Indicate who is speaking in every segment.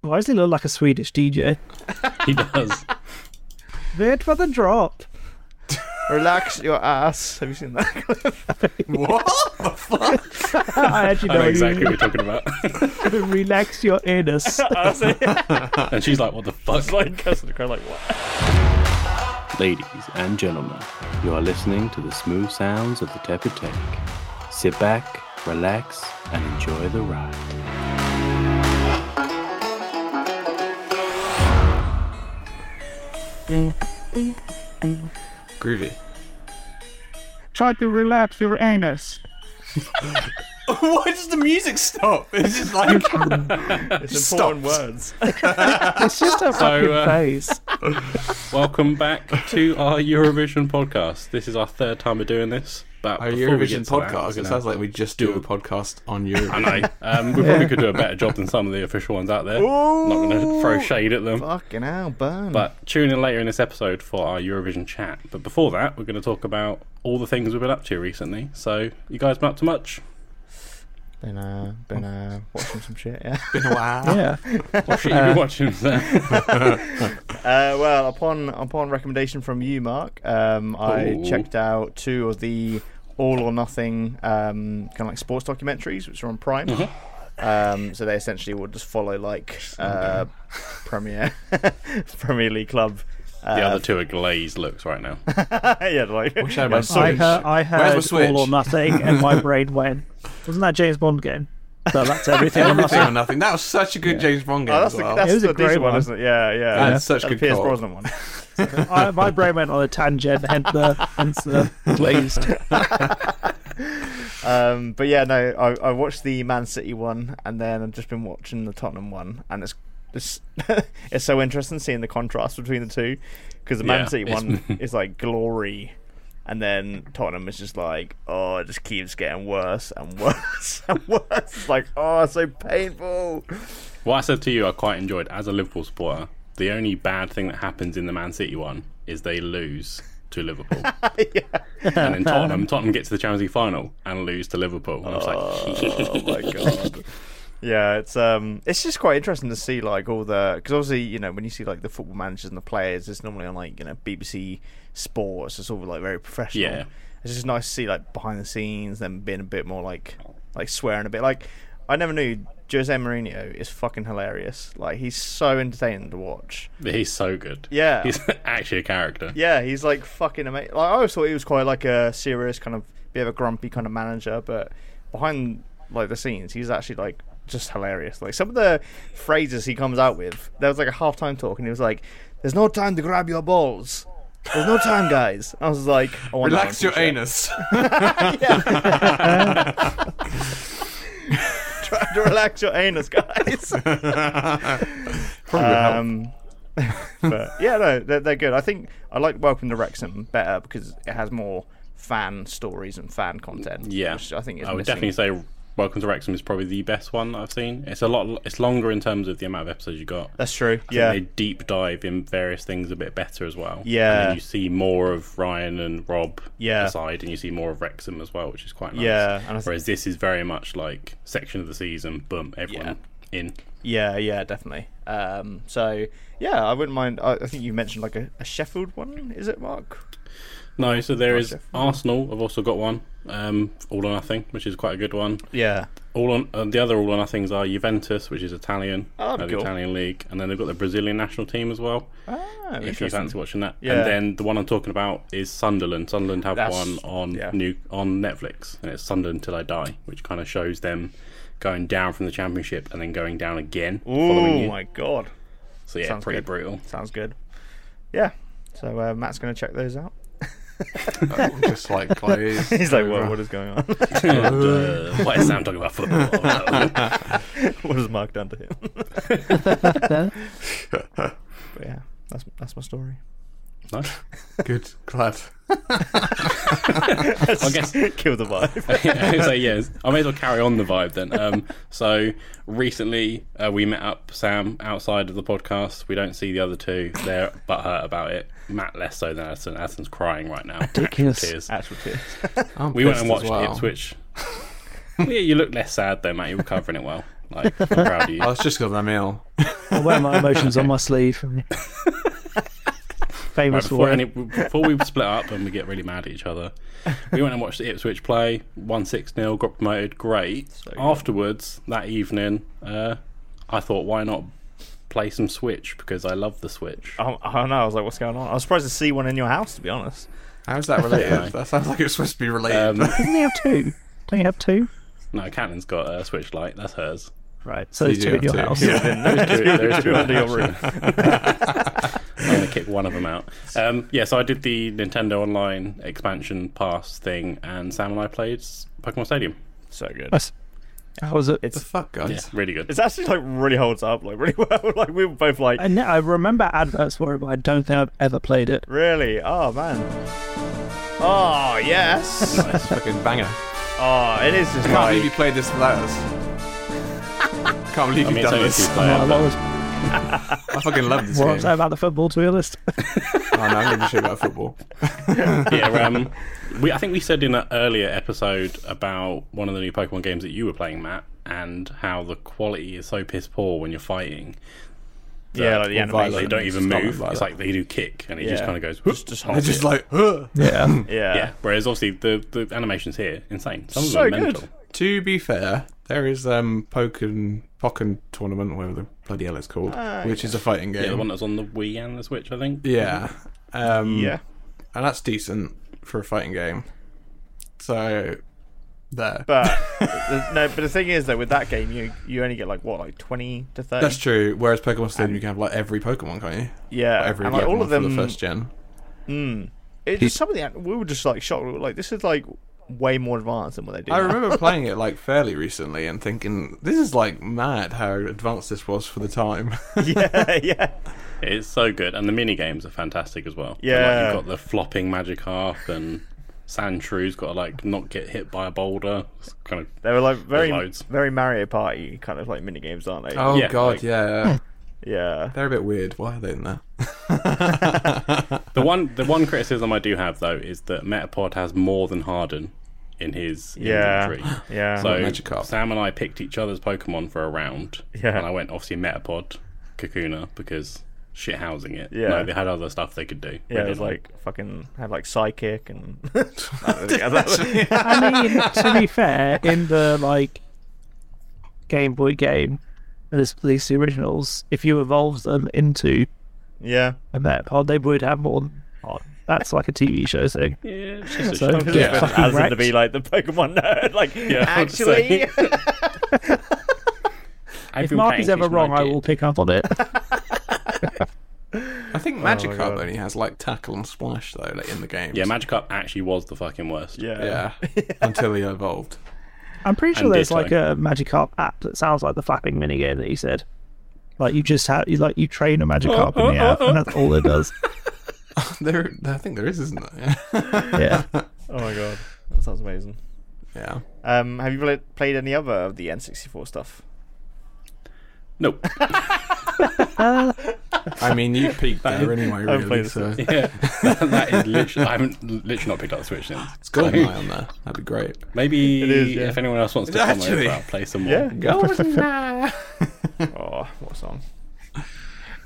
Speaker 1: Why does he look like a Swedish DJ?
Speaker 2: He does.
Speaker 1: Wait for the drop.
Speaker 3: Relax your ass. Have you seen that?
Speaker 4: What the fuck?
Speaker 1: I actually
Speaker 2: I
Speaker 1: know
Speaker 2: know
Speaker 1: you
Speaker 2: exactly what you're talking about.
Speaker 1: Relax your anus.
Speaker 5: Honestly,
Speaker 2: and she's like, what the fuck?
Speaker 5: it's like cussing the crowd, like what?
Speaker 6: Ladies and gentlemen, you are listening to the smooth sounds of the Tepid Take. Sit back, relax, and enjoy the ride.
Speaker 4: Groovy.
Speaker 1: Try to relax your anus.
Speaker 4: Why does the music stop? It's just like
Speaker 3: It's
Speaker 4: Stop.
Speaker 3: important words.
Speaker 1: It's just a fucking
Speaker 2: uh,
Speaker 1: face.
Speaker 2: Welcome back to our Eurovision podcast. This is our third time of doing this. But
Speaker 4: our
Speaker 2: before we get
Speaker 4: Eurovision
Speaker 2: to that,
Speaker 4: podcast.
Speaker 2: you
Speaker 4: It
Speaker 2: know,
Speaker 4: sounds like we just do a podcast on
Speaker 2: I
Speaker 4: Eurovision.
Speaker 2: know. Um, we probably could do a better job than some of the official ones out there. Not going to throw shade at them.
Speaker 3: Fucking hell, burn.
Speaker 2: But tune in later in this episode for our Eurovision chat. But before that, we're going to talk about all the things we've been up to recently. So, you guys been up to much?
Speaker 3: been uh, been uh, watching some shit. Yeah.
Speaker 4: wow.
Speaker 1: Yeah.
Speaker 2: What shit you been watching? Sam?
Speaker 3: Uh, well, upon upon recommendation from you, Mark, um, I
Speaker 2: Ooh.
Speaker 3: checked out two of the all or nothing um, kind of like sports documentaries, which are on Prime. Um, so they essentially will just follow like uh, Premier Premier League club. Uh,
Speaker 2: the other two are glazed looks right now.
Speaker 3: yeah, like
Speaker 4: Wish I had my
Speaker 1: I
Speaker 4: Switch.
Speaker 1: heard, I
Speaker 4: Where's my
Speaker 1: heard
Speaker 4: Switch?
Speaker 1: all or nothing, and my brain went. Wasn't that James Bond game? So that's everything. or
Speaker 4: Everything
Speaker 1: nothing.
Speaker 4: or nothing. That was such a good James Bond game
Speaker 3: Oh,
Speaker 4: as
Speaker 3: that's,
Speaker 4: well.
Speaker 3: the, that's
Speaker 1: was a
Speaker 3: the
Speaker 1: great
Speaker 3: decent one,
Speaker 1: one.
Speaker 3: isn't it? Yeah, yeah.
Speaker 4: That's
Speaker 3: yeah.
Speaker 4: such
Speaker 3: That's
Speaker 4: good
Speaker 3: Pierce
Speaker 4: call.
Speaker 3: Brosnan one.
Speaker 1: I, my brain went on a tangent, hence the hence the glazed.
Speaker 3: Um, but yeah, no, I, I watched the Man City one, and then I've just been watching the Tottenham one, and it's it's, it's so interesting seeing the contrast between the two, because the Man
Speaker 2: Yeah,
Speaker 3: City
Speaker 2: it's-
Speaker 3: one is like glory, and then Tottenham is just like, oh, it just keeps getting worse and worse and worse. It's like, oh, it's so painful.
Speaker 2: What I said to you, I quite enjoyed as a Liverpool supporter. The only bad thing that happens in the Man City one is they lose to Liverpool, and then Tottenham. Tottenham get to the Champions League final and lose to Liverpool. And I was
Speaker 3: oh
Speaker 2: like,
Speaker 3: my god. Yeah, it's um, it's just quite interesting to see like all the because obviously you know when you see like the football managers and the players, it's normally on like you know BBC Sports. It's all like very professional.
Speaker 2: Yeah.
Speaker 3: it's just nice to see like behind the scenes them being a bit more like like swearing a bit. Like I never knew Jose Mourinho is fucking hilarious. Like he's so entertaining to watch.
Speaker 2: he's so good.
Speaker 3: Yeah.
Speaker 2: he's actually a character.
Speaker 3: Yeah, he's like fucking amazing. Like I always thought he was quite like a serious kind of bit of a grumpy kind of manager, but behind like the scenes, he's actually like just hilarious. Like some of the phrases he comes out with, there was like a half time talk, and he was like, "There's no time to grab your balls." There's no time, guys. I was like, I want that
Speaker 4: Relax
Speaker 3: on
Speaker 4: your
Speaker 3: t-shirt.
Speaker 4: anus.
Speaker 3: Try to relax your anus, guys.
Speaker 4: Probably would help.
Speaker 3: Um, but yeah, no, they're, they're good. I think I like Welcome to Wrexham better because it has more fan stories and fan content.
Speaker 2: Yeah,
Speaker 3: which I think is
Speaker 2: I would
Speaker 3: missing.
Speaker 2: definitely say Welcome to Wrexham is probably the best one I've seen. It's a lot. It's longer in terms of the amount of episodes you got.
Speaker 3: That's true.
Speaker 2: yeah.
Speaker 3: Yeah,
Speaker 2: they deep dive in various things a bit better as well. and
Speaker 3: Yeah.
Speaker 2: then you see more of Ryan and Rob
Speaker 3: Yeah.
Speaker 2: aside, and you see more of Wrexham as well, which is quite nice.
Speaker 3: Yeah, and I th-
Speaker 2: whereas this is very much like section of the season, boom, everyone in.
Speaker 3: yeah, yeah, definitely. Um, so yeah, I wouldn't mind. I, I think you mentioned like a, a Sheffield one, is it, Mark?
Speaker 2: No, so there is
Speaker 3: Gotcha.
Speaker 2: Arsenal. I've also got one. Um, all or nothing, which is quite a good one.
Speaker 3: Yeah,
Speaker 2: All on uh, the other all or nothings are Juventus, which is Italian,
Speaker 3: Oh, that'd
Speaker 2: uh,
Speaker 3: be
Speaker 2: the
Speaker 3: cool.
Speaker 2: Italian league, and then they've got the Brazilian national team as well.
Speaker 3: ah,
Speaker 2: if you fancy watching that.
Speaker 3: Yeah.
Speaker 2: And then the one I'm talking about is Sunderland. Sunderland have
Speaker 3: That's-
Speaker 2: one on
Speaker 3: yeah.
Speaker 2: new on Netflix, and it's Sunderland Till I Die, which kind of shows them going down from the championship and then going down again the following
Speaker 3: Oh
Speaker 2: year.
Speaker 3: my god,
Speaker 2: so yeah,
Speaker 3: sounds
Speaker 2: pretty
Speaker 3: good.
Speaker 2: brutal.
Speaker 3: sounds good. Yeah, so uh, Matt's gonna check those out.
Speaker 4: just like glaze.
Speaker 3: He's like, what, what is going on?
Speaker 2: And, uh, why is Sam talking about football?
Speaker 3: what has Mark done to him? but yeah, that's that's my story.
Speaker 2: no?
Speaker 4: Good. Glad.
Speaker 3: I
Speaker 2: guess-
Speaker 3: kill the vibe.
Speaker 2: so yes, I may as well carry on the vibe then. Um, so recently uh, we met up Sam outside of the podcast. We don't see the other two; they're butthurt about it. Matt less so than Addison. Addison's crying right now.
Speaker 1: Ridiculous.
Speaker 2: Tears.
Speaker 3: Actual tears.
Speaker 4: I'm
Speaker 2: We went
Speaker 4: pissed
Speaker 2: and watched
Speaker 4: as well.
Speaker 2: Ipswich. yeah, you look less sad though, Matt. You're covering it well. Like, I'm proud of you.
Speaker 4: I was Oh, just got my meal.
Speaker 1: I wear my emotions on my sleeve.
Speaker 2: Right,
Speaker 1: Famous
Speaker 2: before,
Speaker 1: for
Speaker 2: any,
Speaker 1: it.
Speaker 2: before we split up and we get really mad at each other, we went and watched the Ipswich play, won 6 0, got promoted, great. Afterwards, that evening, uh, I thought, why not play some Switch? Because I love the Switch.
Speaker 4: Oh.
Speaker 3: I, I don't know. I was like, what's going on? I was surprised to see one in your house, to be honest.
Speaker 4: How's that related? that sounds like it's supposed to be related.
Speaker 2: Um,
Speaker 1: Doesn't he have two? Don't you have two?
Speaker 2: no, Catelyn's got a Switch Lite, that's hers.
Speaker 1: Right. So
Speaker 4: You
Speaker 1: there's
Speaker 4: do
Speaker 1: two in
Speaker 4: have
Speaker 1: your
Speaker 4: two.
Speaker 1: house.
Speaker 4: Yeah.
Speaker 2: There is two, there is two
Speaker 3: Under your
Speaker 2: actually.
Speaker 3: roof.
Speaker 2: I'm gonna kick one of them out. Um, yeah, so I did the Nintendo Online expansion pass thing, and Sam and I played s- Pokemon Stadium.
Speaker 3: So good.
Speaker 1: Nice. How was it?
Speaker 4: the fuck,
Speaker 2: Yeah,
Speaker 4: guys?
Speaker 2: really good.
Speaker 3: It's actually like really holds up, like really well. Like we were both like,
Speaker 1: I, know, I remember adverts for it, but I don't think I've ever played it.
Speaker 3: really? Oh man. Oh
Speaker 4: It's
Speaker 3: yes.
Speaker 4: a fucking banger.
Speaker 3: oh, it is just
Speaker 4: Can't believe
Speaker 3: like
Speaker 4: you played this without us. Can't believe
Speaker 2: I
Speaker 4: you've
Speaker 2: mean, it's
Speaker 4: done
Speaker 2: only a
Speaker 4: this.
Speaker 2: two-player,
Speaker 1: Uh,
Speaker 2: but-
Speaker 1: what was,
Speaker 4: I fucking love this
Speaker 1: what
Speaker 4: game.
Speaker 1: was that about the football, to be honest?
Speaker 4: Oh, no, I'm going to show about football.
Speaker 2: yeah, um, we, I think we said in an earlier episode about one of the new Pokemon games that you were playing, Matt, and how the quality is so piss poor when you're fighting.
Speaker 3: yeah, like the
Speaker 4: Or
Speaker 3: animation.
Speaker 4: violent.
Speaker 2: They don't even
Speaker 4: It's not
Speaker 2: move.
Speaker 4: like
Speaker 2: It's
Speaker 4: that.
Speaker 2: like they do kick, and it just
Speaker 3: Yeah.
Speaker 2: kind of goes. Whoop.
Speaker 3: Just
Speaker 4: They're
Speaker 3: hold
Speaker 4: just
Speaker 3: it.
Speaker 4: like, huh.
Speaker 1: Yeah.
Speaker 3: yeah.
Speaker 2: yeah. Whereas obviously the the animations here insane. Some of them
Speaker 3: So
Speaker 2: are
Speaker 3: good.
Speaker 2: mental.
Speaker 4: To be fair, there is um Pokken Pokken tournament, whatever the bloody hell it's called,
Speaker 3: Ah,
Speaker 4: which is a fighting game.
Speaker 2: Yeah, the one that was on the Wii and the Switch, I think.
Speaker 4: Yeah. Um,
Speaker 3: Yeah.
Speaker 4: and that's decent for a fighting game. So there.
Speaker 3: But the, no, but the thing is though, with that game, you you only get like what, like twenty to thirty.
Speaker 4: that's true. Whereas Pokemon Stadium, you can have like every Pokemon, can't you?
Speaker 3: Yeah,
Speaker 4: Every
Speaker 3: and like all
Speaker 4: Pokemon
Speaker 3: of them.
Speaker 4: for the first gen.
Speaker 3: It's just some of the an- we were just like shocked. We were like this is like way more advanced than what they do.
Speaker 4: I
Speaker 3: now.
Speaker 4: remember playing it like fairly recently and thinking, this is like mad how advanced this was for the time.
Speaker 3: yeah, yeah.
Speaker 2: It's so good, and the mini games are fantastic as well. So,
Speaker 3: Yeah.
Speaker 2: like, you've got the flopping Magikarp and Sandrew's got to like not get hit by a boulder. It's kind of
Speaker 3: They were like very
Speaker 2: loads.
Speaker 3: very Mario Party kind of like mini games, aren't they?
Speaker 4: oh
Speaker 2: Yeah,
Speaker 4: god,
Speaker 2: like-
Speaker 4: yeah.
Speaker 3: Yeah.
Speaker 4: They're a bit weird. Why are they in there?
Speaker 2: The one, the one criticism I do have though is that Metapod has more than Harden in his
Speaker 3: Yeah.
Speaker 2: inventory.
Speaker 3: Yeah.
Speaker 2: So
Speaker 4: Magikarp.
Speaker 2: Sam and I picked each other's Pokemon for a round,
Speaker 3: Yeah.
Speaker 2: and I went obviously Metapod, Kakuna because shit housing it.
Speaker 3: Yeah.
Speaker 2: no, they had other stuff they could do. We
Speaker 3: yeah, it was
Speaker 2: didn't.
Speaker 3: like fucking had like psychic and yeah,
Speaker 1: I mean, to be fair, in the like Game Boy game, this, these originals, if you evolved them into
Speaker 3: yeah.
Speaker 1: a Metapod, they would have more. than one. That's like a TV show thing.
Speaker 2: yeah, it's just a
Speaker 1: So-
Speaker 2: shame.
Speaker 1: Yeah.
Speaker 3: But
Speaker 1: Fucking
Speaker 3: as in to
Speaker 1: wrecked.
Speaker 3: be like the Pokemon nerd, like
Speaker 2: Yeah, I was
Speaker 3: actually,
Speaker 2: saying. I've
Speaker 1: If
Speaker 2: been
Speaker 1: Mark
Speaker 2: paying
Speaker 1: is ever
Speaker 2: attention,
Speaker 1: wrong, I
Speaker 2: did.
Speaker 1: will pick up on it.
Speaker 4: I think Magikarp only has like tackle and splash though, like in the game.
Speaker 2: Yeah, Magikarp actually was the fucking worst.
Speaker 3: yeah,
Speaker 4: Yeah. Until he evolved.
Speaker 1: I'm pretty sure
Speaker 2: And
Speaker 1: there's
Speaker 2: Ditto.
Speaker 1: like a Magikarp app that sounds like the flapping minigame that you said. Like you just have you like you train a Magikarp in the app, and that's all it does.
Speaker 4: There, I think there is, isn't there? Yeah.
Speaker 1: Yeah.
Speaker 3: Oh my god, that sounds amazing.
Speaker 4: yeah.
Speaker 3: Um, have you played played any other of the N64 stuff?
Speaker 2: Nope.
Speaker 4: I mean, you peaked there anyway, really.
Speaker 3: played
Speaker 4: So
Speaker 2: Yeah, that is literally. I haven't literally not picked up the Switch since.
Speaker 4: it's got an eye on there. That'd be great.
Speaker 2: Maybe
Speaker 3: is, yeah.
Speaker 2: if anyone else wants to
Speaker 4: It's
Speaker 2: come
Speaker 4: actually-
Speaker 2: over, I'll play some more.
Speaker 3: Yeah.
Speaker 4: Golden
Speaker 3: Oh, what song?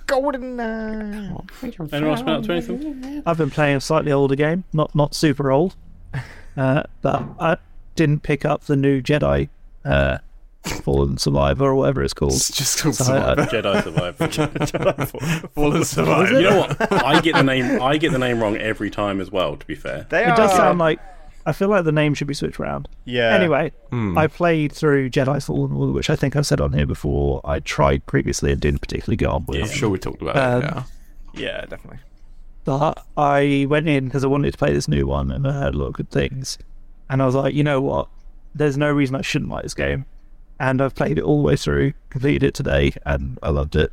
Speaker 3: Golden. uh,
Speaker 2: Anyone else been up to anything?
Speaker 1: I've been playing a slightly older game, not not super old, uh, but I didn't pick up the new Jedi uh, Fallen Survivor or whatever it's called.
Speaker 4: It's just called
Speaker 1: So I- I-
Speaker 4: Survivor.
Speaker 2: Jedi Survivor.
Speaker 4: Fallen Survivor.
Speaker 2: you know what? I get the name. I get the name wrong every time as well. To be fair,
Speaker 3: They
Speaker 1: It
Speaker 3: are.
Speaker 1: does sound like. I feel like the name should be switched around.
Speaker 3: Yeah. Hmm.
Speaker 1: Anyway, I played through Jedi Fallen Order, which I think I've said on here before. I tried previously and didn't particularly get on with.
Speaker 4: I'm sure we talked about
Speaker 1: Um,
Speaker 4: it. Yeah.
Speaker 3: Yeah, definitely.
Speaker 1: But I went in because I wanted to play this new one and I heard a lot of good things. And I was like, you know what? There's no reason I shouldn't like this game. And I've played it all the way through, completed it today, and I loved it.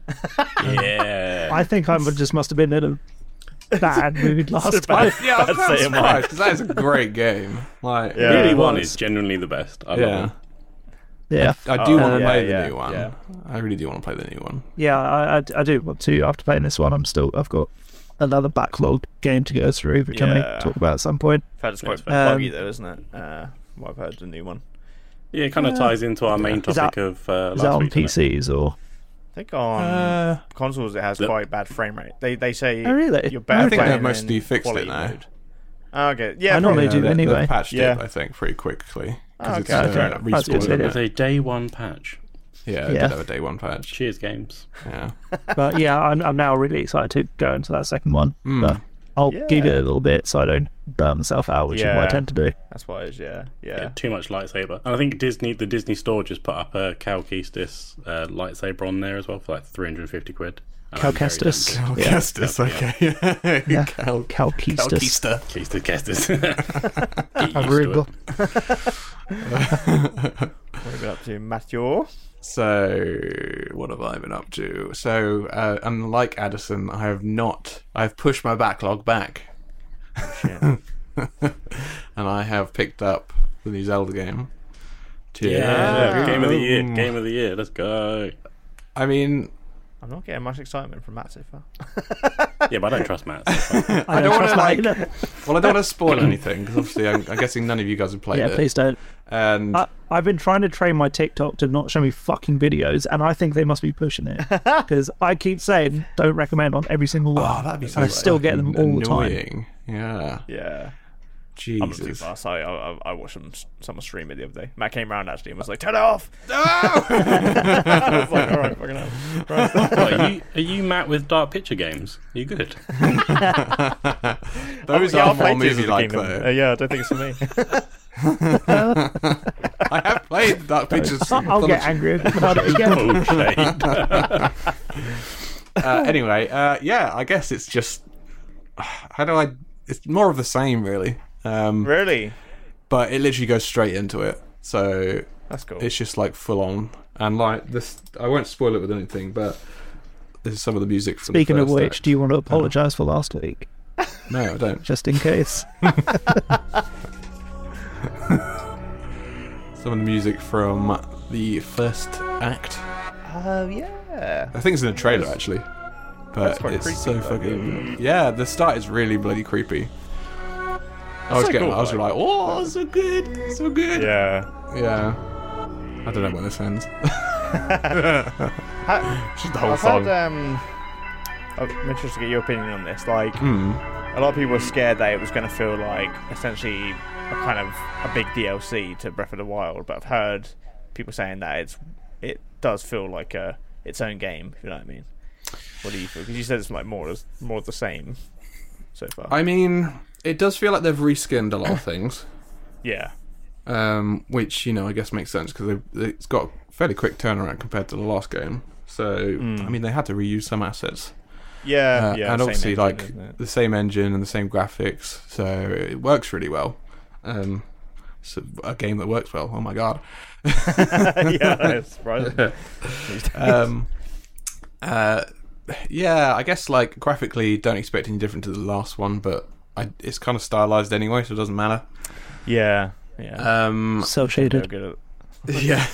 Speaker 2: yeah.
Speaker 1: I think I just must have been in a bad mood last time.
Speaker 4: Yeah, I was kind of
Speaker 3: That's it, mate.
Speaker 4: surprised because that is a great game. Like,
Speaker 3: Yeah.
Speaker 2: Really,
Speaker 1: it
Speaker 2: one
Speaker 1: was.
Speaker 2: is genuinely the best. I
Speaker 4: yeah.
Speaker 2: love
Speaker 1: Yeah,
Speaker 4: I do
Speaker 3: Oh,
Speaker 4: want to
Speaker 3: yeah,
Speaker 4: play the
Speaker 3: yeah,
Speaker 4: new one.
Speaker 3: yeah.
Speaker 4: I really do want to play the new one.
Speaker 1: yeah, I, I, I do want to. After playing this one, I'm still I've got another backlog game to go through, which I may
Speaker 3: Yeah.
Speaker 1: talk about at some point.
Speaker 3: Fair, it's quite
Speaker 1: fair.
Speaker 3: buggy
Speaker 1: Um,
Speaker 3: though, isn't it? Uh, what I've heard the new one.
Speaker 2: Yeah, it kind of ties into our main
Speaker 1: Is that-
Speaker 2: topic of uh,
Speaker 1: Is that
Speaker 2: last
Speaker 1: on
Speaker 2: week. doesn't it?
Speaker 1: PCs or?
Speaker 3: I think on
Speaker 1: Uh,
Speaker 3: consoles it has
Speaker 2: Look.
Speaker 3: quite bad frame rate. They they say
Speaker 1: Oh, really?
Speaker 3: you're better.
Speaker 1: I think
Speaker 4: they've
Speaker 3: playing
Speaker 4: mostly
Speaker 3: in
Speaker 4: fixed it
Speaker 3: quality
Speaker 4: now.
Speaker 3: mode. Okay, yeah,
Speaker 1: I normally
Speaker 3: probably.
Speaker 1: They do
Speaker 4: they-
Speaker 1: anyway.
Speaker 4: They patched
Speaker 3: Yeah.
Speaker 4: it, I think, pretty quickly. 'cause
Speaker 3: Okay,
Speaker 4: it's, uh,
Speaker 1: fair enough.
Speaker 4: Respawn,
Speaker 1: That's good to
Speaker 4: isn't
Speaker 1: hear.
Speaker 2: It's a day one patch.
Speaker 4: it? Yeah, it
Speaker 1: Yeah.
Speaker 4: did have a day one patch.
Speaker 2: Cheers, games.
Speaker 4: Yeah.
Speaker 1: But yeah, I'm, I'm now really excited to go into that second one.
Speaker 4: Mm.
Speaker 1: Hmm. But I'll
Speaker 3: Yeah.
Speaker 1: give it a little bit so I don't burn myself out, which is what I
Speaker 3: Yeah.
Speaker 1: tend to do.
Speaker 3: That's what it is. Yeah, yeah.
Speaker 2: Yeah, too much lightsaber. And I think Disney, the Disney store, just put up a Cal Kestis uh, lightsaber on there as well for like 350 quid. And I'm very
Speaker 1: Calcestis.
Speaker 2: tempted.
Speaker 1: Yeah.
Speaker 4: Calcestis, Oh, okay.
Speaker 1: Yeah.
Speaker 4: Cal-
Speaker 1: Calcistus.
Speaker 4: Calcista.
Speaker 2: Kestis, Kestis. Get used to
Speaker 1: Arugula.
Speaker 2: it.
Speaker 3: What have we been up to, Matthew?
Speaker 4: So, what have I been up to? So, uh, unlike Addison, I have not. I've pushed my backlog back. and I have picked up the new Zelda game. To,
Speaker 2: Yeah, Mm.
Speaker 3: Yeah.
Speaker 2: game of the year, game of the year. Let's go.
Speaker 4: I mean,
Speaker 3: I'm not getting much excitement from Matt so far.
Speaker 2: Yeah, but I don't trust Matt.
Speaker 1: I
Speaker 4: don't wanna,
Speaker 1: trust that
Speaker 4: like-
Speaker 1: either.
Speaker 4: well, I don't want to spoil anything because obviously I'm, I'm guessing none of you guys have played
Speaker 1: Yeah,
Speaker 4: it.
Speaker 1: please don't.
Speaker 4: And
Speaker 1: I, I've been trying to train my TikTok to not show me fucking videos, and I think they must be pushing it because I keep saying don't recommend on every single one.
Speaker 4: oh, that'd be so.
Speaker 1: I still get them all the time.
Speaker 4: annoying. Yeah,
Speaker 3: Yeah, I'm not too
Speaker 4: Jesus.
Speaker 3: fast. I, I I watched some someone stream it the other day. Matt came round actually and was like, "Turn it off." I was like, "All right, fucking hell."
Speaker 2: What, are, you, are you Matt with dark picture games? You good?
Speaker 4: Those
Speaker 3: Yeah,
Speaker 4: are
Speaker 3: I'll
Speaker 4: more
Speaker 3: play Tears
Speaker 4: movies
Speaker 3: of the
Speaker 4: like
Speaker 3: Kingdom. Uh,
Speaker 4: though.
Speaker 3: yeah, I don't think it's for me.
Speaker 4: I have played that picture.
Speaker 1: I'll get angry about it again.
Speaker 2: Oh, shade.
Speaker 4: uh, anyway, uh, yeah, I guess it's just how do I? It's more of the same, really. Um,
Speaker 3: really?
Speaker 4: but it literally goes straight into it, so
Speaker 3: That's cool.
Speaker 4: it's just like full on. And like this, I won't spoil it with anything, but this is some of the music. From the
Speaker 1: Speaking of
Speaker 4: first
Speaker 1: which,
Speaker 4: act.
Speaker 1: do you want to apologise for last week,
Speaker 4: no, I don't.
Speaker 1: just in case?
Speaker 4: Some of the music from the first act.
Speaker 3: Oh yeah.
Speaker 4: I think it's in a trailer actually, but
Speaker 3: quite
Speaker 4: it's
Speaker 3: creepy,
Speaker 4: so
Speaker 3: though,
Speaker 4: fucking yeah. The start is really bloody creepy. I was
Speaker 3: so
Speaker 4: getting,
Speaker 3: cool,
Speaker 4: I was
Speaker 3: though.
Speaker 4: like, oh, so good, so good.
Speaker 3: Yeah.
Speaker 4: Yeah. I don't know when this ends. Just the whole
Speaker 3: I've
Speaker 4: song.
Speaker 3: had um. I'm interested to get your opinion on this. Like,
Speaker 4: Hmm.
Speaker 3: a lot of people were scared that it was going to feel like essentially a kind of a big DLC to Breath of the Wild, but I've heard people saying that it's it does feel like a its own game. If you know what I mean? What do you feel? Because you said it's like more of- more of the same so far.
Speaker 4: I mean, it does feel like they've reskinned a lot of things,
Speaker 3: yeah.
Speaker 4: um, which you know I guess makes sense because it's got a fairly quick turnaround compared to the last game. So
Speaker 3: Hmm.
Speaker 4: I mean, they had to reuse some assets,
Speaker 3: Yeah,
Speaker 4: uh,
Speaker 3: yeah,
Speaker 4: and
Speaker 3: same
Speaker 4: obviously
Speaker 3: engine, isn't
Speaker 4: like
Speaker 3: it?
Speaker 4: the same engine and the same graphics, so it works really well. Um, so a game that works well. Oh my god.
Speaker 3: yeah, that's right.
Speaker 4: um, uh, yeah, I guess like graphically, don't expect any different to the last one, but I, it's kind of stylized anyway, so it doesn't matter.
Speaker 3: Yeah, yeah.
Speaker 4: Um,
Speaker 1: So
Speaker 3: They're
Speaker 1: shaded.
Speaker 3: good at-
Speaker 4: yeah.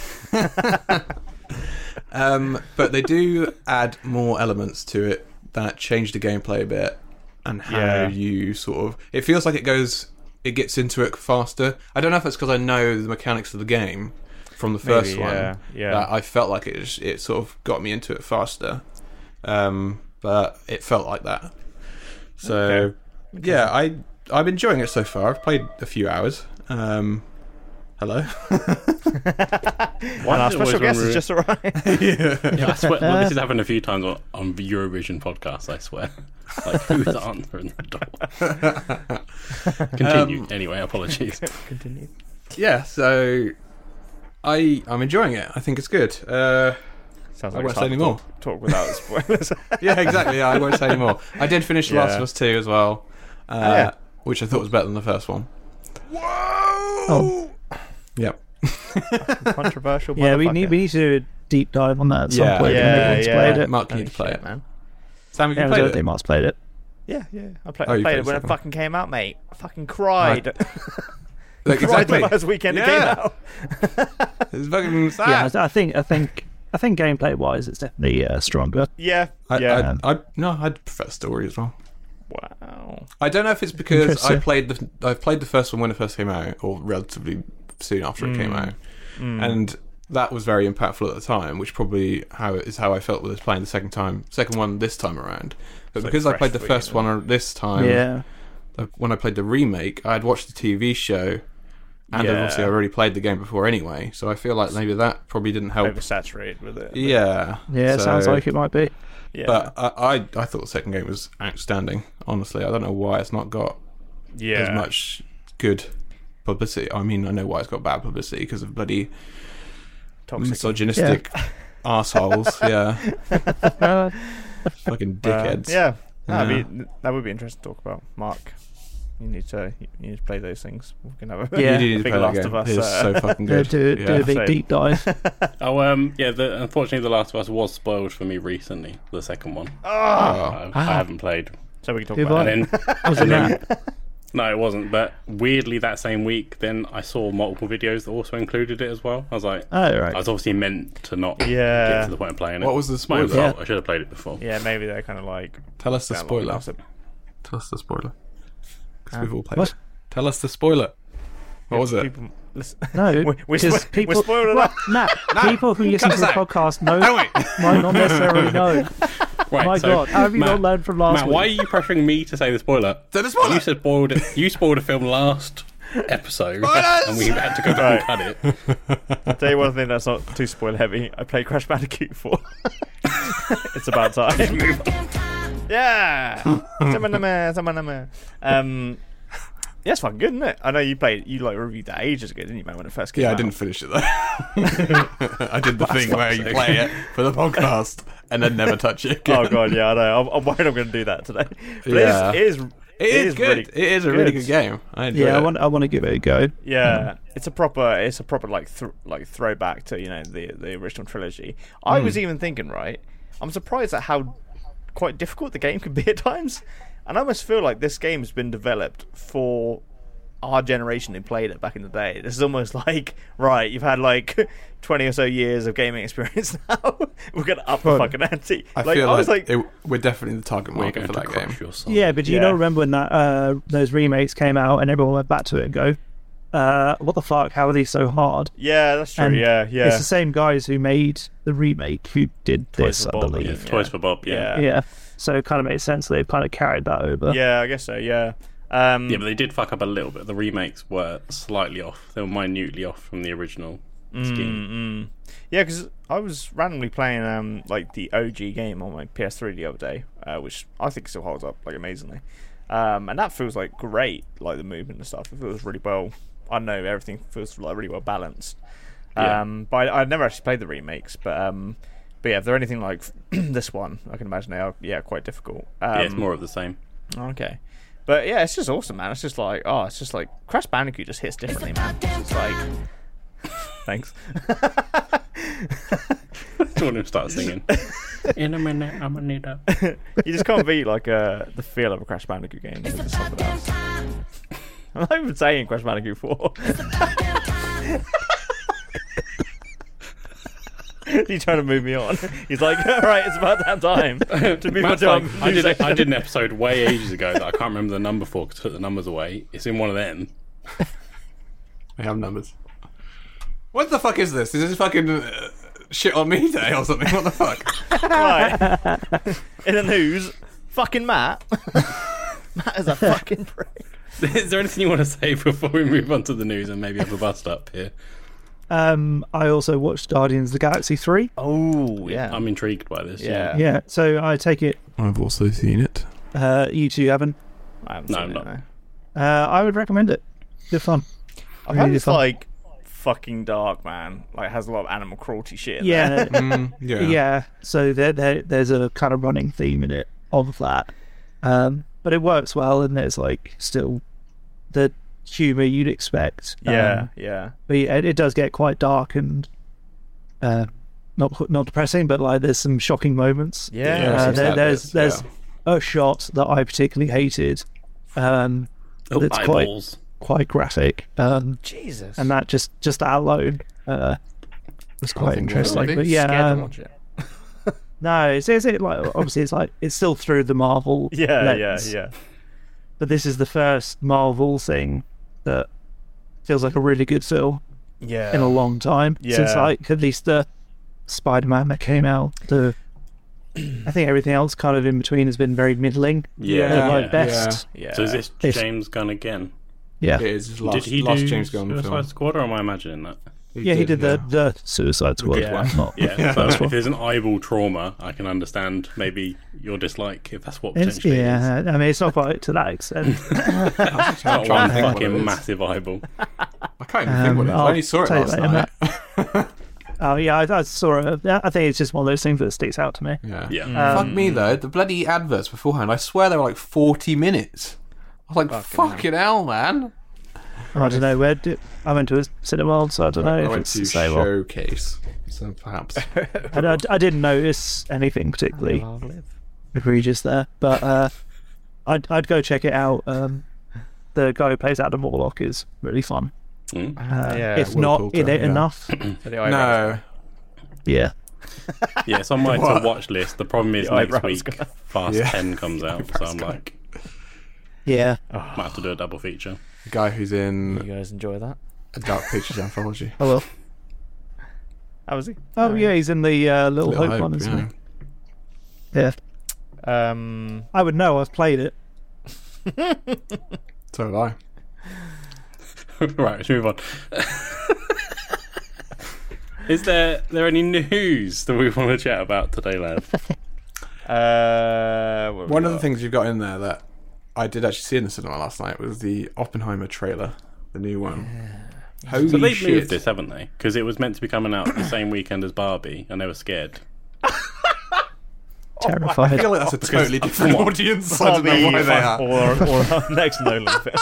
Speaker 4: um, but they do add more elements to it that change the gameplay a bit and how
Speaker 3: Yeah.
Speaker 4: you sort of. It feels like it goes, it gets into it faster. I don't know if it's because I know the mechanics of the game from the first
Speaker 3: Maybe,
Speaker 4: one.
Speaker 3: yeah, yeah.
Speaker 4: that I felt like it, just- it sort of got me into it faster. Um, but it felt like that. So
Speaker 3: Okay.
Speaker 4: yeah, I I'm enjoying it so far. I've played a few hours. Um, hello.
Speaker 2: Why
Speaker 3: and our
Speaker 2: is it always
Speaker 3: special
Speaker 2: when
Speaker 3: guest
Speaker 2: we're-
Speaker 3: is just arrived.
Speaker 2: Yeah, I swear, well, this has happened a few times on, on the Eurovision podcast, I swear. Like, who's answering the door? Continue. anyway, apologies.
Speaker 3: Continue.
Speaker 4: yeah, so I I'm enjoying it. I think it's good. Uh,
Speaker 3: Sounds
Speaker 4: I
Speaker 3: like
Speaker 4: won't
Speaker 3: it's
Speaker 4: say
Speaker 3: hard
Speaker 4: any
Speaker 3: to
Speaker 4: more.
Speaker 3: talk- Talk without spoilers.
Speaker 4: Yeah, exactly. I won't say any more. I did finish The Last
Speaker 3: Yeah. Oh,
Speaker 4: of Us Two as well, uh,
Speaker 3: yeah.
Speaker 4: which I thought was better than the first one.
Speaker 1: Oh,
Speaker 4: Yep.
Speaker 3: Controversial.
Speaker 1: yeah, we
Speaker 3: motherfucker.
Speaker 1: need we need to do a deep dive on that at some
Speaker 4: Yeah.
Speaker 1: point. when
Speaker 3: Yeah,
Speaker 1: everyone's
Speaker 3: yeah.
Speaker 1: played it.
Speaker 4: Mark, you
Speaker 3: Oh,
Speaker 4: need to play
Speaker 3: shit,
Speaker 4: it.
Speaker 3: man.
Speaker 4: Sam, have you
Speaker 1: Yeah, I
Speaker 4: played
Speaker 1: don't
Speaker 4: it?
Speaker 1: think Mark's played it.
Speaker 3: Yeah, yeah. I, play,
Speaker 4: Oh, you
Speaker 3: played
Speaker 4: played
Speaker 3: it when it
Speaker 4: something.
Speaker 3: fucking came out, mate. I fucking cried.
Speaker 4: Like,
Speaker 3: cried
Speaker 4: exactly.
Speaker 3: the last weekend it came
Speaker 4: Yeah.
Speaker 3: out.
Speaker 4: It's fucking sad.
Speaker 3: Ah.
Speaker 1: Yeah, I, I think I think I think gameplay wise, it's definitely uh, stronger.
Speaker 3: Yeah,
Speaker 4: I,
Speaker 3: yeah.
Speaker 4: I, I, no, I'd prefer story as well.
Speaker 3: wow.
Speaker 4: I don't know if it's because I
Speaker 1: Interesting.
Speaker 3: Hmm.
Speaker 4: played the I played the first one when it first came out, or relatively soon after it came out, and that was very impactful at the time, which probably how is how I felt with us playing the second time, second one this time around. But because I
Speaker 3: fresh
Speaker 4: played the
Speaker 3: for you,
Speaker 4: first
Speaker 3: yeah.
Speaker 4: one on- this time,
Speaker 1: yeah.
Speaker 4: like, when I played the remake, I had watched the TV show, and I'd
Speaker 3: Yeah.
Speaker 4: obviously I already played the game before anyway. So I feel like maybe that probably didn't help.
Speaker 3: oversaturated with it.
Speaker 4: Oh. Yeah,
Speaker 1: Yeah,
Speaker 4: so-
Speaker 1: sounds like it might be.
Speaker 3: Yeah,
Speaker 4: But I, I I thought the second game was outstanding. Honestly, I don't know why it's not got
Speaker 3: yeah.
Speaker 4: as much good publicity. I mean, I know why it's got bad publicity because of bloody
Speaker 3: toxic.
Speaker 4: misogynistic assholes. Yeah,
Speaker 1: Uh,
Speaker 4: fucking
Speaker 3: Uh,
Speaker 4: dickheads.
Speaker 3: yeah, that'd
Speaker 4: Yeah.
Speaker 3: Be, that would be interesting to talk about. Mark, you need to you need to play those things. We can have a
Speaker 1: Yeah.
Speaker 4: You do need to
Speaker 3: Big
Speaker 4: play that
Speaker 3: Last
Speaker 4: game.
Speaker 3: of Us,
Speaker 4: it is
Speaker 3: uh,
Speaker 4: so fucking
Speaker 1: do,
Speaker 4: good.
Speaker 1: do, do a
Speaker 4: yeah.
Speaker 1: big
Speaker 3: Same.
Speaker 1: deep dive.
Speaker 2: Oh, um, yeah. The, unfortunately, The Last of Us was spoiled for me recently. The second one,
Speaker 4: Oh,
Speaker 2: I, I haven't played.
Speaker 3: so we can talk
Speaker 1: Did
Speaker 3: about
Speaker 1: I?
Speaker 3: it.
Speaker 2: And then
Speaker 1: Was it that?
Speaker 2: No, it wasn't. But weirdly, that same week, then I saw multiple videos that also included it as well. I was like,
Speaker 1: Oh, right.
Speaker 2: I was obviously meant to not
Speaker 3: Yeah.
Speaker 2: get to the point of playing it.
Speaker 4: What was the
Speaker 2: It's my own
Speaker 4: spoiler?
Speaker 2: fault. I should have played it before.
Speaker 3: Yeah, maybe they're kind of like
Speaker 4: tell us the
Speaker 3: that
Speaker 4: spoiler.
Speaker 3: Like,
Speaker 4: Tell us the spoiler. Because we've all played
Speaker 1: what?
Speaker 4: it. Tell us the spoiler. What was it?
Speaker 3: people, listen,
Speaker 1: No,
Speaker 3: We- we
Speaker 1: because
Speaker 3: spo- we
Speaker 1: people,
Speaker 3: spoiled it
Speaker 1: well,
Speaker 3: up.
Speaker 1: Matt, people who listen to
Speaker 4: us
Speaker 1: the
Speaker 4: out.
Speaker 1: podcast know,
Speaker 4: No, wait.
Speaker 1: might not necessarily know.
Speaker 2: Right,
Speaker 1: My
Speaker 2: so,
Speaker 1: God, how have you
Speaker 2: Matt,
Speaker 1: not learned from last
Speaker 2: Matt,
Speaker 1: week?
Speaker 2: why are you pressuring me to say the spoiler?
Speaker 4: Say the spoiler!
Speaker 2: You said spoiled it. You spoiled a film last episode,
Speaker 4: Spoilers!
Speaker 2: and we had to go back and cut it.
Speaker 3: tell you one thing that's not too spoil heavy. I played Crash Bandicoot 4. it's about time. yeah. Zamanama, zamanama. um, yeah, it's fucking good, isn't it? I know you played, you like reviewed that ages ago, didn't you, man? When it first came
Speaker 4: Yeah,
Speaker 3: out.
Speaker 4: I didn't finish it though. I did the thing where you play it for the podcast and then never touch it. Again.
Speaker 3: Oh god, yeah, I know. I'm, I'm worried I'm going to do that today. But it is-
Speaker 4: Yeah.
Speaker 3: it is,
Speaker 4: it is, good.
Speaker 3: really
Speaker 4: it is a really good game. I enjoy
Speaker 1: Yeah, I
Speaker 4: it.
Speaker 1: want, I want to give it a go.
Speaker 3: Yeah, it's a proper, it's a proper like thr like throwback to you know the the original trilogy. I was even thinking, right? I'm surprised at how quite difficult the game can be at times, and I almost feel like this game has been developed for our generation who played it back in the day. This is almost like right, you've had like 20 or so years of gaming experience now. We're gonna up the
Speaker 1: Well,
Speaker 3: fucking ante.
Speaker 4: I
Speaker 3: like
Speaker 4: feel
Speaker 3: I
Speaker 4: like,
Speaker 3: was like,
Speaker 4: it, we're definitely the target
Speaker 2: We're
Speaker 4: market
Speaker 2: going
Speaker 4: for
Speaker 2: to
Speaker 4: that game.
Speaker 2: crush your soul.
Speaker 1: Yeah, but do you
Speaker 3: Yeah.
Speaker 1: not remember when that uh, those remakes came out and everyone went back to it and go, uh, "What the fuck? How are these so hard?"
Speaker 3: yeah, that's true.
Speaker 1: And
Speaker 3: yeah, yeah.
Speaker 1: It's the same guys who made the remake who did this,
Speaker 3: the
Speaker 1: I
Speaker 3: ball,
Speaker 2: Yeah,
Speaker 1: believe.
Speaker 2: Toys for Bob. Yeah.
Speaker 3: Yeah.
Speaker 1: Yeah. so it kind of makes sense. They've kind of carried that over.
Speaker 3: Yeah, I guess so. Yeah. Um,
Speaker 2: Yeah, but they did fuck up a little bit. The remakes were slightly off. They were minutely off from the original
Speaker 1: Mm,
Speaker 2: scheme.
Speaker 3: Yeah, because I was randomly playing um like the OG game on my PS3 the other day, uh, which I think still holds up like amazingly, um, and that feels like great, like the movement and stuff. It feels really well. I don't know everything feels like really well balanced.
Speaker 2: Yeah.
Speaker 3: Um, but I, I never actually played the remakes, but um, but yeah, if they're anything like this one, I can imagine they are yeah quite difficult. Um,
Speaker 2: yeah, it's more of the same.
Speaker 3: Okay. But yeah, it's just awesome, man. It's just like, oh, it's just like Crash Bandicoot just hits differently, man. It's just like, thanks.
Speaker 2: I want to start singing. In a minute, I'm gonna need up.
Speaker 3: You just can't beat like uh, the feel of a Crash Bandicoot game. with something else. I'm not even saying Crash Bandicoot 4. He's trying to move me on. He's like, all right, it's about that time to move on
Speaker 2: Matt's
Speaker 3: to
Speaker 2: like,
Speaker 3: our
Speaker 2: I, did,
Speaker 3: music."
Speaker 2: I did an episode way ages ago that I can't remember the number for because I took the numbers away. It's in one of them.
Speaker 4: We have numbers. What the fuck is this? Is this fucking uh, shit on me day or something? What the fuck?
Speaker 3: Right. In the news, fucking Matt. Matt is a fucking prick.
Speaker 2: Is there anything you want to say before we move on to the news and maybe have a bust up here?
Speaker 1: Um, I also watched Guardians of the Galaxy three.
Speaker 3: Oh, yeah.
Speaker 2: I'm intrigued by this.
Speaker 3: yeah.
Speaker 1: Yeah, so I take it
Speaker 4: I've also seen it.
Speaker 1: uh, you two haven't.
Speaker 3: I haven't
Speaker 2: No,
Speaker 3: seen
Speaker 2: I'm
Speaker 3: it,
Speaker 2: not.
Speaker 1: Uh, I would recommend it. They're fun.
Speaker 3: I heard
Speaker 1: Really
Speaker 3: it's
Speaker 1: fun.
Speaker 3: like fucking dark, man. Like has a lot of animal cruelty shit. in there.
Speaker 1: Yeah,
Speaker 4: yeah.
Speaker 1: yeah. So there, there, there's a kind of running theme in it of that, um, but it works well, and there's like still the humor you'd expect. Um,
Speaker 3: yeah, yeah.
Speaker 1: but yeah, it, it does get quite dark and uh, not not depressing, but like there's some shocking moments.
Speaker 3: Yeah.
Speaker 4: Yeah,
Speaker 1: uh,
Speaker 4: some
Speaker 1: there,
Speaker 4: sad
Speaker 1: there's
Speaker 4: bits,
Speaker 1: there's a shot that I particularly hated. Um,
Speaker 2: Oh,
Speaker 1: That's quite-
Speaker 2: eyeballs.
Speaker 1: quite graphic. Um,
Speaker 3: Jesus.
Speaker 1: and that just just that alone uh, was quite
Speaker 4: think
Speaker 1: interesting.
Speaker 4: really?
Speaker 1: But yeah,
Speaker 3: Scared to
Speaker 1: um,
Speaker 3: watch it.
Speaker 1: no, it's, it's it like obviously it's like it's still through the Marvel.
Speaker 3: Yeah, yeah,
Speaker 1: lens,
Speaker 3: yeah.
Speaker 1: But this is the first Marvel thing that feels like a really good film.
Speaker 3: yeah.
Speaker 1: in a long time since
Speaker 3: Yeah.
Speaker 1: like at least the Spider-Man that came out. The I think everything else kind of in between has been very middling.
Speaker 2: Yeah.
Speaker 1: at my
Speaker 2: Yeah.
Speaker 1: best.
Speaker 3: yeah.
Speaker 2: So is this
Speaker 1: If-
Speaker 2: James Gunn again?
Speaker 1: Yeah,
Speaker 4: It
Speaker 1: yeah,
Speaker 4: is his last,
Speaker 2: did he
Speaker 4: last
Speaker 2: do
Speaker 4: James Gunn
Speaker 2: Suicide
Speaker 4: film.
Speaker 2: Squad, or am I imagining that?
Speaker 1: he did the, the Suicide Squad
Speaker 2: Yeah.
Speaker 1: one. Not,
Speaker 2: Yeah. so if there's an eyeball trauma, I can understand maybe your dislike if that's what
Speaker 1: It's,
Speaker 2: potentially it is.
Speaker 1: yeah, I mean it's not quite to that extent.
Speaker 4: the
Speaker 2: That one
Speaker 4: it
Speaker 2: Oh, fucking
Speaker 4: is.
Speaker 2: massive eyeball.
Speaker 4: I can't even think what it is.
Speaker 1: Um, I'll
Speaker 4: I only saw it
Speaker 1: tell you
Speaker 4: last
Speaker 1: later,
Speaker 4: night.
Speaker 1: Oh yeah, I, I saw it. I think it's just one of those things that sticks out to me.
Speaker 4: Yeah.
Speaker 2: Yeah.
Speaker 4: Fuck me though, the bloody adverts beforehand. I swear they were like forty minutes. I was like, fucking, hell, man!
Speaker 1: I don't know where. Do, I went to a cinema, so I don't know
Speaker 4: I
Speaker 1: if
Speaker 4: went
Speaker 1: it's
Speaker 4: to
Speaker 1: the same one.
Speaker 4: showcase, so perhaps.
Speaker 1: And I, I didn't notice anything particularly egregious there, but uh, I'd I'd go check it out. Um, the guy who plays Adam Warlock is really fun.
Speaker 2: Mm.
Speaker 1: Uh,
Speaker 3: Yeah,
Speaker 1: if
Speaker 4: Ah, Will
Speaker 1: not
Speaker 4: Poulter,
Speaker 1: in it
Speaker 4: yeah.
Speaker 1: enough,
Speaker 4: no,
Speaker 1: yeah.
Speaker 2: Yeah, it's on my to watch list. The problem is next
Speaker 3: eyebrows
Speaker 2: week
Speaker 3: guy.
Speaker 2: Fast
Speaker 4: Yeah.
Speaker 2: Ten comes out, so I'm like,
Speaker 1: Yeah,
Speaker 2: might have to do a double feature.
Speaker 4: the guy who's in
Speaker 3: You guys enjoy that?
Speaker 4: a Dark Pictures anthology.
Speaker 1: I will.
Speaker 3: How was he?
Speaker 1: Oh yeah, he's in the uh, Little,
Speaker 4: Little
Speaker 1: Hope, one, isn't
Speaker 4: yeah.
Speaker 1: he? Yeah,
Speaker 3: Um,
Speaker 1: I would know. I've played it.
Speaker 4: So have I.
Speaker 2: right, let's move on. Is there there any news that we want to chat about today, lad?
Speaker 3: uh, what have we
Speaker 4: One of the
Speaker 3: got?
Speaker 4: things you've got in there that I did actually see in the cinema last night was the Oppenheimer trailer, the new one. Holy
Speaker 2: So they've
Speaker 4: shit!
Speaker 2: moved this, haven't they? Because it was meant to be coming out the same weekend as Barbie, and they were scared.
Speaker 4: Oh, I
Speaker 1: Terrified.
Speaker 4: feel like that's a totally different audience. I don't know
Speaker 3: Barbie
Speaker 4: why they are.
Speaker 3: or, or, or next Nolan film.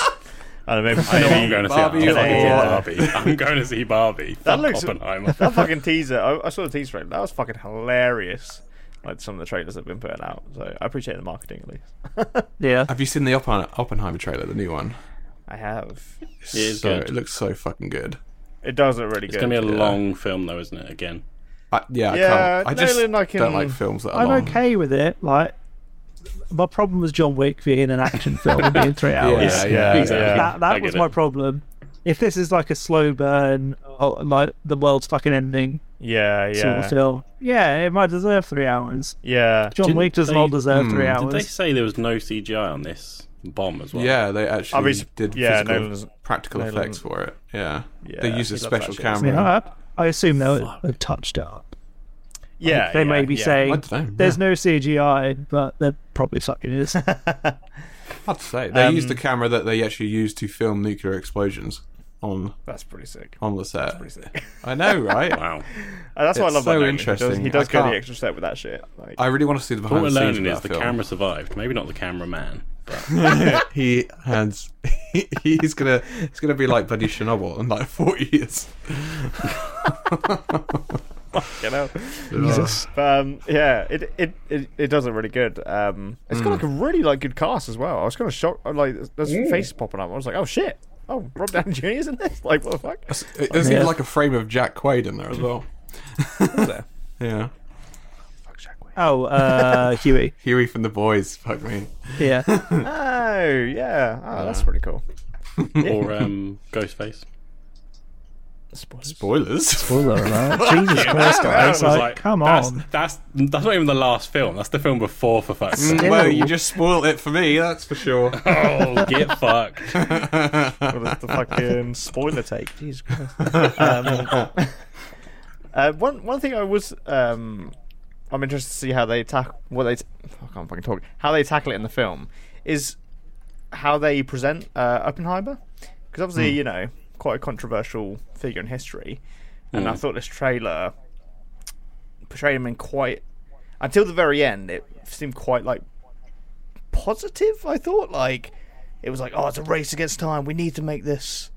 Speaker 3: I don't know. Maybe,
Speaker 2: I know I'm going to
Speaker 4: Barbie
Speaker 2: see. I'm going to see
Speaker 3: or-
Speaker 2: Barbie. I'm going to see Barbie. That
Speaker 3: looks-
Speaker 2: looks Oppenheimer.
Speaker 3: that fucking teaser. I, I saw the teaser trailer. That was fucking hilarious. Like some of the trailers that have been putting out. So I appreciate the marketing at least.
Speaker 1: Yeah,
Speaker 4: Have you seen the Oppen- Oppenheimer trailer, the new one?
Speaker 3: I have.
Speaker 4: It's
Speaker 2: It is
Speaker 4: so,
Speaker 2: good.
Speaker 4: It looks so fucking good.
Speaker 3: It does look really
Speaker 2: It's
Speaker 3: good.
Speaker 2: going to be a long film, though, isn't it? Again,
Speaker 4: I, yeah,
Speaker 3: Yeah,
Speaker 4: I can't. I just
Speaker 3: Nolan, I can-
Speaker 4: don't like films that are
Speaker 1: I'm
Speaker 4: long.
Speaker 1: okay with it. Like, my problem was John Wick being an action film and being three hours.
Speaker 4: Yeah, yeah,
Speaker 2: Exactly.
Speaker 4: yeah.
Speaker 1: That,
Speaker 2: I
Speaker 1: that
Speaker 2: get
Speaker 1: was
Speaker 2: it.
Speaker 1: my problem. If this is like a slow burn, or like the world's fucking ending
Speaker 3: Yeah, yeah,
Speaker 1: sort of film, yeah, it might deserve three hours.
Speaker 3: yeah.
Speaker 1: John
Speaker 2: Didn't
Speaker 1: Wick does
Speaker 2: they-
Speaker 1: not deserve three
Speaker 2: did they
Speaker 1: hours.
Speaker 2: say there was no CGI on this bomb as well?
Speaker 4: Yeah, they actually
Speaker 3: I'll be-
Speaker 4: did
Speaker 3: yeah,
Speaker 4: physical,
Speaker 3: Nolan's-
Speaker 4: practical
Speaker 3: Nolan-
Speaker 4: effects for it. Yeah,
Speaker 3: Yeah,
Speaker 4: they used a
Speaker 3: he loves
Speaker 4: special
Speaker 3: that shit, doesn't
Speaker 1: I, mean,
Speaker 4: camera.
Speaker 1: I, I assume they'll have touched it up.
Speaker 3: Yeah,
Speaker 1: They may
Speaker 3: Uh, yeah,
Speaker 1: be
Speaker 3: yeah.
Speaker 1: saying
Speaker 4: I don't know,
Speaker 1: there's
Speaker 4: yeah.
Speaker 1: no CGI, but there probably fucking is.
Speaker 4: I'd say they used the
Speaker 2: Um,
Speaker 4: camera that they actually used to film nuclear explosions on
Speaker 3: that's pretty sick.
Speaker 4: on the set.
Speaker 3: sick.
Speaker 4: I know, right?
Speaker 2: Wow.
Speaker 3: Uh, that's what I
Speaker 4: It's
Speaker 3: love about
Speaker 4: so
Speaker 3: Nolan. He does,
Speaker 4: interesting.
Speaker 3: he does
Speaker 4: I
Speaker 3: go the
Speaker 4: can't-
Speaker 3: extra step with that shit. Like,
Speaker 4: I really want to see the
Speaker 2: What
Speaker 4: behind
Speaker 2: we're
Speaker 4: the scenes of
Speaker 2: learning
Speaker 4: that
Speaker 2: is the
Speaker 4: film.
Speaker 2: camera survived. Maybe not the cameraman.
Speaker 4: He has. He's gonna. It's gonna be like bloody Chernobyl in like forty years.
Speaker 3: you know.
Speaker 1: Jesus.
Speaker 3: But um, yeah, it, it it it does look really good. Um, it's
Speaker 4: Hmm.
Speaker 3: got like a really like good cast as well. I was kind of shocked. I'm Like there's faces popping up. I was like, oh shit. Oh, Rob Downey Jr. is in this? Like what the fuck?
Speaker 4: It- There's
Speaker 1: Yeah.
Speaker 4: even like a frame of Jack Quaid in there as well.
Speaker 3: there?
Speaker 4: yeah,
Speaker 3: Fuck Jack Wade.
Speaker 1: Oh, uh, Huey.
Speaker 4: Huey from the Boys. Fuck me.
Speaker 1: Yeah.
Speaker 3: Oh yeah.
Speaker 4: Ah.
Speaker 3: Oh, that's pretty cool.
Speaker 2: or um, Ghostface.
Speaker 4: Spoilers.
Speaker 1: Spoiler alert. Jesus Christ,
Speaker 2: That
Speaker 1: guys.
Speaker 2: was
Speaker 1: Like,
Speaker 2: like-
Speaker 1: come
Speaker 2: that's,
Speaker 1: on.
Speaker 2: That's that's not even the last film. That's the film before, for fuck's
Speaker 3: Mm.
Speaker 2: sake.
Speaker 4: well,
Speaker 1: Ew.
Speaker 4: you just spoiled it for me. That's for sure.
Speaker 2: oh, get fucked.
Speaker 3: What is the fucking spoiler take? Jesus Christ. Um, uh, one one thing I was um, I'm interested to see how they tackle what they t- I can't fucking talk how they tackle it in the film is how they present uh, Oppenheimer because
Speaker 4: Hmm.
Speaker 3: obviously you know quite a controversial figure in history, and
Speaker 4: Hmm.
Speaker 3: I thought this trailer portrayed him in quite until the very end. It seemed quite like positive. I thought like it was like, oh, it's a race against time. We need to make this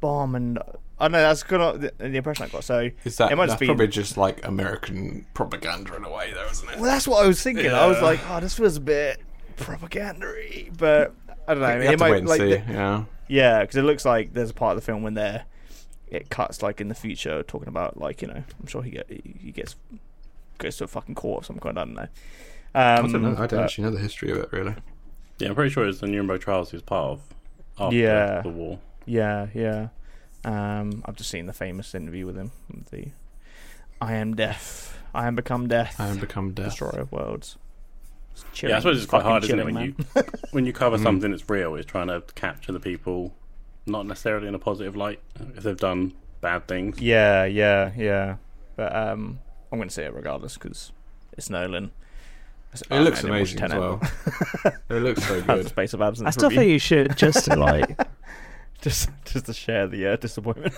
Speaker 3: bomb, and I know that's kind of the, the impression I got. So
Speaker 4: Is that
Speaker 3: it might
Speaker 4: that's
Speaker 3: just be.
Speaker 4: probably just like American propaganda in a way, though, isn't it?
Speaker 3: well, that's what I was thinking. I was
Speaker 4: Yeah.
Speaker 3: like, oh, this feels a bit propaganda-y, but I don't know.
Speaker 4: You
Speaker 3: it
Speaker 4: have to
Speaker 3: might
Speaker 4: wait and
Speaker 3: like
Speaker 4: see.
Speaker 3: the-
Speaker 4: yeah.
Speaker 3: yeah, because it looks like there's a part of the film when they're it cuts like in the future talking about like you know I'm sure he get, he gets goes to a fucking court of some kind. I don't know. Um, I
Speaker 4: I don't know. I
Speaker 3: uh,
Speaker 4: don't actually know the history of it really.
Speaker 2: Yeah, I'm pretty sure it's the Nuremberg trials he was part of after
Speaker 3: Yeah.
Speaker 2: the war.
Speaker 3: Yeah, yeah. Um, I've just seen the famous interview with him. with The I am death. I am become death.
Speaker 4: I am become death.
Speaker 3: destroyer of worlds. It's
Speaker 2: Yeah, I
Speaker 3: chilling.
Speaker 2: suppose it's quite
Speaker 3: fucking
Speaker 2: hard, isn't it,
Speaker 3: chilling,
Speaker 2: when
Speaker 3: man.
Speaker 2: you when you cover something that's real, it's trying to capture the people, not necessarily in a positive light, if they've done bad things.
Speaker 3: Yeah, yeah, yeah. But um, I'm going to say it regardless because it's Nolan. It's
Speaker 4: It
Speaker 3: Iron
Speaker 4: looks
Speaker 3: Man, it was
Speaker 4: amazing as
Speaker 3: Tenet.
Speaker 4: well. it looks so
Speaker 3: That's the
Speaker 4: good.
Speaker 3: space of absence.
Speaker 1: I still
Speaker 3: review.
Speaker 1: think you should just to, like.
Speaker 3: just just to share the uh, disappointment.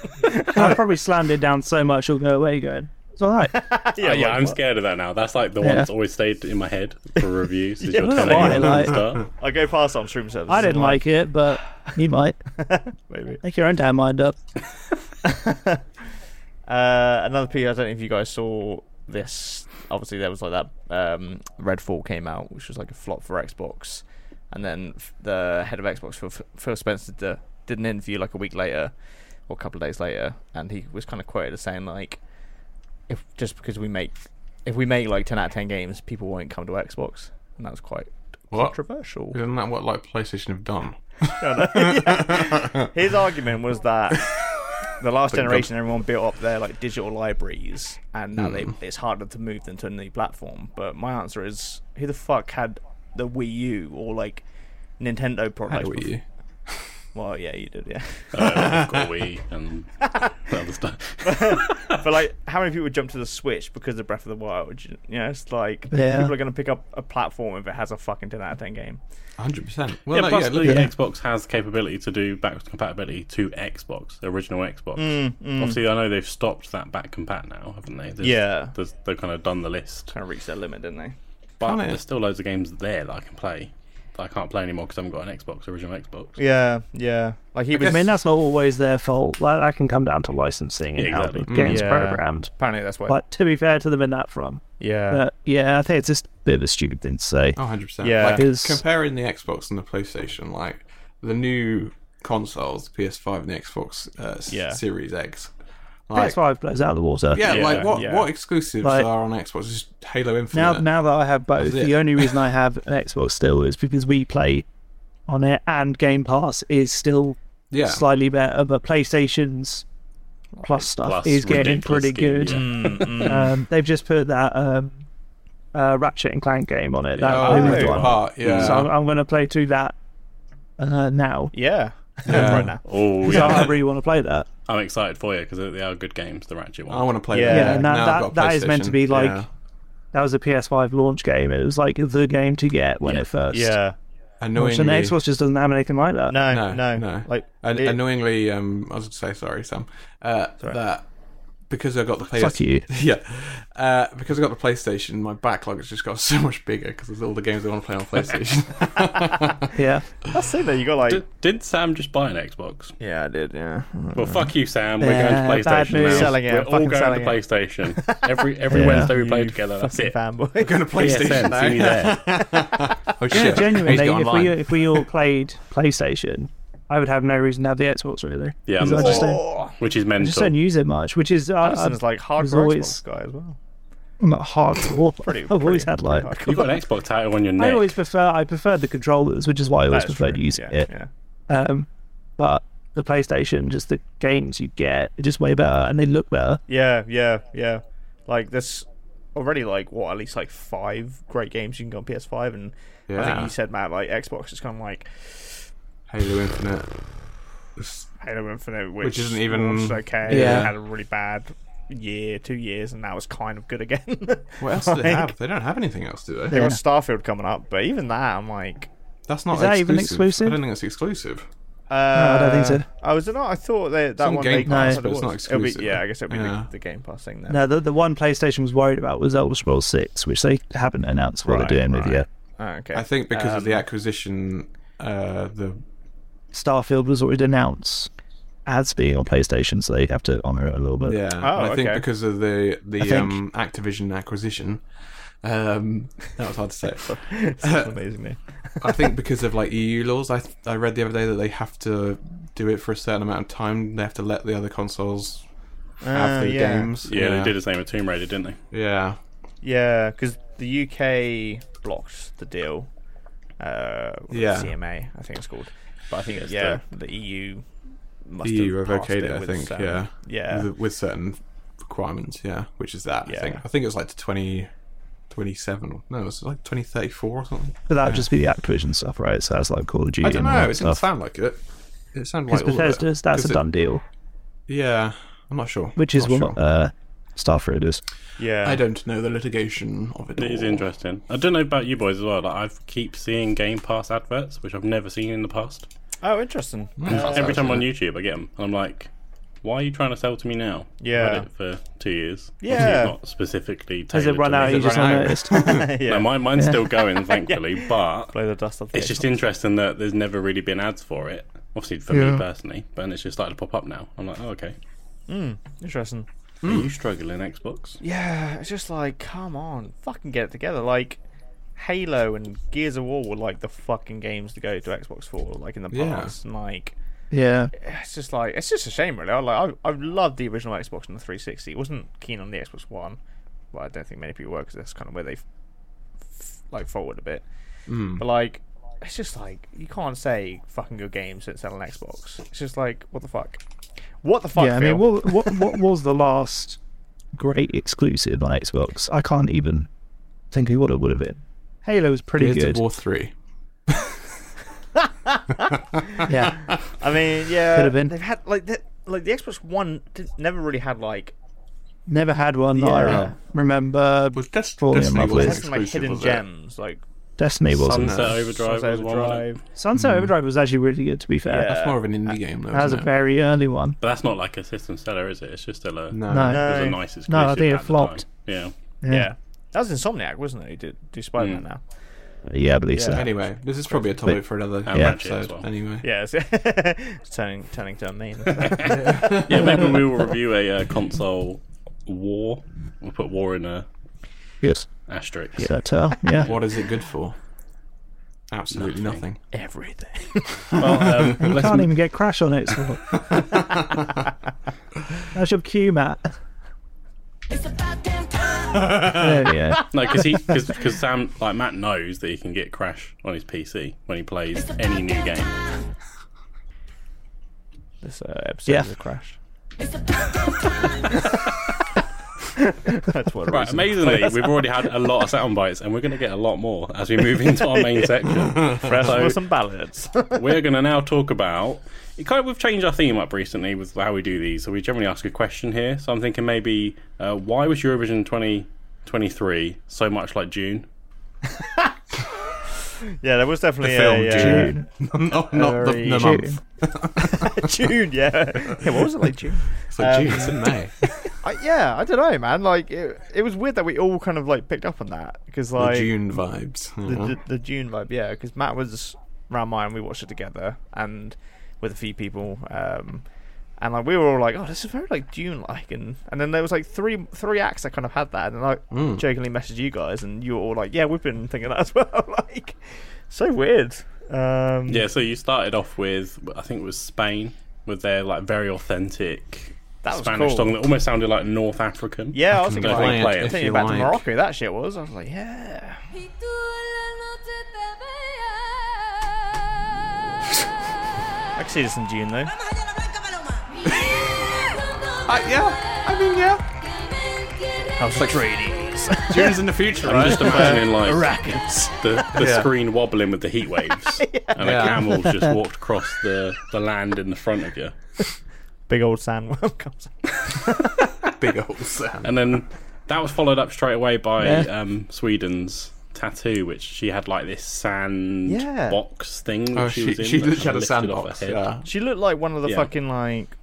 Speaker 1: I'll probably slammed it down so much, you'll go away going. It's all right.
Speaker 2: Yeah, Uh, yeah,
Speaker 3: like
Speaker 2: I'm
Speaker 3: what-
Speaker 2: scared of that now. That's like the one
Speaker 1: Yeah.
Speaker 2: that's always stayed in my head for reviews. Is
Speaker 3: Yeah,
Speaker 2: your
Speaker 1: that's
Speaker 2: 10
Speaker 1: fine,
Speaker 2: a.m.
Speaker 1: like-
Speaker 2: start.
Speaker 3: I go past on stream services.
Speaker 1: I didn't
Speaker 3: and
Speaker 1: like it, but you might
Speaker 3: maybe.
Speaker 1: make your own damn mind up.
Speaker 3: Uh, another P. I don't know if you guys saw this. Obviously, there was like that um, Redfall came out, which was like a flop for Xbox, and then f- the head of Xbox, Phil, Phil Spencer, did, did an interview like a week later or a couple of days later, and he was kind of quoted as saying like, "If just because we make if we make like ten out of ten games, people won't come to Xbox," and that was quite
Speaker 4: What?
Speaker 3: controversial.
Speaker 4: Isn't that what like PlayStation have done?
Speaker 3: His argument was that the last generation, everyone built up their like digital libraries, and now they, it's harder to move them to a new platform. But my answer is, who the fuck had the Wii U or like Nintendo
Speaker 4: How
Speaker 3: products?
Speaker 4: were
Speaker 3: bef-
Speaker 4: you?
Speaker 3: Well, yeah, you did, yeah.
Speaker 2: Uh, I've got a Wii and the other stuff.
Speaker 3: but like, how many people jumped to the Switch because of Breath of the Wild? You know, it's like
Speaker 1: Yeah.
Speaker 3: people are going to pick up a platform if it has a fucking ten out of ten game.
Speaker 4: 100%. Well,
Speaker 2: Yeah,
Speaker 4: no,
Speaker 2: plus
Speaker 4: yeah,
Speaker 2: the
Speaker 4: look at it.
Speaker 2: Xbox has capability to do backwards compatibility to Xbox, the original Xbox. Obviously, I know they've stopped that back compat now, haven't they? There's-
Speaker 3: Yeah.
Speaker 2: there's- they've kind of done the list.
Speaker 3: Kind of reached their limit, didn't they?
Speaker 2: But
Speaker 4: Can't it?
Speaker 2: there's still loads of games there that I can play that I can't play anymore because I haven't got an Xbox, original Xbox.
Speaker 3: Yeah, yeah. Like he
Speaker 1: I mean, that's not always their fault. Like, that can come down to licensing and
Speaker 2: Yeah,
Speaker 1: how
Speaker 2: exactly.
Speaker 1: the game's
Speaker 3: Yeah.
Speaker 1: programmed.
Speaker 3: apparently that's why.
Speaker 1: But to be fair to them in that from,
Speaker 3: yeah,
Speaker 1: but yeah, I think it's just a bit of a stupid thing to say.
Speaker 4: Oh, 100%.
Speaker 3: Yeah.
Speaker 4: Like,
Speaker 1: Because-
Speaker 4: comparing the Xbox and the PlayStation, like, the new consoles, the PS5 and the Xbox uh, s-
Speaker 3: Yeah.
Speaker 4: Series X. Like,
Speaker 1: PS5 blows out of the water.
Speaker 4: yeah,
Speaker 2: Yeah,
Speaker 4: like, what,
Speaker 3: yeah.
Speaker 4: what exclusives
Speaker 1: Like-
Speaker 4: are on Xbox? It's just Halo Infinite.
Speaker 1: Now, now that I have both,
Speaker 4: That's it.
Speaker 1: the only reason I have an Xbox still is because we play on it, and Game Pass is still
Speaker 4: yeah.
Speaker 1: slightly better, but PlayStation's Plus stuff
Speaker 2: Plus
Speaker 1: is getting
Speaker 2: ridiculous
Speaker 1: pretty
Speaker 2: scheme,
Speaker 1: good.
Speaker 2: yeah.
Speaker 1: Um, they've just put that um, uh, Ratchet and Clank game on it, that
Speaker 4: Oh,
Speaker 1: rumored
Speaker 4: Rift
Speaker 3: yeah.
Speaker 1: one.
Speaker 4: Apart, yeah.
Speaker 1: So I'm, I'm going to play through that uh, now.
Speaker 3: yeah.
Speaker 4: Yeah.
Speaker 3: right now.
Speaker 2: Oh,
Speaker 1: 'Cause
Speaker 2: yeah.
Speaker 1: I really want to play that.
Speaker 2: I'm excited for you because they are good games, the Ratchet
Speaker 4: I
Speaker 2: one.
Speaker 4: want to play
Speaker 3: Yeah.
Speaker 4: that.
Speaker 3: Yeah,
Speaker 1: and
Speaker 4: now
Speaker 1: that-
Speaker 4: I've
Speaker 1: that-
Speaker 4: got a
Speaker 1: that is meant to be,
Speaker 4: PlayStation.
Speaker 1: like,
Speaker 4: Yeah.
Speaker 1: That was a PS5 launch game. It was like the game to get when
Speaker 2: Yeah.
Speaker 1: it first.
Speaker 3: Yeah.
Speaker 1: Which an
Speaker 4: Annoyingly,
Speaker 1: Xbox just doesn't have anything like that.
Speaker 3: No,
Speaker 4: No,
Speaker 3: no,
Speaker 4: no,
Speaker 3: Like
Speaker 4: An-
Speaker 3: it-
Speaker 4: annoyingly, um, I was going to say sorry, Sam. Uh, That because I got the PS,
Speaker 1: Fuck you.
Speaker 4: yeah, uh, because I got the PlayStation, my backlog has just got so much bigger because there's all the games I want to play on PlayStation.
Speaker 1: Yeah.
Speaker 3: That's it. Though you got like.
Speaker 2: Did, did Sam just buy an Xbox?
Speaker 3: yeah, I did. Yeah.
Speaker 2: Well, fuck you, Sam. We're
Speaker 1: Yeah,
Speaker 2: going to
Speaker 1: bad
Speaker 2: PlayStation
Speaker 1: news.
Speaker 2: now.
Speaker 3: Selling it,
Speaker 2: We're all
Speaker 3: fucking
Speaker 2: going
Speaker 3: selling
Speaker 2: to
Speaker 3: it.
Speaker 2: PlayStation. Every every
Speaker 1: Yeah.
Speaker 2: Wednesday we play
Speaker 3: You
Speaker 2: together. That's
Speaker 3: fucking
Speaker 2: it.
Speaker 4: I'm
Speaker 3: fanboy.
Speaker 4: going to PlayStation
Speaker 2: PSN, see me
Speaker 4: now.
Speaker 2: there.
Speaker 4: oh
Speaker 1: Yeah,
Speaker 4: shit!
Speaker 1: genuinely,
Speaker 4: He's got
Speaker 1: if we,
Speaker 4: online.
Speaker 1: if we all played PlayStation, I would have no reason to have the Xbox really.
Speaker 2: Yeah, I'm
Speaker 1: 'Cause
Speaker 2: the
Speaker 1: I just
Speaker 2: same.
Speaker 1: don't,
Speaker 3: Oh,
Speaker 2: Which is
Speaker 1: I
Speaker 2: mental.
Speaker 1: just don't use it much, which is uh, I,
Speaker 3: Allison's like
Speaker 1: was
Speaker 3: hardcore
Speaker 1: always-
Speaker 3: Xbox guy as well.
Speaker 1: I'm not hardcore.
Speaker 3: Pretty.
Speaker 1: I've always
Speaker 3: pretty-
Speaker 1: had like
Speaker 3: pretty hardcore.
Speaker 2: You've got an Xbox title on your neck.
Speaker 1: I always prefer I preferred the controllers, which is why I always
Speaker 3: That's
Speaker 1: preferred
Speaker 3: true.
Speaker 1: using
Speaker 3: yeah,
Speaker 1: it.
Speaker 3: Yeah.
Speaker 1: Um, but the PlayStation, just the games you get, are just way
Speaker 4: Uh,
Speaker 1: better, and they look better.
Speaker 3: Yeah, yeah, yeah. Like this already like what at least like five great games you can go on PS5 and I think
Speaker 4: Yeah.
Speaker 3: you said Matt like Xbox is kind of like
Speaker 4: Halo Infinite. It's-
Speaker 3: Halo Infinite which,
Speaker 4: Which isn't even-
Speaker 3: was okay
Speaker 4: Yeah.
Speaker 3: had a really bad year two years and now it's kind of good again
Speaker 4: What else do they have? They don't have anything else, do they?
Speaker 3: they got Starfield coming up but even that I'm like
Speaker 4: That's not
Speaker 1: Is that even exclusive?
Speaker 4: I don't think it's exclusive.
Speaker 3: Uh,
Speaker 1: I don't think so.
Speaker 3: I was it not. I thought that that
Speaker 4: on
Speaker 3: one
Speaker 4: Game
Speaker 3: they
Speaker 4: Pass,
Speaker 3: no,
Speaker 4: but it's not
Speaker 3: It'll be,
Speaker 4: exclusive.
Speaker 3: yeah, I guess it'll be
Speaker 4: Yeah.
Speaker 3: the, the Game Pass thing then.
Speaker 1: Now, the the one PlayStation was worried about was Elder Scrolls Six, which they haven't announced what
Speaker 3: Right,
Speaker 1: they're doing
Speaker 3: right.
Speaker 1: with yet.
Speaker 3: Oh, okay.
Speaker 4: I think because of the
Speaker 1: Um,
Speaker 4: acquisition, uh, the
Speaker 1: Starfield was already announced as being on PlayStation, so they have to honour it a little bit.
Speaker 4: Yeah, and I think
Speaker 3: okay.
Speaker 4: because of the the
Speaker 1: Oh, think-
Speaker 4: um, Activision acquisition, um, that was hard to say.
Speaker 3: it's amazing. name.
Speaker 4: I think because of like EU laws, I th- I read the other day that they have to do it for a certain amount of time. They have to let the other consoles
Speaker 1: Ah,
Speaker 4: have
Speaker 3: Uh,
Speaker 4: the
Speaker 3: yeah.
Speaker 4: games.
Speaker 2: yeah, they did the same with Tomb Raider, didn't they?
Speaker 4: Yeah,
Speaker 3: Yeah, because the UK blocked the deal. Uh, with
Speaker 4: Yeah.
Speaker 3: CMA, I think it's called. But I think
Speaker 2: Yes,
Speaker 3: yeah, the, EU must
Speaker 4: EU
Speaker 3: have
Speaker 4: E revocated
Speaker 3: passed
Speaker 4: it,
Speaker 3: it
Speaker 4: I
Speaker 3: with
Speaker 4: think.
Speaker 3: some-
Speaker 4: yeah,
Speaker 3: yeah.
Speaker 4: with, with certain requirements. Yeah, which is that. I think.
Speaker 3: Yeah.
Speaker 4: I think it was like to 20, 27. No, it was like twenty thirty four or something.
Speaker 1: But that would just be the Activision stuff, right? So that's like Call of Duty.
Speaker 4: I don't
Speaker 1: and all
Speaker 4: know.
Speaker 1: that
Speaker 4: It didn't
Speaker 1: stuff.
Speaker 4: sound like it. It sounded like
Speaker 1: Because
Speaker 4: all of it.
Speaker 1: Bethesda, that's
Speaker 4: 'Cause
Speaker 1: a
Speaker 4: it-
Speaker 1: done deal,
Speaker 4: Yeah, I'm not sure.
Speaker 1: which is
Speaker 4: Not
Speaker 1: what
Speaker 4: sure.
Speaker 1: uh, Starfield is.
Speaker 3: Yeah.
Speaker 4: I don't know the litigation of it.
Speaker 2: It is
Speaker 1: Oh.
Speaker 4: all.
Speaker 2: interesting. I don't know about you boys as well. Like, I keep seeing Game Pass adverts, which I've never seen in the past.
Speaker 3: Oh, interesting.
Speaker 4: Yeah.
Speaker 2: Every time on YouTube, I get them. And I'm like, why are you trying to sell to me now?
Speaker 3: Yeah.
Speaker 2: I've had it for two years.
Speaker 3: Yeah.
Speaker 2: Obviously, it's not specifically
Speaker 1: Has
Speaker 2: tailored
Speaker 1: it run
Speaker 2: to me.
Speaker 1: out? You
Speaker 4: it
Speaker 1: just
Speaker 4: run out?
Speaker 1: noticed.
Speaker 3: yeah.
Speaker 2: No, mine, mine's still going, thankfully. But
Speaker 3: Blow the dust off. the
Speaker 2: it's just
Speaker 3: Xbox.
Speaker 2: interesting that there's never really been ads for it. Obviously, for me personally. But and it's just started to pop up now. I'm like, oh, okay.
Speaker 3: interesting.
Speaker 1: Hmm.
Speaker 2: Are you struggling, Xbox?
Speaker 3: Yeah, it's just like, come on, fucking get it together. Like, Halo and Gears of War were like the fucking games to go to Xbox for, like in the
Speaker 4: Yeah.
Speaker 3: past. And, like,
Speaker 1: yeah,
Speaker 3: it's just like it's just a shame, really. I like I, I've loved the original Xbox and the 360. wasn't keen on the Xbox One, but I don't think many people were because that's kind of where they f- f- like forward a bit.
Speaker 1: Hmm.
Speaker 3: But like, it's just like you can't say fucking good games that's on an Xbox. It's just like what the fuck, what the fuck?
Speaker 1: yeah. I mean,
Speaker 3: Phil?
Speaker 1: what, what what was the last great exclusive on Xbox? I can't even think of what it would have been. Halo was pretty
Speaker 4: Gears of
Speaker 1: good.
Speaker 4: War three.
Speaker 1: Yeah,
Speaker 3: I mean, yeah,
Speaker 1: Could have been.
Speaker 3: They've had like the, like the Xbox One did, never really had like
Speaker 1: never had one that I
Speaker 3: Yeah.
Speaker 1: remember.
Speaker 4: Was Dest-
Speaker 1: Falling in
Speaker 4: Destiny
Speaker 1: love
Speaker 4: was
Speaker 1: with
Speaker 3: it
Speaker 1: It's
Speaker 3: had some, like
Speaker 4: exclusive,
Speaker 3: hidden
Speaker 4: was it?
Speaker 3: gems like
Speaker 1: Destiny wasn't.
Speaker 2: Sunset Overdrive
Speaker 3: Sunset
Speaker 2: was one. wasn't it?
Speaker 3: Overdrive.
Speaker 1: Sunset Overdrive was actually really good. To be fair,
Speaker 3: Yeah.
Speaker 4: That's more of an indie game though.
Speaker 1: that was a
Speaker 4: isn't it?
Speaker 1: very early one.
Speaker 2: But that's not like a system seller, is it? It's just still a,
Speaker 4: no.
Speaker 1: No.
Speaker 2: It was a
Speaker 3: No.
Speaker 2: nice exclusive.
Speaker 1: No, I think it
Speaker 2: at the
Speaker 1: flopped.
Speaker 2: time. Yeah.
Speaker 1: Yeah,
Speaker 3: Yeah. That was Insomniac, wasn't it? Who did do Spider Man
Speaker 2: Mm.
Speaker 3: now?
Speaker 1: Yeah, I believe so.
Speaker 4: Anyway, this is probably a topic for another
Speaker 2: And Ratchet as
Speaker 4: episode.
Speaker 2: well.
Speaker 4: Anyway,
Speaker 3: Yeah, it's, it's turning turning to a meme.
Speaker 2: Yeah, maybe we will review a uh, console war. We'll put war in a
Speaker 1: Yes.
Speaker 2: asterisk.
Speaker 1: That, uh, yeah.
Speaker 4: what is it good for? Absolutely nothing.
Speaker 3: Everything.
Speaker 2: Well, um,
Speaker 1: You
Speaker 2: let's
Speaker 1: can't even get Crash on it. So. That's your cue, Matt.
Speaker 5: It's about damn time.
Speaker 4: Ah.
Speaker 1: There we go.
Speaker 2: No, because he because Sam like Matt knows that he can get Crash on his PC when he plays
Speaker 5: It's about
Speaker 2: any new
Speaker 5: damn
Speaker 2: game.
Speaker 5: time.
Speaker 3: This uh, episode
Speaker 1: Yeah.
Speaker 3: is a crash.
Speaker 5: It's about damn time.
Speaker 3: That's what.
Speaker 2: Right, amazingly, we've already had a lot of sound bites, and we're going to get a lot more as we move into our main section.
Speaker 3: For
Speaker 2: So
Speaker 3: some ballads.
Speaker 2: we're going to now talk about. It kind of, we've changed our theme up recently with how we do these. So we generally ask a question here. So I'm thinking maybe uh, why was Eurovision 2023 so much like June?
Speaker 3: yeah, there was definitely
Speaker 4: film,
Speaker 3: a uh,
Speaker 4: June.
Speaker 1: June.
Speaker 4: not not the,
Speaker 3: Very
Speaker 4: the
Speaker 1: June.
Speaker 4: month.
Speaker 3: June, yeah. Yeah, what was it like June?
Speaker 4: It's like June. It's in May.
Speaker 3: I, yeah, I don't know, man. Like it, it was weird that we all kind of like picked up on that because
Speaker 4: the
Speaker 3: like
Speaker 4: June vibes. Uh-huh. you
Speaker 3: the,
Speaker 4: know?
Speaker 3: the, the June vibe, yeah, because Matt was around mine. We watched it together and with a few people, um, and like we were all like, "Oh, this is very like June like," and and then there was like three three acts that kind of had that, and then I jokingly messaged you guys, and you were all like, "Yeah, we've been thinking that as well." like, so weird. Um,
Speaker 2: Yeah, so you started off with I think it was Spain with their like very authentic
Speaker 3: That was
Speaker 2: Spanish
Speaker 3: cool.
Speaker 2: song that almost sounded like North African.
Speaker 3: yeah, I was
Speaker 4: Fucking
Speaker 3: thinking,
Speaker 2: play
Speaker 3: like,
Speaker 2: it
Speaker 3: I was
Speaker 2: if
Speaker 3: thinking
Speaker 4: you
Speaker 3: back to
Speaker 4: like.
Speaker 3: Morocco. That shit was. I was like, yeah,
Speaker 5: Y tú en la noche te
Speaker 3: I
Speaker 5: veas.
Speaker 3: could see this in June though.
Speaker 5: Vamos allá, la blanca paloma.
Speaker 4: Uh, yeah, I mean, yeah.
Speaker 5: How's like
Speaker 4: June's in the future,
Speaker 2: I'm just imagining like
Speaker 3: Rackets.
Speaker 2: the, the
Speaker 4: Yeah.
Speaker 2: screen wobbling with the heat waves, and a
Speaker 4: Yeah.
Speaker 2: camel just walked across the, the land in the front of you,
Speaker 3: Big old sandworm comes. out.
Speaker 4: Big old Sam.
Speaker 2: and then that was followed up straight away by
Speaker 1: Yeah.
Speaker 2: um, Sweden's tattoo, which she had like this sand
Speaker 3: Yeah.
Speaker 2: box thing. That
Speaker 4: Oh,
Speaker 2: she,
Speaker 4: she,
Speaker 2: was in
Speaker 4: she
Speaker 2: that
Speaker 4: literally had a
Speaker 2: lifted off
Speaker 4: sandbox.
Speaker 2: her head.
Speaker 4: Yeah.
Speaker 3: She looked like one of the
Speaker 2: Yeah.
Speaker 3: fucking like.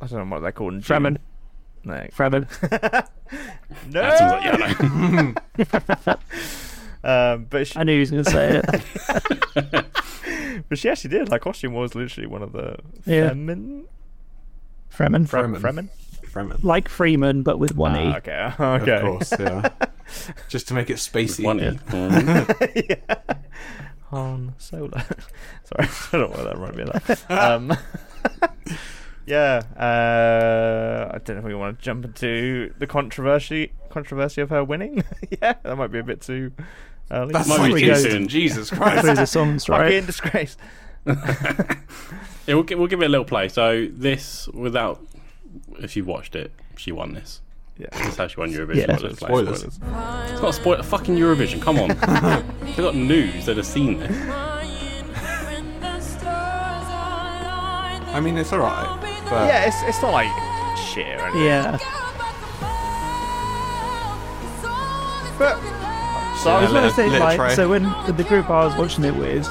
Speaker 3: I don't know what they're called. in June.
Speaker 1: Fremen.
Speaker 3: No.
Speaker 1: Fremen.
Speaker 3: No.
Speaker 2: That seems like yeah, I know.
Speaker 3: Um, but, she,
Speaker 1: I knew he was going to say it.
Speaker 3: but she actually did. Like costume was literally one of the
Speaker 1: Yeah.
Speaker 3: Fremen.
Speaker 1: Fremen.
Speaker 4: Fremen.
Speaker 3: Fremen.
Speaker 4: Fremen.
Speaker 1: Like Freeman, but with one E.
Speaker 3: Ah, okay. Okay.
Speaker 4: Of course, yeah. just to make it spacey.
Speaker 2: One E. Mm.
Speaker 3: Han Solo. Sorry, I don't know why that reminded me of that. Um, yeah, uh, I don't know if we want to jump into the controversy controversy of her winning. yeah, that might be a bit too early.
Speaker 4: That's
Speaker 2: Might
Speaker 4: like
Speaker 2: be
Speaker 1: we go.
Speaker 2: too soon.
Speaker 4: Jesus
Speaker 1: Through
Speaker 4: Christ.
Speaker 1: the songs,
Speaker 3: Fucking
Speaker 1: right?
Speaker 3: disgrace.
Speaker 2: Yeah, we'll, gi- we'll give it a little play. So this, without if you watched it, she won this.
Speaker 3: Yeah.
Speaker 2: This is how she won Eurovision.
Speaker 1: Yeah.
Speaker 2: We'll just play
Speaker 4: Spoilers.
Speaker 2: It's not a spoil fucking Eurovision. Come on, they got news that have seen this.
Speaker 4: I mean, it's alright. But
Speaker 3: Yeah, it's, it's not like shit or anything.
Speaker 1: Yeah.
Speaker 3: But so I
Speaker 1: I was going
Speaker 3: was
Speaker 1: to
Speaker 4: Let it-
Speaker 1: say,
Speaker 4: let it
Speaker 1: like,
Speaker 4: try.
Speaker 1: so when the group I was watching it with,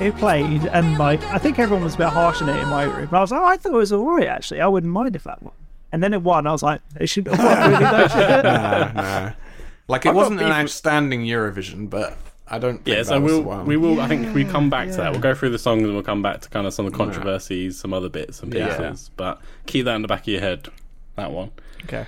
Speaker 1: it played, and like, I think everyone was a bit harsh on it in my room. And I was like, oh, I thought it was all right, actually. I wouldn't mind if that won. And then it won. I was like, it should have won. Really, don't you?
Speaker 4: no, no. Like it
Speaker 3: I've got
Speaker 4: wasn't an
Speaker 3: beef with-
Speaker 4: outstanding Eurovision, but I don't. Think
Speaker 2: Yeah,
Speaker 4: that
Speaker 2: so
Speaker 4: was
Speaker 2: we'll
Speaker 4: the one.
Speaker 2: we will. I think we come back to that. We'll go through the songs and we'll come back to kind of some of the controversies, some other bits and
Speaker 4: Yeah.
Speaker 2: pieces. But keep that in the back of your head. That one.
Speaker 3: okay.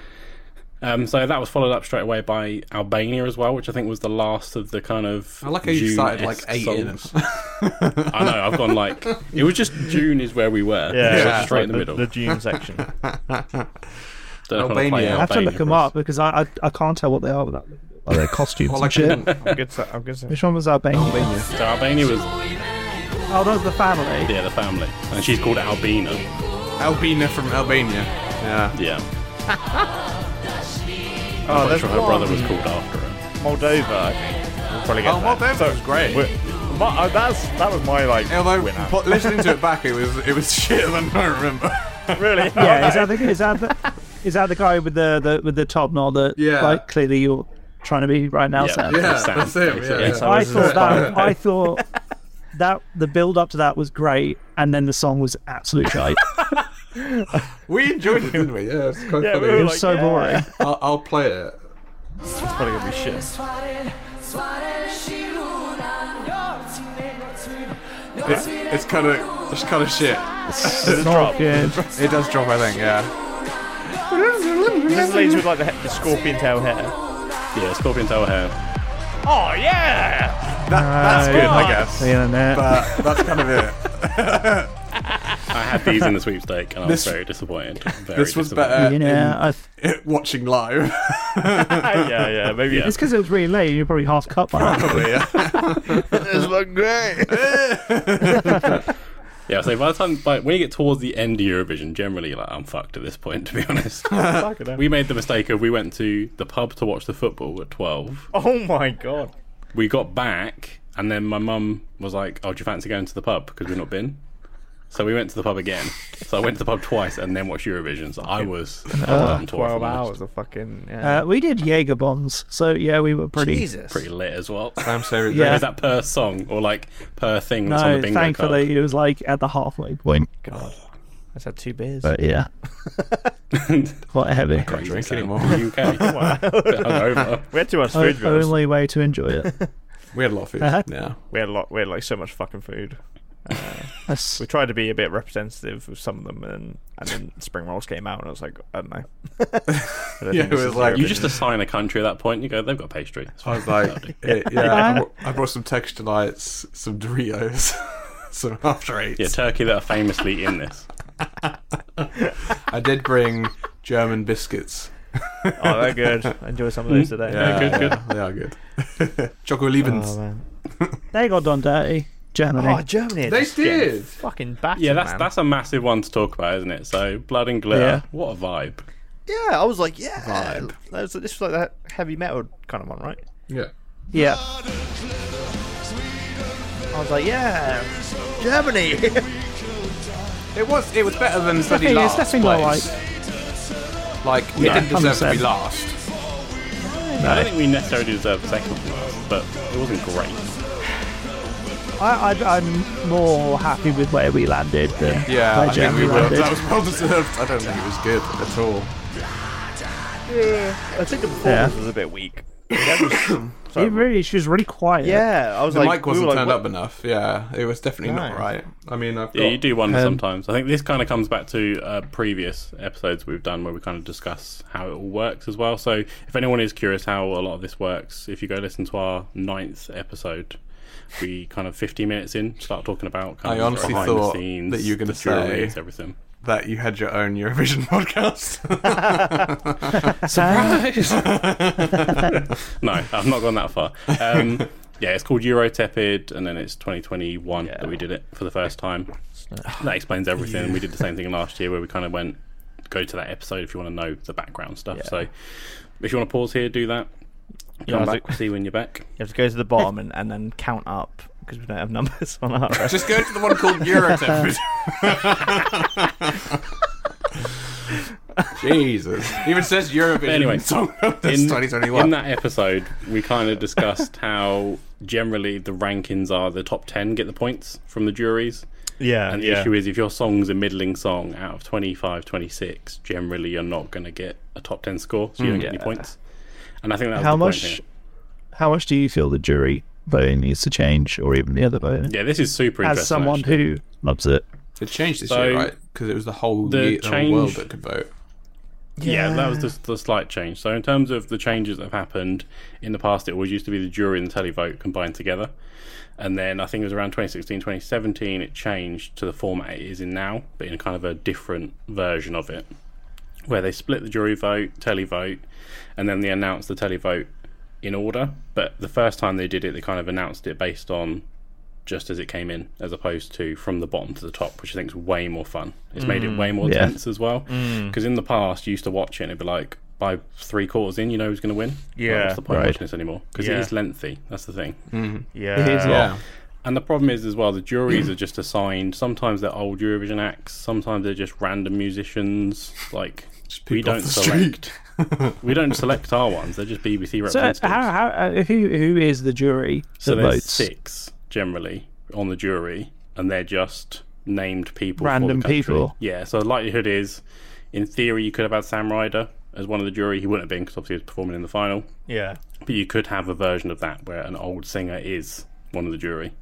Speaker 2: Um, so that was followed up straight away by Albania as well, which I think was the last of the kind of.
Speaker 4: I like how you started like
Speaker 2: June-esque
Speaker 4: eight
Speaker 2: songs.
Speaker 4: in.
Speaker 2: I know. I've gone like it was just June is where we were.
Speaker 3: Yeah,
Speaker 2: It was
Speaker 4: Yeah.
Speaker 2: straight in the
Speaker 3: the,
Speaker 2: middle.
Speaker 3: the June section.
Speaker 2: Don't know if I wanna play
Speaker 4: Albania.
Speaker 1: I have to
Speaker 2: Albania
Speaker 1: look them
Speaker 2: for us.
Speaker 1: up because I, I, I can't tell what they are without looking at their costumes.
Speaker 4: Well,
Speaker 1: and
Speaker 4: like
Speaker 1: shit.
Speaker 3: I'm good. To, I'm good. To,
Speaker 1: Which one was that? Bane?
Speaker 4: Albania.
Speaker 2: So Albania was
Speaker 1: Oh, that was the family.
Speaker 2: yeah the family, and she's called Albina.
Speaker 4: Albina from Albania. Yeah.
Speaker 2: Yeah,
Speaker 3: oh,
Speaker 2: I'm
Speaker 3: there's
Speaker 2: sure her brother
Speaker 3: one.
Speaker 2: was called after her.
Speaker 3: Moldova. I think. We'll probably get
Speaker 4: Oh,
Speaker 3: that.
Speaker 4: Moldova was great.
Speaker 3: We're- my- uh, that's that was my like
Speaker 4: Although
Speaker 3: winner.
Speaker 4: po- listening to it back, it was it was shit. than I remember.
Speaker 3: really?
Speaker 1: Yeah, is that the is that the, is that the guy with the, the with the top knot that
Speaker 4: Yeah.
Speaker 1: like clearly you're trying to be right now, Sam?
Speaker 4: Yeah,
Speaker 2: Sam,
Speaker 4: that's it,
Speaker 2: basically.
Speaker 4: yeah.
Speaker 2: So
Speaker 1: I
Speaker 2: was
Speaker 1: thought
Speaker 2: inspired.
Speaker 1: that I thought that the build up to that was great, and then the song was absolute shite.
Speaker 4: We enjoyed it, didn't we? Yeah, it's quite
Speaker 3: Yeah,
Speaker 4: funny.
Speaker 3: we were
Speaker 1: It was
Speaker 3: Like,
Speaker 1: so
Speaker 3: yeah.
Speaker 1: boring.
Speaker 4: I'll, I'll play it.
Speaker 3: probably gonna be shit.
Speaker 4: It's it's kind of it's kind of shit.
Speaker 1: It's not good.
Speaker 4: It does drop, I think. Yeah.
Speaker 3: This lady with like the, he- the scorpion tail hair.
Speaker 2: Yeah, Scorpion Tail Hair.
Speaker 3: Oh yeah!
Speaker 4: That,
Speaker 3: Uh,
Speaker 4: that's good, I guess.
Speaker 1: The internet.
Speaker 4: But that's kind of it.
Speaker 2: I had these in the sweepstake, and I was
Speaker 4: This-
Speaker 2: very disappointed. Very
Speaker 4: This was
Speaker 2: disappointed.
Speaker 4: better
Speaker 1: you know, I th-
Speaker 4: in- watching live.
Speaker 3: yeah, yeah. Maybe
Speaker 2: Yeah.
Speaker 3: it's
Speaker 1: it's because it was really late. and You're probably half cut by now.
Speaker 4: Probably, yeah.
Speaker 3: this looked great.
Speaker 2: Yeah, so by the time by, when you get towards the end of Eurovision, generally like I'm fucked at this point, to be honest. we made the mistake of we went to the pub to watch the football at twelve.
Speaker 3: oh my god!
Speaker 2: We got back, and then my mum was like, "Oh, do you fancy going to the pub? Because we've not been." So we went to the pub again. So I went to the pub twice and then watched Eurovision. So I was, I was on tour
Speaker 3: Twelve
Speaker 2: for most-
Speaker 3: hours of fucking. Yeah.
Speaker 1: Uh, we did Jaeger bombs, so yeah, we were pretty.
Speaker 3: Jesus.
Speaker 2: pretty lit as well.
Speaker 4: I'm sorry.
Speaker 1: Yeah.
Speaker 2: Is that per song or like per thing that's on
Speaker 1: No,
Speaker 2: the bingo
Speaker 1: thankfully
Speaker 2: card?
Speaker 1: it was like at the halfway point.
Speaker 3: God. I just had two beers.
Speaker 1: But yeah, quite heavy.
Speaker 2: Can't
Speaker 4: drink
Speaker 2: sound
Speaker 4: anymore.
Speaker 2: UK. Bit hungover.
Speaker 3: we had too much
Speaker 1: O-
Speaker 3: food. to be honest.
Speaker 1: only way to enjoy it.
Speaker 4: We had a lot of food.
Speaker 1: Uh-huh.
Speaker 4: Yeah.
Speaker 3: We had a lot. We had like so much fucking food.
Speaker 1: That's-
Speaker 3: We tried to be a bit representative of some of them, and and then spring rolls came out, and I was like, I don't know. I don't
Speaker 4: Yeah,
Speaker 3: think
Speaker 4: it
Speaker 3: this
Speaker 4: was
Speaker 3: is
Speaker 4: like-
Speaker 3: Eurovision.
Speaker 2: You just assign a country at that point. You go, they've got pastry. It's
Speaker 4: I
Speaker 2: fine.
Speaker 4: was like, eh, yeah. I, brought, I brought some texture lights, some Doritos, some after eights.
Speaker 2: Yeah, Turkey that are famously in this.
Speaker 4: I did bring German biscuits.
Speaker 3: oh, they're good. I enjoy some of those today.
Speaker 4: Yeah,
Speaker 2: good, good.
Speaker 4: They are good. Choco Liebens.
Speaker 3: Oh, man.
Speaker 1: they got done dirty. Germany.
Speaker 3: Oh, Germany. are
Speaker 4: They
Speaker 3: just getting
Speaker 4: did.
Speaker 3: Fucking battered.
Speaker 2: Yeah, that's
Speaker 3: man.
Speaker 2: that's a massive one to talk about, isn't it? So blood and glitter.
Speaker 1: Yeah.
Speaker 2: What a vibe.
Speaker 3: Yeah, I was like, yeah.
Speaker 4: Vibe.
Speaker 3: That was, this was like that heavy metal kind of one, right?
Speaker 4: yeah.
Speaker 1: yeah.
Speaker 3: I was like, yeah, Germany.
Speaker 4: It was it was better than bloody
Speaker 1: nothing-
Speaker 4: last
Speaker 1: it's nothing more
Speaker 4: place. Like, it
Speaker 2: Yeah,
Speaker 4: didn't deserve to be
Speaker 1: 100%.
Speaker 4: last.
Speaker 2: I don't think we necessarily deserve second from last, but it wasn't great.
Speaker 1: I, I, I'm more happy with where we landed than
Speaker 4: Yeah,
Speaker 1: where
Speaker 4: I think
Speaker 1: Germany
Speaker 4: we were.
Speaker 1: landed.
Speaker 4: That was well deserved. I don't think it was good at all.
Speaker 3: I think the performance was a bit weak.
Speaker 1: it really, she was really quiet.
Speaker 3: Yeah, I was
Speaker 4: The
Speaker 3: like,
Speaker 4: mic wasn't
Speaker 3: we were like,
Speaker 4: turned
Speaker 3: what-
Speaker 4: up enough. Yeah, it was definitely not
Speaker 3: No.
Speaker 4: right. I mean, I've got.
Speaker 2: Yeah, you do wonder
Speaker 1: Um,
Speaker 2: sometimes. I think this kind of comes back to uh, previous episodes we've done where we kind of discuss how it all works as well. So if anyone is curious how a lot of this works, if you go listen to our ninth episode, we kind of 15 minutes in start talking about kind
Speaker 4: I
Speaker 2: of
Speaker 4: honestly
Speaker 2: behind
Speaker 4: thought
Speaker 2: the scenes,
Speaker 4: that you were gonna
Speaker 2: the juries,
Speaker 4: say-
Speaker 2: everything.
Speaker 4: that you had your own Eurovision podcast.
Speaker 1: Sam,
Speaker 2: No, I've not gone that far. Um, Yeah, it's called Euro Tepid, and then it's 2021
Speaker 1: Yeah.
Speaker 2: that we did it for the first time. That explains everything. We did the same thing last year where we kind of went go to that episode if you want to know the background stuff. So if you want to pause here, do that. Come
Speaker 3: have to-
Speaker 2: back, see when you're back.
Speaker 3: You have to go to the bottom and, and then count up because we don't have numbers on our.
Speaker 4: Just go to the one called Eurotip. Jesus. Even says Eurovision
Speaker 2: Anyway,
Speaker 4: song of this
Speaker 2: in,
Speaker 4: 2021.
Speaker 2: in that episode, we kind of discussed how generally the rankings are the top 10 get the points from the juries.
Speaker 3: Yeah,
Speaker 2: And the issue is if your song's a middling song out of 25, 26, generally you're not going to get a top 10 score, so you don't get any
Speaker 1: Yeah.
Speaker 2: points. And I think that was
Speaker 1: How
Speaker 2: the point
Speaker 1: much?
Speaker 2: here.
Speaker 1: How much do you feel the jury voting needs to change, or even the other voting?
Speaker 2: Yeah, this is super interesting.
Speaker 1: As someone
Speaker 2: actually.
Speaker 1: who loves it,
Speaker 4: it changed this
Speaker 2: So,
Speaker 4: year, right? Because it was the whole,
Speaker 2: the
Speaker 4: year, the whole world
Speaker 2: change-
Speaker 4: that could vote.
Speaker 2: Yeah, that was the, the slight change. So, in terms of the changes that have happened in the past, it always used to be the jury and the televote combined together. And then I think it was around 2016, 2017, it changed to the format it is in now, but in kind of a different version of it, where they split the jury vote, televote, and then they announced the televote in order. But the first time they did it, they kind of announced it based on just as it came in, as opposed to from the bottom to the top, which I think is way more fun. It's made
Speaker 3: Mm.
Speaker 2: it way more
Speaker 1: Yeah.
Speaker 2: tense as well. Because in the past, you used to watch it and it'd be like, by three quarters in, you know who's going to win.
Speaker 3: Yeah.
Speaker 2: Like, what's the point of
Speaker 1: Right.
Speaker 2: watching this anymore? Because
Speaker 3: Yeah.
Speaker 2: it is lengthy. That's the thing. Uh,
Speaker 1: it is
Speaker 3: yeah.
Speaker 1: long.
Speaker 4: Yeah.
Speaker 2: And the problem is, as well, the juries are just assigned. Sometimes they're old Eurovision acts. Sometimes they're just random musicians. Like we
Speaker 4: people
Speaker 2: don't
Speaker 4: off the
Speaker 2: select. we don't select our ones. They're just BBC
Speaker 1: So
Speaker 2: representatives.
Speaker 1: how, how uh, who who is the jury that
Speaker 2: so there's
Speaker 1: votes?
Speaker 2: six generally on the jury, and they're just named people. for the
Speaker 1: Random
Speaker 2: country.
Speaker 1: people.
Speaker 2: Yeah. So the likelihood is, in theory, you could have had Sam Ryder as one of the jury. He wouldn't have been because obviously he was performing in the final.
Speaker 3: yeah.
Speaker 2: But you could have a version of that where an old singer is one of the jury,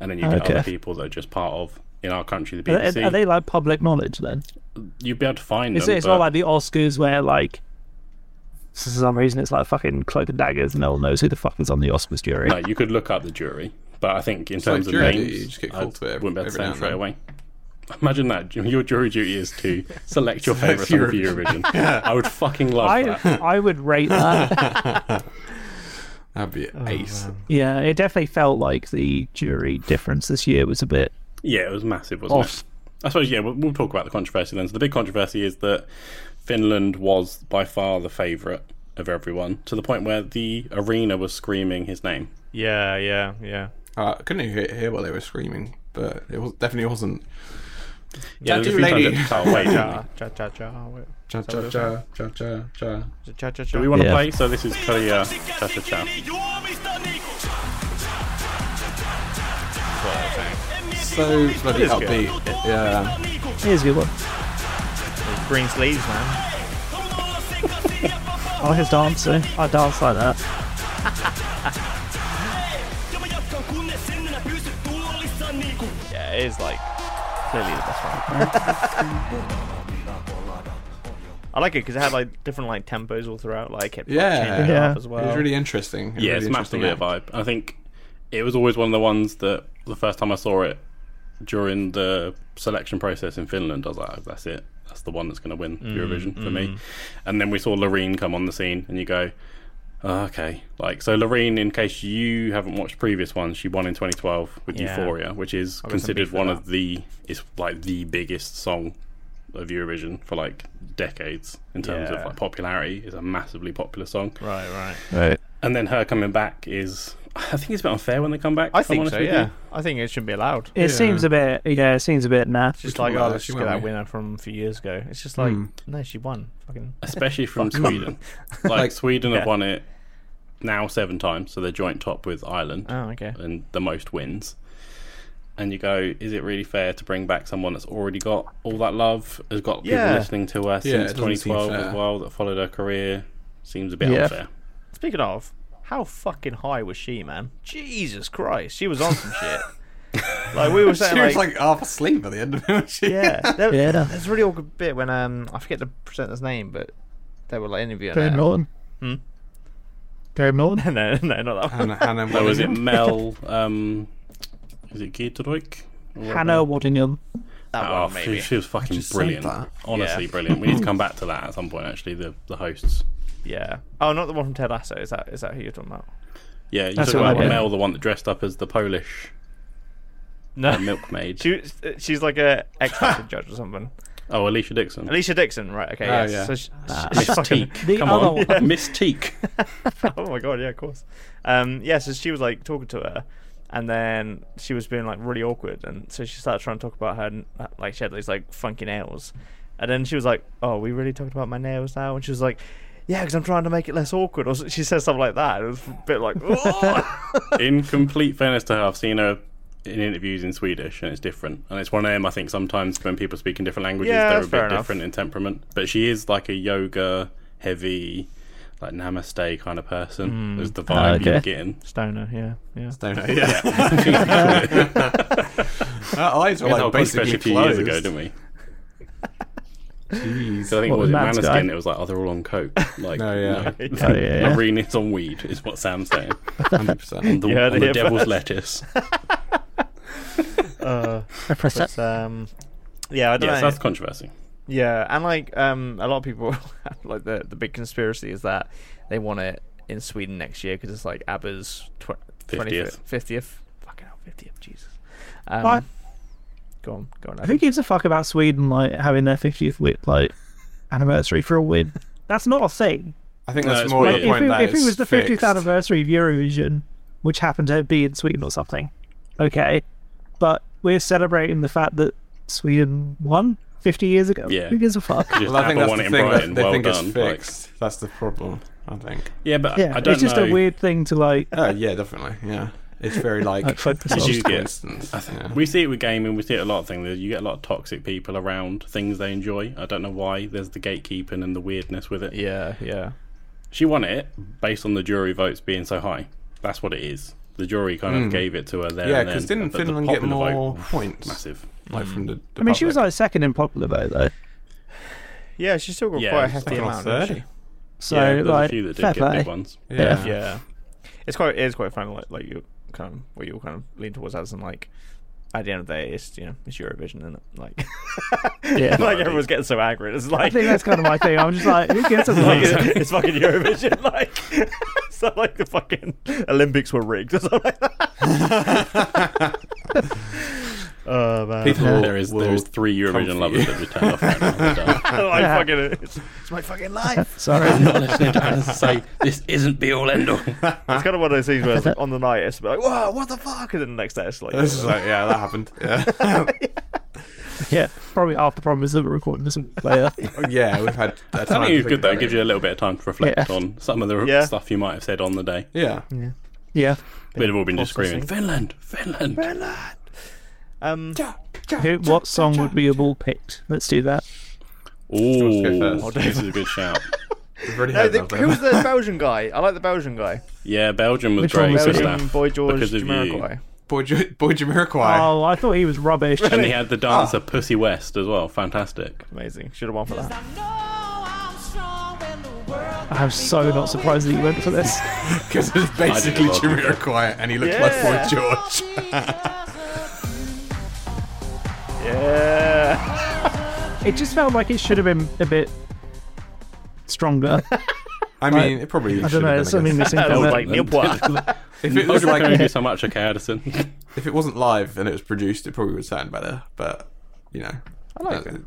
Speaker 2: and then you get
Speaker 1: Okay.
Speaker 2: other people that are just part of in our country the
Speaker 1: Are they-
Speaker 2: BBC.
Speaker 1: are they like public knowledge then?
Speaker 2: You'd be able to find
Speaker 1: It's,
Speaker 2: them.
Speaker 1: it's
Speaker 2: but
Speaker 1: not like the Oscars where like for some reason it's like fucking cloak and daggers and no one knows who the fuck is on the Oscars jury.
Speaker 2: no, you could look up the jury, but I think in
Speaker 4: like
Speaker 2: terms of
Speaker 4: jury
Speaker 2: names,
Speaker 4: duty, you just get
Speaker 2: I
Speaker 4: called to it every-
Speaker 2: wouldn't be able to
Speaker 4: every
Speaker 2: say
Speaker 4: now
Speaker 2: them
Speaker 4: and
Speaker 2: straight
Speaker 4: then.
Speaker 2: away. Imagine that your jury duty is to select your favourite song for Eurovision. I would fucking love
Speaker 1: I
Speaker 2: that.
Speaker 1: I would rate that.
Speaker 4: That'd be ace.
Speaker 1: yeah, it definitely felt like the jury difference this year was a bit
Speaker 2: Yeah, it was massive, wasn't it?
Speaker 1: off.
Speaker 2: I suppose, yeah, we'll, we'll talk about the controversy then. So, the big controversy is that Finland was by far the favourite of everyone to the point where the arena was screaming his name.
Speaker 3: Yeah, yeah, yeah.
Speaker 4: Uh, I couldn't even hear, hear what they were screaming, but it was, definitely wasn't.
Speaker 2: Yeah,
Speaker 4: Tattoo
Speaker 2: there's a few times
Speaker 4: lady.
Speaker 2: it was out of way, didn't
Speaker 3: Cha cha cha cha. wait.
Speaker 4: Cha cha cha cha cha cha.
Speaker 3: Cha cha
Speaker 2: they?
Speaker 3: cha.
Speaker 2: Do we want to
Speaker 1: Yeah.
Speaker 2: play? So, this is Kalia Cha Cha Cha.
Speaker 4: So bloody
Speaker 3: is good.
Speaker 4: upbeat. Yeah.
Speaker 1: Here's a good one.
Speaker 3: green sleeves, man?
Speaker 1: I like his dancing. I dance like that.
Speaker 3: Yeah, it is like clearly the best one. I like it because it had like different like tempos all throughout. Like it
Speaker 4: Yeah.
Speaker 3: changed it
Speaker 1: Yeah.
Speaker 3: up as well.
Speaker 4: It was really interesting. It was
Speaker 2: Yeah,
Speaker 4: really
Speaker 2: it's
Speaker 4: interesting
Speaker 2: massively a
Speaker 4: act.
Speaker 2: vibe. I think it was always one of the ones that the first time I saw it during the selection process in Finland, I was like, "Oh, that's it. That's the one that's going to win Eurovision for me. And then we saw Loreen come on the scene, and you go, oh, okay. Like, so Loreen, in case you haven't watched previous ones, she won in 2012 with
Speaker 3: Yeah.
Speaker 2: Euphoria, which is
Speaker 3: got some beef
Speaker 2: considered
Speaker 3: with
Speaker 2: one
Speaker 3: that.
Speaker 2: of the, it's like the biggest song of Eurovision for like decades in terms
Speaker 3: Yeah.
Speaker 2: of like popularity. It's a massively popular song.
Speaker 3: Right, right.
Speaker 1: Right.
Speaker 2: And then her coming back is, I think it's a bit unfair when they come back.
Speaker 3: I
Speaker 2: if I'm
Speaker 3: think
Speaker 2: honest
Speaker 3: so.
Speaker 2: with you.
Speaker 3: Yeah, I think it should be allowed.
Speaker 1: It seems a bit yeah, it seems a bit naff.
Speaker 3: Just
Speaker 4: Which
Speaker 3: like
Speaker 4: one
Speaker 3: oh,
Speaker 4: was it?
Speaker 3: let's
Speaker 4: She
Speaker 3: just get
Speaker 4: won,
Speaker 3: that
Speaker 4: yeah.
Speaker 3: winner from a few years ago. It's just
Speaker 4: Hmm.
Speaker 3: like no, she won. Fucking
Speaker 2: Especially from Sweden. Like, Sweden
Speaker 3: yeah.
Speaker 2: have won it now seven times, so they're joint top with Ireland
Speaker 3: oh, okay.
Speaker 2: and the most wins. And you go, is it really fair to bring back someone that's already got all that love, has got
Speaker 3: Yeah.
Speaker 2: people listening to her
Speaker 4: Yeah,
Speaker 2: since
Speaker 4: it doesn't seem
Speaker 2: 2012 as
Speaker 4: fair.
Speaker 2: well, that followed her career? Seems a bit
Speaker 1: Yeah.
Speaker 2: unfair.
Speaker 3: Speaking of, how fucking high was she, man? Jesus Christ, she was on some shit. Like we were saying,
Speaker 4: She
Speaker 3: like,
Speaker 4: was like half asleep at the end of it. wasn't she?
Speaker 3: yeah, there,
Speaker 1: Yeah, no.
Speaker 3: there's a really awkward bit when um I forget the presenter's name, but they were like interviewing
Speaker 1: Graham
Speaker 3: her.
Speaker 1: Norton. Graham Norton.
Speaker 3: no, no, not that one.
Speaker 4: Hannah, Hannah
Speaker 2: Or was it
Speaker 4: Waddingham.
Speaker 2: Mel? Um, is it Giedroyc?
Speaker 1: Hannah Waddingham.
Speaker 3: That
Speaker 2: Oh,
Speaker 3: one maybe.
Speaker 2: She, she was fucking
Speaker 4: just said
Speaker 2: brilliant.
Speaker 4: that.
Speaker 2: Honestly,
Speaker 3: Yeah.
Speaker 2: brilliant. We need to come back to that at some point. Actually, the the hosts.
Speaker 3: Yeah. Oh, not the one from Ted Lasso. Is that is that who you're talking about?
Speaker 2: Yeah, you
Speaker 1: That's
Speaker 2: talking
Speaker 1: what I
Speaker 2: about
Speaker 1: did.
Speaker 2: Mel, the one that dressed up as the Polish uh,
Speaker 3: No,
Speaker 2: milkmaid.
Speaker 3: she, she's like a ex judge or something.
Speaker 2: Oh, Alicia Dixon.
Speaker 3: Alicia Dixon, right? Okay,
Speaker 4: Oh,
Speaker 3: yes.
Speaker 4: yeah.
Speaker 3: So she,
Speaker 2: Miss
Speaker 3: she's fucking-
Speaker 2: Teak.
Speaker 1: The
Speaker 2: Come
Speaker 1: other
Speaker 2: on,
Speaker 1: one.
Speaker 2: Miss Teak.
Speaker 3: oh my god, yeah, of course. Um, yeah, so she was like talking to her, and then she was being like really awkward, and so she started trying to talk about her n- like she had these like funky nails, and then she was like, "Oh, we really talking about my nails now?" And she was like. Yeah, because I'm trying to make it less awkward. Or s- she says something like that. It was a bit like, "Oh."
Speaker 2: in complete fairness to her, I've seen her in interviews in Swedish, and it's different. And it's one of them. I think sometimes when people speak in different languages,
Speaker 3: Yeah,
Speaker 2: they're a
Speaker 3: that's fair
Speaker 2: bit
Speaker 3: enough.
Speaker 2: different in temperament. But she is like a yoga heavy, like namaste kind of
Speaker 3: Hmm.
Speaker 2: person. Is the
Speaker 3: Ah,
Speaker 2: vibe
Speaker 1: okay.
Speaker 2: you're getting?
Speaker 3: stoner. Yeah, yeah.
Speaker 4: Don't know. Yeah,
Speaker 2: Yeah,
Speaker 4: our eyes are
Speaker 2: we had the whole
Speaker 4: like
Speaker 2: controversy
Speaker 4: basically
Speaker 2: a few years
Speaker 4: closed.
Speaker 2: ago, didn't we?
Speaker 4: Jeez.
Speaker 2: So I think
Speaker 1: What,
Speaker 2: was it
Speaker 1: the Mads guy?
Speaker 2: Maniskin? It was like, oh, they're all on coke. Like,
Speaker 4: No, yeah,
Speaker 1: Oh, yeah.
Speaker 2: Irene is on weed, is what Sam's saying.
Speaker 4: hundred percent.
Speaker 2: The,
Speaker 3: You heard
Speaker 2: on
Speaker 3: it
Speaker 2: the
Speaker 3: here
Speaker 2: devil's
Speaker 3: first.
Speaker 2: lettuce.
Speaker 3: Uh,
Speaker 1: I press that.
Speaker 3: but, um, yeah, I don't
Speaker 2: Yes,
Speaker 3: know.
Speaker 2: that's controversy.
Speaker 3: Yeah, and like um, a lot of people, like the the big conspiracy is that they want it in Sweden next year because it's like ABBA's tw-
Speaker 2: 50th.
Speaker 3: 50th. Fucking hell, 50th, Jesus. Um,
Speaker 1: What?
Speaker 3: Go on, go on.
Speaker 1: Who
Speaker 3: Adam.
Speaker 1: gives a fuck about Sweden like having their 50th wi- like anniversary for a win? That's not a thing.
Speaker 4: I think
Speaker 2: No,
Speaker 4: that's
Speaker 2: it's
Speaker 4: more
Speaker 2: weird.
Speaker 4: the
Speaker 1: if,
Speaker 4: point.
Speaker 1: it,
Speaker 4: that
Speaker 1: if it
Speaker 4: it's
Speaker 1: was the 50th
Speaker 4: fixed.
Speaker 1: anniversary of Eurovision, which happened to be in Sweden or something, okay, but we're celebrating the fact that Sweden won 50 years ago.
Speaker 2: Yeah.
Speaker 1: Who gives a fuck?
Speaker 2: Just
Speaker 4: Well, I think
Speaker 2: Apple
Speaker 4: that's
Speaker 2: won
Speaker 4: the
Speaker 2: it in
Speaker 4: thing.
Speaker 2: Brighton.
Speaker 4: That they
Speaker 2: well
Speaker 4: think it's
Speaker 2: done. like-
Speaker 4: fixed. That's the problem. I think.
Speaker 2: yeah, but
Speaker 1: yeah,
Speaker 2: I don't
Speaker 1: it's just
Speaker 2: know.
Speaker 1: a weird thing to like.
Speaker 4: Oh yeah, definitely. Yeah, it's very like
Speaker 1: Like, focus
Speaker 4: it's
Speaker 1: on.
Speaker 4: just
Speaker 2: You get-
Speaker 4: coincidence. yeah.
Speaker 2: We see it with gaming. We see it a lot of things. You get a lot of toxic people around things they enjoy. I don't know why. There's the gatekeeping and the weirdness with it.
Speaker 3: Yeah, yeah.
Speaker 2: She won it based on the jury votes being so high. That's what it is. The jury kind of gave it to her there.
Speaker 4: Yeah,
Speaker 2: and then,
Speaker 4: because didn't
Speaker 2: but the
Speaker 4: Finland get
Speaker 2: popular vote
Speaker 4: more
Speaker 2: was
Speaker 4: points?
Speaker 2: Massive.
Speaker 4: Like from the.
Speaker 1: I mean, she was like second in popular vote though,
Speaker 3: Yeah, she's still got
Speaker 2: Yeah,
Speaker 3: quite a
Speaker 2: it's
Speaker 3: hefty
Speaker 2: like
Speaker 3: amount, didn't
Speaker 4: thirty.
Speaker 1: so
Speaker 2: yeah, there's
Speaker 1: like
Speaker 2: a few that did
Speaker 1: fair
Speaker 2: get
Speaker 1: play.
Speaker 2: big ones.
Speaker 1: Yeah.
Speaker 4: Yeah.
Speaker 3: she? Yeah. It's quite, it is quite fun, like, like you kind of, what you all kind of lean towards as and like, at the end of the day, it's, you know, it's Eurovision, and Like,
Speaker 1: Yeah.
Speaker 3: like everyone's getting so angry. It's
Speaker 1: I
Speaker 3: like,
Speaker 1: think that's kind of my thing. I'm just like, who gives a
Speaker 3: Like,
Speaker 1: fuck?
Speaker 3: it's fucking Eurovision. Like, it's not like the fucking Olympics were rigged or something like that. Oh man!
Speaker 4: People will-
Speaker 2: there is there is
Speaker 4: will
Speaker 2: three Eurovision
Speaker 4: comfort
Speaker 2: lovers
Speaker 4: you.
Speaker 2: that we turned off right now. They're done.
Speaker 3: like
Speaker 1: Yeah.
Speaker 3: fucking, it's, it's my fucking life.
Speaker 1: Sorry.
Speaker 2: Not listening to us say this isn't be all end all.
Speaker 3: It's kind of one of those things where it's like, on the night it's like, whoa, what the fuck, and then the next day it's like,
Speaker 4: This is like yeah, that happened. Yeah,
Speaker 1: yeah, probably half the problem is that we're recording this player.
Speaker 4: yeah, we've had. I
Speaker 2: I think it's good though. It gives you a little bit of time to reflect
Speaker 1: Yeah.
Speaker 2: on some of the
Speaker 3: Yeah.
Speaker 2: stuff you might have said on the day.
Speaker 4: Yeah,
Speaker 1: Yeah.
Speaker 2: We'd have all been just screaming,
Speaker 3: processing.
Speaker 2: Finland, Finland.
Speaker 3: um,
Speaker 1: Who, what song would we have all picked? Let's do that.
Speaker 4: to go
Speaker 2: Ooh,
Speaker 4: first?
Speaker 2: this is a good shout.
Speaker 4: we've already
Speaker 3: no,
Speaker 4: had
Speaker 3: the,
Speaker 4: that.
Speaker 3: who was the Belgian guy? I like the Belgian guy.
Speaker 2: Yeah, Belgium was
Speaker 1: Which one
Speaker 2: great.
Speaker 1: was
Speaker 2: for
Speaker 1: it?
Speaker 3: Belgian
Speaker 2: staff
Speaker 3: boy George
Speaker 2: because of
Speaker 3: Jamiroquai.
Speaker 2: you.
Speaker 4: Boy, Ju- Boy Jamiroquai.
Speaker 1: Oh, I thought he was rubbish.
Speaker 2: And they had the dancer Pussy West as well. Fantastic.
Speaker 3: Amazing. Should have won for that.
Speaker 1: I'm so not surprised that you went for this.
Speaker 4: Because it was basically
Speaker 2: love him.
Speaker 4: Jamiroquai, and he looked
Speaker 3: Yeah.
Speaker 4: like Boy George.
Speaker 3: Yeah.
Speaker 1: It just felt like it should have been a bit stronger.
Speaker 4: I mean, it probably
Speaker 1: I
Speaker 4: should
Speaker 1: don't know,
Speaker 4: have
Speaker 1: there's something
Speaker 4: been. I guess.
Speaker 1: missing
Speaker 3: I
Speaker 1: from
Speaker 3: was
Speaker 1: it.
Speaker 3: like Neil Poit.
Speaker 4: If it was
Speaker 2: Belgium can only do
Speaker 4: like,
Speaker 2: so much, okay, Addison.
Speaker 4: if it wasn't live and it was produced, it probably would sound better. But you know, I
Speaker 3: like it.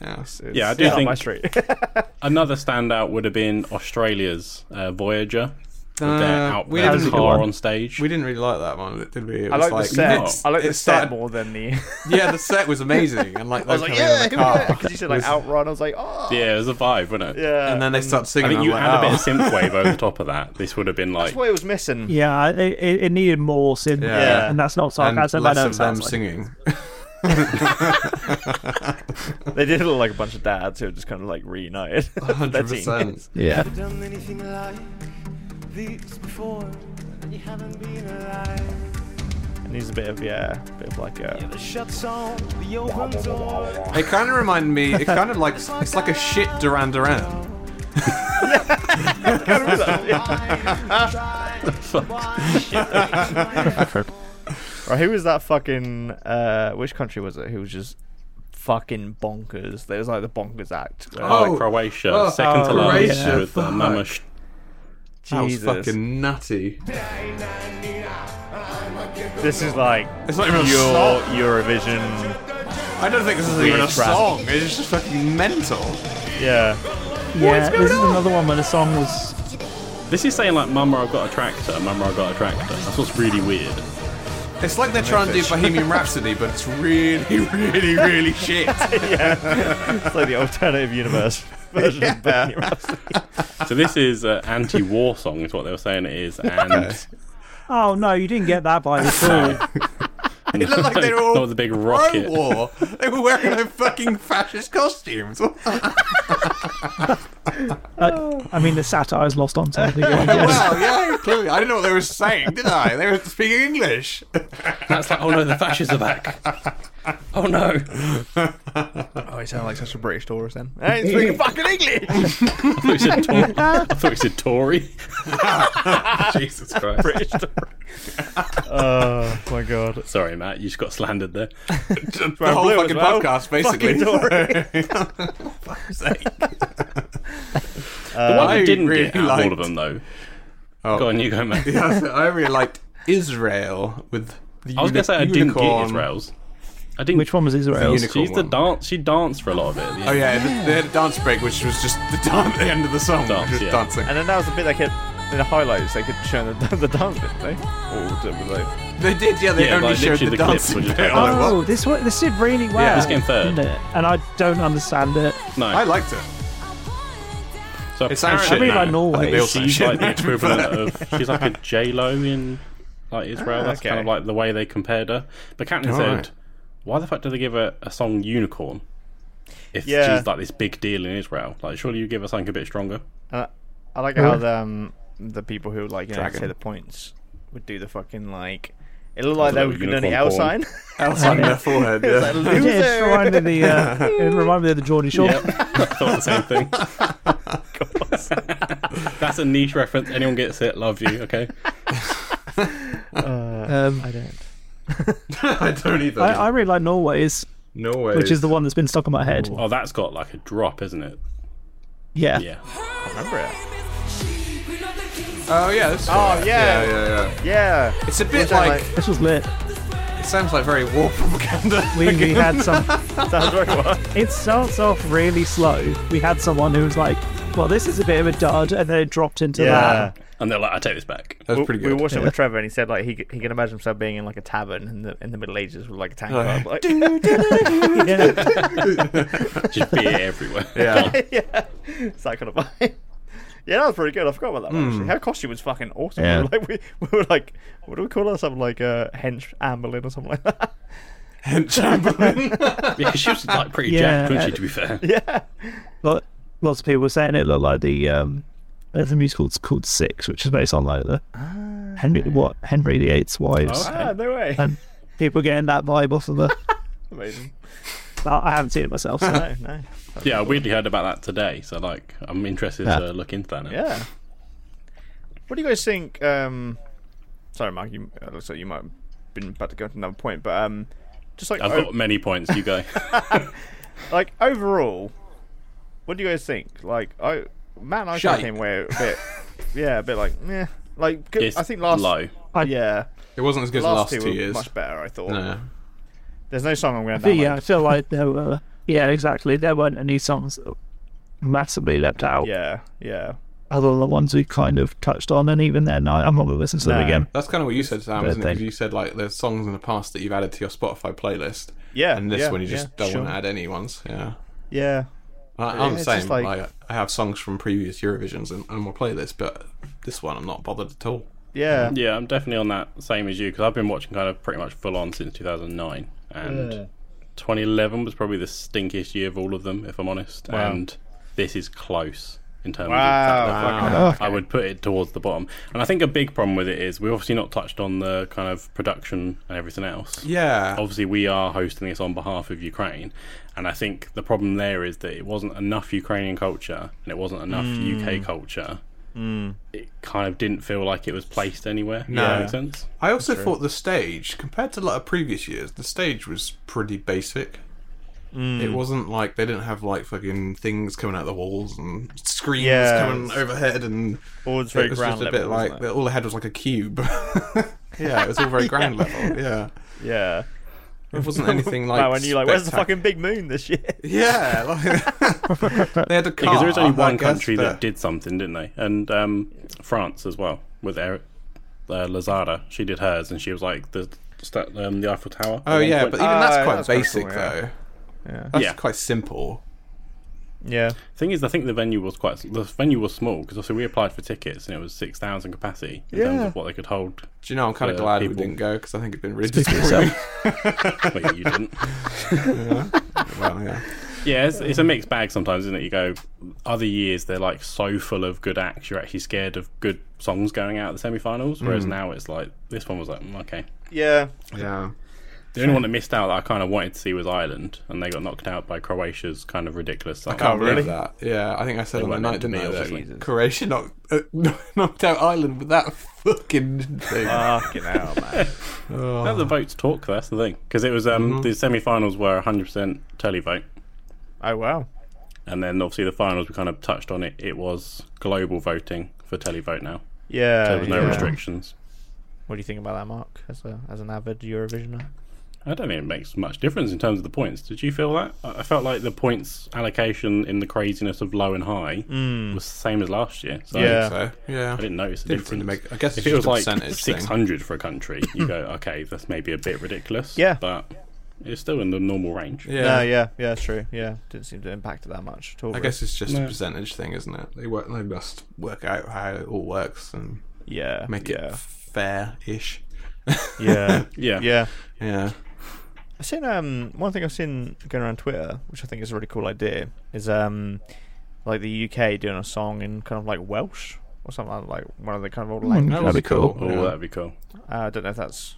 Speaker 4: Yeah.
Speaker 2: Yeah, I do
Speaker 3: Up my
Speaker 2: think
Speaker 3: street.
Speaker 2: another standout would have been Australia's uh, Voyager. with their
Speaker 4: Uh, we
Speaker 1: That was a
Speaker 2: outbound
Speaker 4: didn't
Speaker 1: good
Speaker 2: car
Speaker 1: one.
Speaker 2: on stage.
Speaker 4: we didn't really like that one, did we? It
Speaker 3: I
Speaker 4: was
Speaker 3: like, the set.
Speaker 4: it's-
Speaker 3: I like the
Speaker 4: it
Speaker 3: set
Speaker 4: started-
Speaker 3: more than the.
Speaker 4: Yeah, the set was amazing, and like
Speaker 3: I was
Speaker 4: they
Speaker 3: like,
Speaker 4: were coming in
Speaker 3: yeah,
Speaker 4: the
Speaker 3: because
Speaker 4: car,
Speaker 3: you said like
Speaker 4: was-
Speaker 3: outrun. I was like, oh,
Speaker 2: yeah, it was a vibe, wasn't it?
Speaker 3: yeah.
Speaker 4: and then they start
Speaker 2: I
Speaker 4: singing.
Speaker 2: think you
Speaker 4: I'm
Speaker 2: had
Speaker 4: like,
Speaker 2: a bit
Speaker 4: "Oh."
Speaker 2: of synthwave over top of that. This would have been like
Speaker 3: that's what it was missing.
Speaker 1: Yeah, I- it, it it needed more synth.
Speaker 4: Yeah.
Speaker 3: Yeah.
Speaker 1: And that's not
Speaker 4: and
Speaker 1: sarcasm. I
Speaker 4: less
Speaker 1: know it
Speaker 4: of them
Speaker 1: sounds like-
Speaker 4: singing.
Speaker 3: They did look like a bunch of dads who were just kind of like reunited. Their
Speaker 4: Hundred
Speaker 3: teens.
Speaker 4: percent.
Speaker 1: Yeah.
Speaker 7: done anything like this before, and you haven't been alive.
Speaker 3: And he's a bit of yeah, a bit of like a.
Speaker 7: The shut's on, the open door.
Speaker 4: It kind of reminded me. It kind of like it's like a shit Duran Duran.
Speaker 3: Right, who was that fucking? Uh, which country was it? Who was just fucking bonkers? There was like the bonkers act. where-
Speaker 2: Oh,
Speaker 4: Oh.
Speaker 2: Croatia,
Speaker 4: Oh,
Speaker 2: second to
Speaker 4: Croatia,
Speaker 2: last with uh,
Speaker 4: fuck.
Speaker 2: Mama Sh-
Speaker 4: That was
Speaker 3: Jesus.
Speaker 4: fucking nutty.
Speaker 3: This is like
Speaker 4: It's not even a
Speaker 3: your
Speaker 4: song.
Speaker 3: Eurovision.
Speaker 4: I don't think this is
Speaker 3: Weird
Speaker 4: even a
Speaker 3: traffic.
Speaker 4: song. It's just fucking mental.
Speaker 3: Yeah.
Speaker 1: Yeah, this is another one where the song was
Speaker 2: This is saying like, "Mama, I've got a tractor. Mama, I've got a tractor." That's what's really weird.
Speaker 4: It's like they're trying to do Bohemian Rhapsody, but it's really, really, really shit.
Speaker 3: It's like the alternative universe version of Bohemian Rhapsody.
Speaker 2: So this is an anti-war song, is what they were saying it is, and
Speaker 1: Oh no, you didn't get that by at all.
Speaker 4: It looked like they were all
Speaker 2: Not with a big rocket.
Speaker 4: pro-war. They were wearing their fucking fascist costumes.
Speaker 1: Uh, I mean, the satire is lost on something. I guess.
Speaker 4: well, yeah, clearly. I didn't know what they were saying, did I? They were speaking English.
Speaker 2: that's like, oh no, the fascists are back. Oh no,
Speaker 3: Oh, he sounded like such a British tourist then. Hey, it's speaking fucking English!
Speaker 2: I thought we said, Tor- I thought we said Tory.
Speaker 4: Jesus Christ.
Speaker 3: British tourist.
Speaker 4: Uh,
Speaker 3: Oh, my God.
Speaker 2: Sorry, Matt, you just got slandered there.
Speaker 4: The
Speaker 2: Oh,
Speaker 4: whole
Speaker 3: Blue as
Speaker 4: fucking
Speaker 3: well.
Speaker 4: podcast, basically.
Speaker 3: Fucking Tory.
Speaker 2: the one
Speaker 4: I
Speaker 2: I didn't
Speaker 4: really
Speaker 2: get out of all
Speaker 4: liked-
Speaker 2: of them though.
Speaker 4: Oh.
Speaker 2: Go on, you go, Matt.
Speaker 4: Yes, I really liked Israel with the
Speaker 2: I was gonna say I didn't
Speaker 4: unicorn.
Speaker 2: get Israel's. I didn't.
Speaker 1: Which one was Israel?
Speaker 4: The unicorn
Speaker 2: She's the
Speaker 4: one.
Speaker 2: dance. She danced for a lot of it. At the
Speaker 4: Oh
Speaker 2: end.
Speaker 4: yeah, the- they had a dance break, which was just the, dan- the end of the song,
Speaker 2: Dance,
Speaker 4: just
Speaker 2: yeah.
Speaker 4: dancing.
Speaker 3: And then that was the bit they kept in the highlights. They kept showing the, the dance bit, didn't they? Or was it- was it-
Speaker 4: They did, yeah. They
Speaker 2: Yeah,
Speaker 4: only
Speaker 2: like,
Speaker 4: showed the,
Speaker 2: literally the clip
Speaker 4: dancing
Speaker 2: was just
Speaker 4: bit.
Speaker 2: like-
Speaker 4: I was like,
Speaker 1: Oh,
Speaker 4: "What?"
Speaker 1: this one, this did really well.
Speaker 2: this came third.
Speaker 1: didn't it? and I don't understand it.
Speaker 2: No,
Speaker 4: I liked it.
Speaker 2: so
Speaker 4: It
Speaker 2: apparently
Speaker 4: sounds shit.
Speaker 1: I really like
Speaker 4: now.
Speaker 1: Norway.
Speaker 4: I think they all sound
Speaker 2: She's
Speaker 4: shit
Speaker 2: like the
Speaker 4: now, to be
Speaker 2: equivalent
Speaker 4: fair.
Speaker 2: of she's like a J Lo in like Israel. That's
Speaker 3: okay.
Speaker 2: kind of like the way they compared her. But Captain
Speaker 4: All
Speaker 2: said,
Speaker 4: right.
Speaker 2: "Why the fuck do they give her a song Unicorn if
Speaker 3: Yeah.
Speaker 2: she's like this big deal in Israel? Like, surely you give her something a bit stronger."
Speaker 3: Uh, I like how the, um, the people who like you know,
Speaker 4: Dragon.
Speaker 3: say the points would do the fucking like. It looked
Speaker 2: Like
Speaker 3: like they
Speaker 2: a
Speaker 3: were doing the
Speaker 2: unicorn
Speaker 3: L
Speaker 2: porn.
Speaker 3: sign.
Speaker 4: Else on their forehead. Yeah.
Speaker 3: Like,
Speaker 1: It did. It
Speaker 3: loser.
Speaker 1: reminded me the uh, it reminded me of the Geordie Shore.
Speaker 2: Yep, I thought the same thing. That's a niche reference. Anyone gets it, love you. Okay,
Speaker 1: Um,
Speaker 3: I don't.
Speaker 4: I don't either.
Speaker 1: I, I really like Norway's,
Speaker 4: no way.
Speaker 1: which is the one that's been stuck in my head.
Speaker 2: oh, that's got like a drop, isn't it?
Speaker 1: Yeah.
Speaker 2: Yeah,
Speaker 3: Remember it?
Speaker 4: Oh yeah. This is
Speaker 3: Oh,
Speaker 4: alright.
Speaker 3: yeah.
Speaker 4: yeah, yeah, yeah.
Speaker 3: Yeah.
Speaker 4: It's a
Speaker 3: Was
Speaker 4: bit
Speaker 3: that
Speaker 4: like,
Speaker 1: This was lit.
Speaker 4: it sounds like very war propaganda.
Speaker 1: We, we had some.
Speaker 3: Sounds very well.
Speaker 1: It starts off really slow. We had someone who was like, "Well, this is a bit of a dud," and then it dropped into
Speaker 3: Yeah.
Speaker 1: that.
Speaker 2: and they're like, "I take this back."
Speaker 4: That's
Speaker 3: We,
Speaker 4: pretty
Speaker 3: we
Speaker 4: good.
Speaker 3: were watching it with Trevor, and he said like he c- he can imagine himself being in like a tavern in the in the Middle Ages with like a tank
Speaker 4: Oh.
Speaker 3: club. Like,
Speaker 1: Yeah.
Speaker 2: Just beer everywhere.
Speaker 4: yeah.
Speaker 3: yeah, it's that kind of vibe. Yeah, that was pretty good. I forgot about that one.
Speaker 2: Hmm.
Speaker 3: Actually, her costume was fucking awesome.
Speaker 4: Yeah.
Speaker 3: We were like we, we were like, what do we call her? Something like uh, hench Anne Boleyn or something like that.
Speaker 4: And Chamberlain.
Speaker 2: Yeah, 'cause she was like pretty
Speaker 1: Yeah,
Speaker 2: jacked,
Speaker 1: uh,
Speaker 2: wasn't she? To be fair,
Speaker 3: yeah.
Speaker 1: Lot- lots of people were saying it looked like the um, there's a musical it's called Six, which is based on like the Henry what Henry VIII's wives,
Speaker 2: Oh.
Speaker 3: Ah, no way.
Speaker 1: and people getting that vibe off of her.
Speaker 3: Amazing.
Speaker 1: But I haven't seen it myself. So.
Speaker 3: No, no.
Speaker 2: yeah. I weirdly heard about that today, so like, I'm interested
Speaker 1: Yeah.
Speaker 2: to look into that. Now.
Speaker 3: Yeah. What do you guys think? Um, sorry, Mark. You it looks like you might have been about to go to another point, but um, just like
Speaker 2: I've
Speaker 3: o-
Speaker 2: got many points. You go.
Speaker 3: like overall, what do you guys think? Like, I Matt and I kinda
Speaker 4: Shite.
Speaker 3: came away a bit, yeah, a bit like, yeah, like good,
Speaker 2: It's
Speaker 3: I think last
Speaker 2: low.
Speaker 3: yeah,
Speaker 4: It wasn't as good as the
Speaker 3: last,
Speaker 4: last
Speaker 3: two,
Speaker 4: two,
Speaker 3: were
Speaker 4: years.
Speaker 3: much better. I thought.
Speaker 4: No.
Speaker 3: There's no song I'm going to
Speaker 1: But
Speaker 3: download.
Speaker 1: yeah, I feel like there were. Yeah, exactly. There weren't any songs that massively leapt out,
Speaker 3: yeah, yeah.
Speaker 1: other than the ones we kind of touched on, and even then, I, I'm not going to listen to
Speaker 3: No.
Speaker 1: them again.
Speaker 4: That's kind of what you said, Sam,
Speaker 1: Bad
Speaker 4: isn't it? 'Cause
Speaker 1: thing.
Speaker 4: you said like there's songs in the past that you've added to your Spotify playlist.
Speaker 3: Yeah,
Speaker 4: And this
Speaker 3: yeah,
Speaker 4: one you just
Speaker 3: yeah,
Speaker 4: don't
Speaker 3: sure.
Speaker 4: want to add any ones. Yeah.
Speaker 3: yeah.
Speaker 4: I, I'm the
Speaker 3: It's
Speaker 4: same.
Speaker 3: just like-
Speaker 4: I, I have songs from previous Eurovisions in, on my playlist, but this one I'm not bothered at all.
Speaker 3: Yeah,
Speaker 2: Yeah, I'm definitely on that same as you because I've been watching kind of pretty much full on since 2009, and 2011 was probably the stinkiest year of all of them, if I'm honest.
Speaker 3: Wow.
Speaker 2: And this is close in terms of that.
Speaker 3: Wow,
Speaker 4: Wow.
Speaker 2: I would put it towards the bottom, and I think a big problem with it is we've obviously not touched on the kind of production and everything else.
Speaker 4: Yeah.
Speaker 2: Obviously, we are hosting this on behalf of Ukraine, and I think the problem there is that it wasn't enough Ukrainian culture and it wasn't enough
Speaker 4: Mm.
Speaker 2: UK culture. It kind of didn't feel like it was placed anywhere. No,
Speaker 4: No.
Speaker 2: that makes sense.
Speaker 4: I also thought the stage, compared to a lot of previous years, the stage was pretty basic.
Speaker 3: Mm.
Speaker 4: It wasn't like they didn't have like fucking things coming out the walls and screams
Speaker 3: Yeah.
Speaker 4: coming overhead, and
Speaker 3: Or it's very
Speaker 4: it was
Speaker 3: ground
Speaker 4: just a
Speaker 3: level,
Speaker 4: bit
Speaker 3: wasn't
Speaker 4: like all they had was like a cube. yeah, it was all very ground level. Yeah,
Speaker 3: it? yeah.
Speaker 4: it wasn't anything like.
Speaker 3: Like, when you like, where's the
Speaker 4: spectac-
Speaker 3: fucking big moon this year?
Speaker 4: Yeah, like, they had a car.
Speaker 2: Because there is only
Speaker 4: I
Speaker 2: one
Speaker 4: guess,
Speaker 2: country
Speaker 4: but-
Speaker 2: that did something, didn't they? And um, France as well with Eric uh, Lazada. She did hers, and she was like the sta- um, the Eiffel Tower. at
Speaker 4: Oh
Speaker 2: one
Speaker 4: yeah,
Speaker 2: point.
Speaker 4: but even that's
Speaker 3: Oh,
Speaker 4: quite
Speaker 3: that's kinda
Speaker 4: basic
Speaker 3: cool, yeah.
Speaker 4: though.
Speaker 3: Yeah.
Speaker 4: That's
Speaker 2: Yeah.
Speaker 4: quite simple.
Speaker 3: Yeah.
Speaker 2: thing is, I think the venue was quite the venue was small because obviously we applied for tickets and it was six thousand capacity in terms
Speaker 3: Yeah.
Speaker 2: of what they could hold.
Speaker 4: Do you know? I'm kind of
Speaker 2: For
Speaker 4: glad we
Speaker 2: people-
Speaker 4: didn't go because I think it'd been really
Speaker 1: Speak for
Speaker 4: disappointing.
Speaker 2: But you didn't.
Speaker 4: well, yeah.
Speaker 2: Yeah, it's, it's a mixed bag sometimes, isn't it? You go other years they're like so full of good acts, you're actually scared of good songs going out at the semi-finals. Whereas
Speaker 4: Hmm.
Speaker 2: now it's like this one was like mm, okay.
Speaker 3: Yeah.
Speaker 4: yeah.
Speaker 2: The only one that missed out that I kind of wanted to see was Ireland, and they got knocked out by Croatia's kind of ridiculous. Song.
Speaker 4: I can't
Speaker 3: really?
Speaker 4: believe that. Yeah, I think I said on the
Speaker 2: weren't
Speaker 4: night,
Speaker 2: meant to
Speaker 4: didn't I,
Speaker 2: be,
Speaker 4: that
Speaker 2: obviously.
Speaker 4: Croatia knocked, uh, knocked out Ireland with that fucking thing.
Speaker 3: Fucking hell, man.
Speaker 2: Let the votes talk. That's the thing, because it was um
Speaker 4: Mm-hmm.
Speaker 2: the semi-finals were 100% televote,
Speaker 3: Oh wow.
Speaker 2: and then obviously the finals we kind of touched on it. It was global voting for televote now.
Speaker 3: Yeah.
Speaker 2: There was no
Speaker 3: yeah.
Speaker 2: restrictions.
Speaker 3: What do you think about that, Mark? As a as an avid Eurovisioner?
Speaker 2: I don't think it makes much difference in terms of the points. Did you feel that? I I felt like the points allocation in the craziness of low and high was the same as last year. So
Speaker 3: Mm. Yeah.
Speaker 4: So, yeah.
Speaker 2: I didn't notice the
Speaker 4: Didn't seem
Speaker 2: difference.
Speaker 4: to make- I
Speaker 2: if
Speaker 4: guess it's
Speaker 2: it was
Speaker 4: just a
Speaker 2: like
Speaker 4: percentage thing.
Speaker 2: 600 for a country, you go, okay, that's maybe a bit ridiculous.
Speaker 3: Yeah.
Speaker 2: But it's still in the normal range.
Speaker 4: Yeah.
Speaker 3: No, yeah, yeah, it's true. Yeah, didn't seem to impact it that much at all.
Speaker 4: I
Speaker 3: really.
Speaker 4: guess it's just a
Speaker 2: No.
Speaker 4: percentage thing, isn't it? They work. They must work out how it all works and
Speaker 3: Yeah.
Speaker 4: make
Speaker 3: yeah.
Speaker 4: it fair-ish.
Speaker 3: Yeah.
Speaker 2: Yeah.
Speaker 3: yeah.
Speaker 4: Yeah.
Speaker 3: I've seen um one thing I've seen going around Twitter, which I think is a really cool idea, is um like the UK doing a song in kind of like Welsh or something like, like one of the kind of
Speaker 4: Hmm.
Speaker 3: old languages.
Speaker 1: Mm, that'd be cool.
Speaker 2: Oh, that'd be cool.
Speaker 3: Uh, I don't know if that's.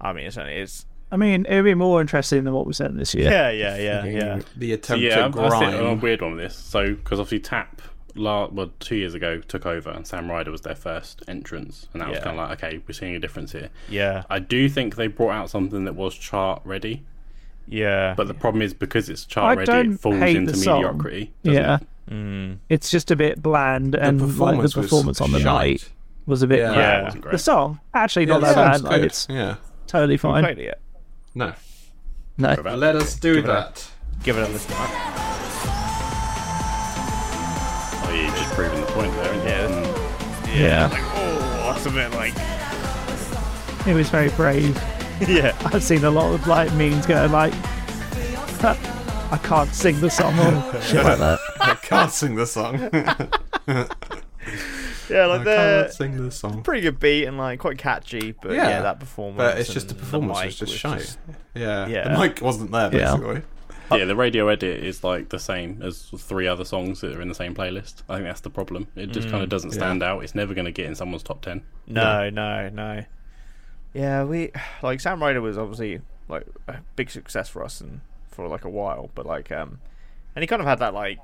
Speaker 3: I mean, it's only it's
Speaker 1: I mean, it'd be more interesting than what we sent this year.
Speaker 3: yeah, yeah, yeah, yeah.
Speaker 4: The attempt
Speaker 2: yeah,
Speaker 4: to
Speaker 2: I'm, I think oh, I'm a
Speaker 4: grind.
Speaker 2: weird one with this. So, because obviously Tap, la, well, two years ago, took over, and Sam Ryder was their first entrance, and that was
Speaker 3: Yeah.
Speaker 2: kind of like, okay, we're seeing a difference here.
Speaker 3: Yeah,
Speaker 2: I do think they brought out something that was chart ready,
Speaker 3: yeah,
Speaker 2: but the problem is because it's
Speaker 1: I
Speaker 2: chart ready,
Speaker 1: don't
Speaker 2: it falls
Speaker 1: hate
Speaker 2: into
Speaker 1: the song.
Speaker 2: mediocrity. doesn't
Speaker 1: Yeah,
Speaker 2: it?
Speaker 3: Mm.
Speaker 1: it's just a bit bland, and like the
Speaker 4: was
Speaker 1: performance on the
Speaker 4: shite.
Speaker 1: night was a bit.
Speaker 4: Yeah.
Speaker 1: crap.
Speaker 2: Yeah,
Speaker 3: Yeah.
Speaker 2: it wasn't
Speaker 1: The
Speaker 2: great.
Speaker 1: song actually not
Speaker 4: Yeah,
Speaker 1: that
Speaker 4: that
Speaker 1: bad.
Speaker 4: sounds
Speaker 1: Like,
Speaker 4: good.
Speaker 1: it's
Speaker 4: yeah.
Speaker 1: totally fine.
Speaker 3: played it yet.
Speaker 4: No.
Speaker 1: No,
Speaker 2: About
Speaker 4: Let us do
Speaker 3: it a-
Speaker 4: that.
Speaker 3: Give it a listen. Mark.
Speaker 2: Oh, you're just proving the point there. aren't you? Mm.
Speaker 3: Yeah.
Speaker 1: yeah,
Speaker 3: Oh, that's a bit like
Speaker 1: it was very brave.
Speaker 3: yeah,
Speaker 1: I've seen a lot of like memes going like, I can't sing the song or shit like that.
Speaker 4: I can't sing the song.
Speaker 3: yeah, like
Speaker 4: I can't
Speaker 3: the
Speaker 4: sing the song.
Speaker 3: pretty good beat and like quite catchy, but yeah, that performance.
Speaker 4: But it's just the
Speaker 3: and
Speaker 4: performance
Speaker 3: mic
Speaker 4: was just shy. yeah.
Speaker 3: Yeah.
Speaker 4: The mic wasn't there
Speaker 1: Yeah.
Speaker 4: basically.
Speaker 1: Uh,
Speaker 2: Yeah, the radio edit is like the same as three other songs that are in the same playlist. I think that's the problem. It just
Speaker 1: Mm,
Speaker 2: kind of doesn't stand out. It's never going to get in someone's top 10.
Speaker 3: No, no, no. Yeah, we like Sam Ryder was obviously like a big success for us and for like a while, but like um, and he kind of had that like.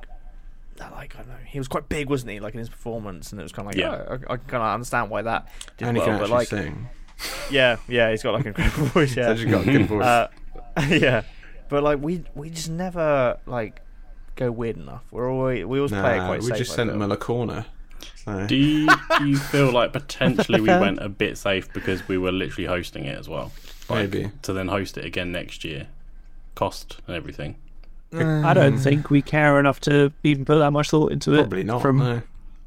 Speaker 3: that, Like I don't know, he was quite big, wasn't he? Like in his performance, and it was kind of like,
Speaker 2: Yeah.
Speaker 3: oh, I, I kind of understand why that did
Speaker 4: And he can
Speaker 3: well. but
Speaker 4: actually
Speaker 3: like,
Speaker 4: sing.
Speaker 3: yeah, yeah, he's got like an incredible voice. Yeah,
Speaker 4: He's actually got a good voice.
Speaker 3: uh, yeah, but like we we just never like go weird enough. We're always we always play it
Speaker 4: Nah,
Speaker 3: quite
Speaker 4: we
Speaker 3: safe.
Speaker 4: just
Speaker 3: I
Speaker 4: sent
Speaker 3: feel.
Speaker 4: him a corner. So.
Speaker 2: Do you, do you feel like potentially we went a bit safe because we were literally hosting it as well? Like,
Speaker 4: Maybe.
Speaker 2: To then host it again next year. Cost and everything.
Speaker 1: I
Speaker 3: Mm.
Speaker 1: don't think we care enough to even put that much thought into it.
Speaker 4: Probably not.
Speaker 1: From
Speaker 4: no.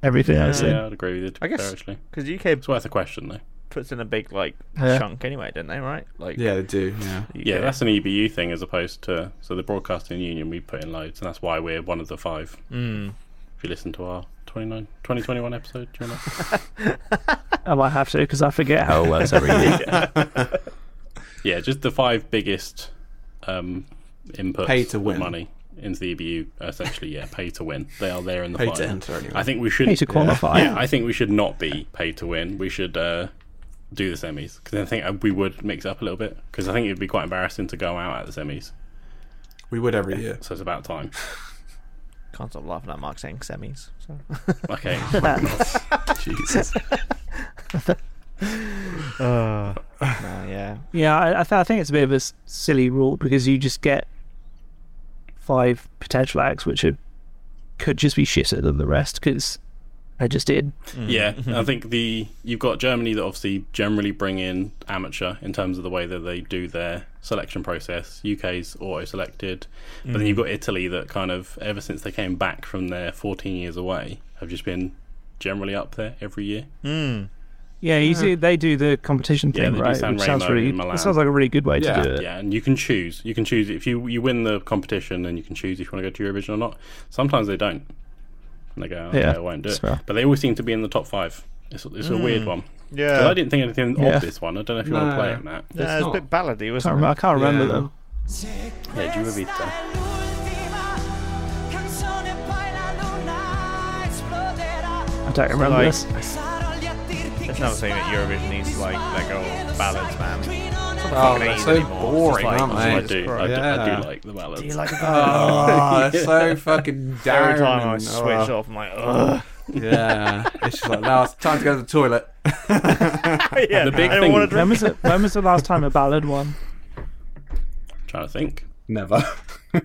Speaker 1: everything I've seen.
Speaker 2: Yeah, I'd agree with you. to
Speaker 3: I
Speaker 2: be
Speaker 3: guess-
Speaker 2: fair, actually.
Speaker 3: because UK
Speaker 2: It's worth a question, though.
Speaker 3: puts in a big like
Speaker 1: Yeah.
Speaker 3: chunk anyway, don't they? Right? Like
Speaker 4: Yeah, they do. Yeah.
Speaker 2: Yeah, that's an EBU thing as opposed to so the broadcasting union we put in loads, and that's why we're one of the five. Mm. If you listen to our 29, 2021 episode, do you remember?
Speaker 1: I might have to because I forget how it works every year.
Speaker 2: yeah, just the five biggest um, inputs.
Speaker 4: Pay to
Speaker 2: of
Speaker 4: win.
Speaker 2: money into the E EBU. uh, Essentially, yeah, pay to win. They are there in the
Speaker 4: Pay to
Speaker 2: five.
Speaker 4: enter, anyway.
Speaker 2: I think we should.
Speaker 1: Need to qualify.
Speaker 2: yeah, I think we should not be paid to win. We should uh, do the semis because I think uh, we would mix it up a little bit because I think it'd be quite embarrassing to go out at the semis.
Speaker 4: We would every year.
Speaker 2: So it's about time.
Speaker 3: Can't stop laughing at Mark saying semis. So.
Speaker 2: Okay.
Speaker 4: Oh Jesus.
Speaker 3: Uh, yeah.
Speaker 1: Yeah, I, I, th- I think it's a bit of a s- silly rule because you just get five potential acts which are, could just be shitter than the rest because I just did.
Speaker 2: Yeah,
Speaker 1: Mm-hmm.
Speaker 2: I think the you've got Germany that obviously generally bring in amateur in terms of the way that they do their selection process. UK's auto selected, but then you've
Speaker 1: Mm-hmm.
Speaker 2: got Italy that kind of ever since they came back from their 14 years away have just been generally up there every year.
Speaker 1: Yeah, you see, they do the competition
Speaker 2: Yeah,
Speaker 1: thing,
Speaker 2: they do
Speaker 1: right?
Speaker 2: San
Speaker 1: Which sounds
Speaker 2: Remo
Speaker 1: really,
Speaker 2: in Milan.
Speaker 1: it sounds like a really good way
Speaker 4: Yeah.
Speaker 1: to do it.
Speaker 2: Yeah, and you can choose. You can choose if you you win the competition, then you can choose if you want to go to Eurovision or not. Sometimes they don't. And they go, okay,
Speaker 1: Yeah,
Speaker 2: I won't do
Speaker 1: that's
Speaker 2: it.
Speaker 1: fair. Mm.
Speaker 2: But they always seem to be in the top five. It's, it's a weird one. 'Cause I
Speaker 3: Yeah,
Speaker 2: didn't think anything
Speaker 1: Yeah.
Speaker 2: of this one. I don't know if you
Speaker 4: No.
Speaker 2: want to play it, Matt.
Speaker 3: yeah it's a
Speaker 4: not-
Speaker 3: bit ballady,
Speaker 1: I, can't
Speaker 3: wasn't
Speaker 1: remember, I
Speaker 3: it?
Speaker 1: can't remember
Speaker 4: Yeah.
Speaker 1: them.
Speaker 2: Yeah, Giro Vita.
Speaker 1: I don't remember
Speaker 3: like-
Speaker 1: this.
Speaker 3: It's another thing that Eurovision needs to like let go of ballads, man.
Speaker 4: Oh,
Speaker 3: Fucking
Speaker 4: they're
Speaker 3: easy
Speaker 4: so
Speaker 3: anymore.
Speaker 4: boring,
Speaker 3: It's just
Speaker 4: aren't
Speaker 3: like-
Speaker 4: they?
Speaker 2: I
Speaker 3: Jesus
Speaker 2: do, I,
Speaker 3: Christ.
Speaker 2: do, I
Speaker 4: Yeah.
Speaker 2: do like the ballads.
Speaker 3: like
Speaker 4: Oh, they're so fucking down.
Speaker 3: Every time I
Speaker 4: and-
Speaker 3: switch
Speaker 4: oh,
Speaker 3: off, I'm like, ugh.
Speaker 4: Yeah, it's just like now it's time to go to the toilet.
Speaker 3: yeah,
Speaker 2: the big
Speaker 3: I don't
Speaker 2: thing-
Speaker 3: want to
Speaker 1: When
Speaker 3: drink.
Speaker 1: was, it, when was the last time a ballad won?
Speaker 2: trying to think.
Speaker 4: Never. Uh,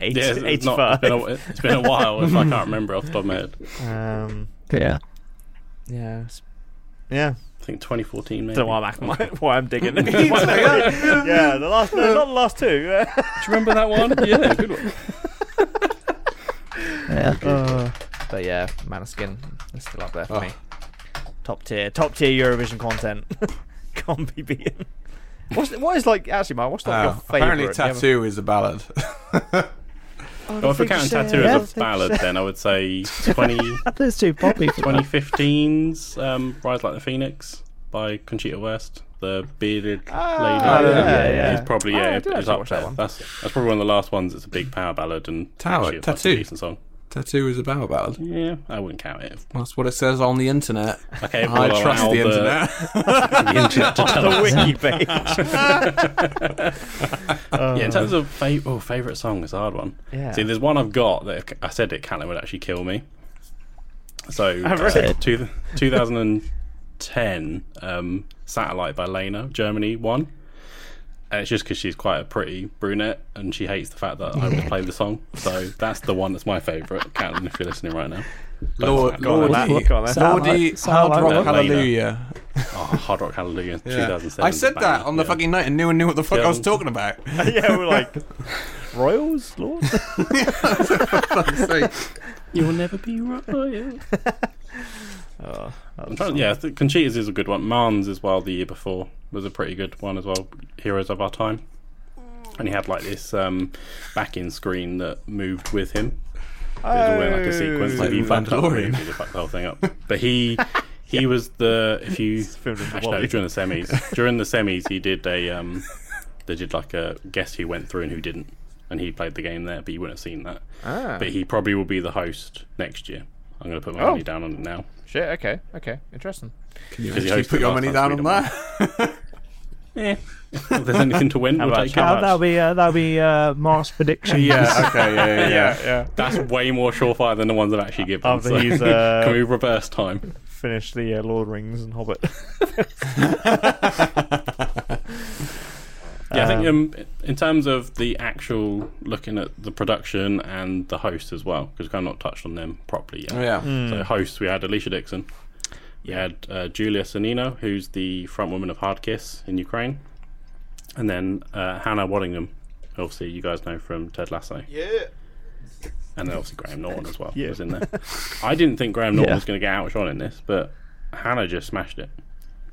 Speaker 3: Eight,
Speaker 2: Yeah, it's,
Speaker 3: eighty
Speaker 2: it's, not, it's,
Speaker 3: five.
Speaker 2: been a, it's been a while if I can't remember off the top of my head.
Speaker 3: Um,
Speaker 1: Yeah.
Speaker 3: yeah, it's- yeah.
Speaker 2: I think 2014 maybe.
Speaker 3: Don't know why I'm, acting like- why I'm digging. it. yeah, the last, no, not the last two.
Speaker 2: Do you remember that one? yeah, good one.
Speaker 1: Yeah.
Speaker 3: Uh, but yeah, Maniskin is still up there for
Speaker 4: Oh.
Speaker 3: me. Top tier, top tier Eurovision content. Can't be beaten. What's what is like actually, man? What's like your
Speaker 4: Oh,
Speaker 3: favorite?
Speaker 4: apparently, tattoo is a ballad.
Speaker 2: Well, if we're counting tattoo
Speaker 1: yeah.
Speaker 2: as a ballad, then I would say 20,
Speaker 1: There's two Bobby.
Speaker 2: 2015's um, Rise Like the Phoenix by Conchita West, the bearded
Speaker 3: Ah, yeah, Ah,
Speaker 2: lady.
Speaker 1: yeah, yeah.
Speaker 2: It's probably
Speaker 3: I
Speaker 2: yeah,
Speaker 3: did
Speaker 2: it's
Speaker 3: actually
Speaker 2: up
Speaker 3: watch that
Speaker 2: there.
Speaker 3: one.
Speaker 2: That's that's probably one of the last ones. It's a big power ballad and
Speaker 4: Tower,
Speaker 2: actually a fucking
Speaker 4: Tattoo.
Speaker 2: decent song.
Speaker 4: tattoo is a power ballad.
Speaker 2: Yeah, I wouldn't count it.
Speaker 4: That's what it says on the internet.
Speaker 2: Okay, well,
Speaker 4: I trust
Speaker 2: allow
Speaker 4: the internet.
Speaker 2: the internet to tell
Speaker 3: the
Speaker 2: us.
Speaker 3: wiki page.
Speaker 2: Yeah, in terms of fa- oh, favorite song, it's a hard one.
Speaker 3: Um, Yeah.
Speaker 2: See, there's one I've got that if I said it, Callum would actually kill me. So,
Speaker 3: Oh, really?
Speaker 2: uh, two, 2010, um, Satellite by Lena, Germany won. And it's just because she's quite a pretty brunette and she hates the fact that I would play the song. So that's the one that's my favourite. Callum, if you're listening right now.
Speaker 4: Lord,
Speaker 2: Go on,
Speaker 4: Lordy,
Speaker 3: Matt, go on, Matt.
Speaker 4: Lordy,
Speaker 1: Sound
Speaker 4: hard
Speaker 1: like-
Speaker 4: rock,
Speaker 2: sound like-
Speaker 4: hallelujah.
Speaker 2: Oh, Hard Rock Hallelujah
Speaker 4: Yeah.
Speaker 2: 2007.
Speaker 4: I said that
Speaker 2: banger,
Speaker 4: on the
Speaker 2: yeah.
Speaker 4: fucking night and knew and knew what the fuck I was
Speaker 2: Yeah.
Speaker 4: talking about.
Speaker 3: yeah, we're like royals, lord.
Speaker 2: You'll never be royal. I'm trying, yeah, th- Conchita's is a good one. Marn's as well, the year before, was a pretty good one as well. Heroes of Our Time. And he had like this um, backing screen that moved with him. It was all in like a sequence.
Speaker 4: Like
Speaker 2: if you fucked up,
Speaker 4: Mandalorian.
Speaker 2: if you fucked the whole thing up. But he he was the if you
Speaker 3: filmed in the
Speaker 2: actually no,
Speaker 3: lobby.
Speaker 2: during the semis during the semis he did a um, they did like a guess who went through and who didn't, and he played the game there, but you wouldn't have seen that. But he probably will be the host next year. I'm going to put my
Speaker 3: Oh.
Speaker 2: money down on it now.
Speaker 3: Shit. Okay. Okay. Interesting.
Speaker 4: Can you
Speaker 2: Because he
Speaker 4: actually
Speaker 2: hosted
Speaker 4: put your
Speaker 2: last
Speaker 4: money
Speaker 2: time,
Speaker 4: down
Speaker 2: so
Speaker 4: on
Speaker 2: we
Speaker 4: that?
Speaker 2: Yeah. if there's anything to win, we'll
Speaker 3: about
Speaker 2: take
Speaker 3: you?
Speaker 2: it.
Speaker 1: Uh, that'll be uh, that'll be uh, Mark's prediction.
Speaker 4: yeah, okay, yeah, yeah, yeah.
Speaker 3: Yeah.
Speaker 2: That's way more surefire than the ones I've actually given.
Speaker 3: After
Speaker 2: so
Speaker 3: he's, uh,
Speaker 2: Can we reverse time?
Speaker 3: Finish the uh, Lord of the Rings and Hobbit.
Speaker 2: Yeah, I think um, in terms of the actual looking at the production and the host as well, because we've kind of not touched on them properly yet.
Speaker 4: Oh, yeah.
Speaker 1: Mm. Hmm.
Speaker 2: So hosts, we had Alicia Dixon. We had uh, Julia Sonino, who's the front woman of Hard Kiss in Ukraine. And then uh, Hannah Waddingham, who obviously you guys know from Ted Lasso. Yeah. And then obviously Graham Norton as well was in there. I didn't think Graham Norton
Speaker 1: Yeah.
Speaker 2: was going to get outshone in this, but Hannah just smashed it.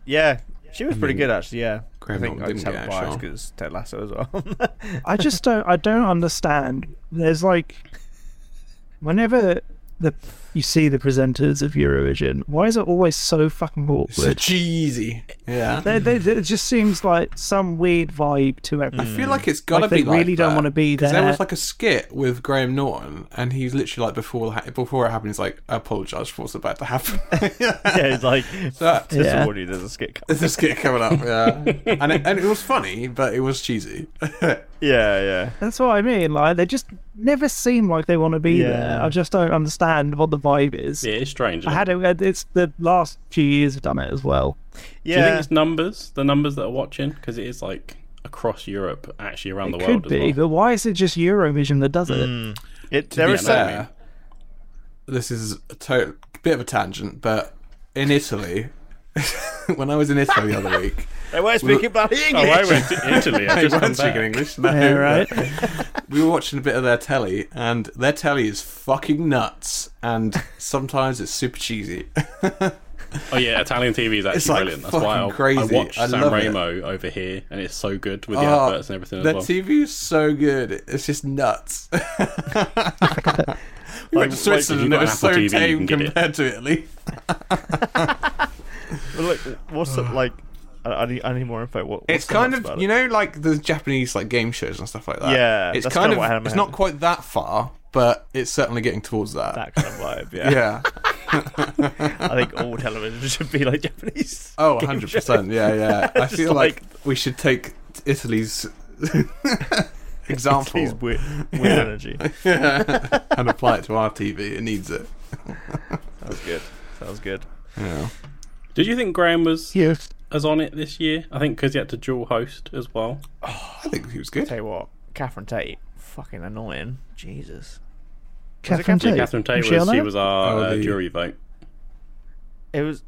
Speaker 3: Yeah, she was pretty good actually. Yeah,
Speaker 4: Graham
Speaker 3: I think
Speaker 4: Norton
Speaker 3: I
Speaker 4: Mm. didn't
Speaker 3: just have
Speaker 4: get
Speaker 3: a bias
Speaker 4: Ashar.
Speaker 3: because Ted Lasso as well.
Speaker 1: I just don't. I don't understand. There's like, whenever the you see the presenters of Eurovision, why is it always so fucking
Speaker 4: So
Speaker 1: awkward?
Speaker 4: cheesy. Yeah.
Speaker 1: They, they, it just seems like some weird vibe to everything.
Speaker 2: Mm.
Speaker 4: I feel like it's gotta
Speaker 1: Like,
Speaker 4: be
Speaker 1: they
Speaker 4: like
Speaker 1: really don't
Speaker 4: that,
Speaker 1: wanna be
Speaker 4: 'cause There
Speaker 1: there.
Speaker 4: was like a skit with Graham Norton, and he's literally like before the ha- before it happened, he's like, "I apologise for what's about to happen."
Speaker 3: yeah, it's like
Speaker 4: That-
Speaker 3: this
Speaker 1: Yeah.
Speaker 3: already there's a skit. Coming.
Speaker 4: There's a skit coming up, yeah, and it, and it was funny, but it was cheesy.
Speaker 3: Yeah, yeah.
Speaker 1: That's what I mean. Like they just never seem like they want to be
Speaker 3: Yeah.
Speaker 1: there. I just don't understand what the vibe is.
Speaker 2: Yeah, it's strange.
Speaker 1: I
Speaker 2: isn't
Speaker 1: had
Speaker 2: it?
Speaker 1: it. uh, It's the last few years have done it as well.
Speaker 2: Do you
Speaker 3: Yeah,
Speaker 1: uh,
Speaker 2: think it's numbers, the numbers that are watching? Because it is like a across Europe, actually around
Speaker 1: It
Speaker 2: the
Speaker 1: could
Speaker 2: world
Speaker 1: be,
Speaker 2: as well. Mm.
Speaker 1: but why is it just Eurovision that does it?
Speaker 3: It, there
Speaker 2: be
Speaker 3: are so
Speaker 2: fair.
Speaker 4: This is a total bit of a tangent, but in Italy, when I was in Italy the other week,
Speaker 3: they weren't speaking bloody
Speaker 2: Oh,
Speaker 3: English.
Speaker 2: I went to Italy. I
Speaker 4: I
Speaker 2: just come
Speaker 4: weren't
Speaker 2: back.
Speaker 4: speaking English. No,
Speaker 1: Yeah, right.
Speaker 4: we were watching a bit of their telly, and their telly is fucking nuts, and sometimes it's super cheesy.
Speaker 2: Oh yeah, Italian TV is actually
Speaker 4: It's, like,
Speaker 2: brilliant. That's why I,
Speaker 4: fucking crazy.
Speaker 2: I watched
Speaker 4: I
Speaker 2: San
Speaker 4: love it.
Speaker 2: Remo over here, and it's so good with the
Speaker 4: Oh,
Speaker 2: adverts and everything as
Speaker 4: Their
Speaker 2: well.
Speaker 4: TV is so good. It's just nuts. we went
Speaker 2: Like-
Speaker 4: to
Speaker 2: like if you've
Speaker 4: Switzerland
Speaker 2: got
Speaker 4: and it
Speaker 2: an
Speaker 4: was
Speaker 2: Apple
Speaker 4: so
Speaker 2: TV, you
Speaker 4: tame
Speaker 2: can get it.
Speaker 4: compared to Italy.
Speaker 3: But look, what's up? Like, I, I need, I need more info. What, what's
Speaker 4: It's
Speaker 3: the
Speaker 4: kind
Speaker 3: nuts
Speaker 4: of
Speaker 3: about
Speaker 4: you
Speaker 3: it?
Speaker 4: know like the Japanese like game shows and stuff like that.
Speaker 3: Yeah,
Speaker 4: it's
Speaker 3: that's
Speaker 4: kind
Speaker 3: kinda
Speaker 4: of
Speaker 3: what I had in my
Speaker 4: it's
Speaker 3: head.
Speaker 4: not quite that far, but it's certainly getting towards that.
Speaker 3: that kind of vibe. Yeah.
Speaker 4: yeah.
Speaker 3: I think all television should be like Japanese.
Speaker 4: Oh,
Speaker 3: game
Speaker 4: 100
Speaker 3: shows.
Speaker 4: percent. Yeah, yeah. I
Speaker 3: Just
Speaker 4: feel like,
Speaker 3: like-
Speaker 4: we should take Italy's example
Speaker 3: Please, weird, weird energy.
Speaker 4: and apply it to our TV. It needs it.
Speaker 3: Sounds good. Sounds good.
Speaker 4: Yeah.
Speaker 2: Did you think Graham was
Speaker 1: You-
Speaker 2: as on it this year? I think because he had to dual host as well.
Speaker 4: I think he was good.
Speaker 3: Tell you what, Catherine Tate, fucking annoying. Jesus.
Speaker 1: Catherine
Speaker 2: Yeah,
Speaker 1: Tate.
Speaker 2: Catherine Tate
Speaker 1: Was
Speaker 2: was,
Speaker 1: she on
Speaker 2: she
Speaker 1: it?
Speaker 2: was our
Speaker 4: Oh,
Speaker 2: uh,
Speaker 4: the-
Speaker 2: jury vote,
Speaker 3: It was.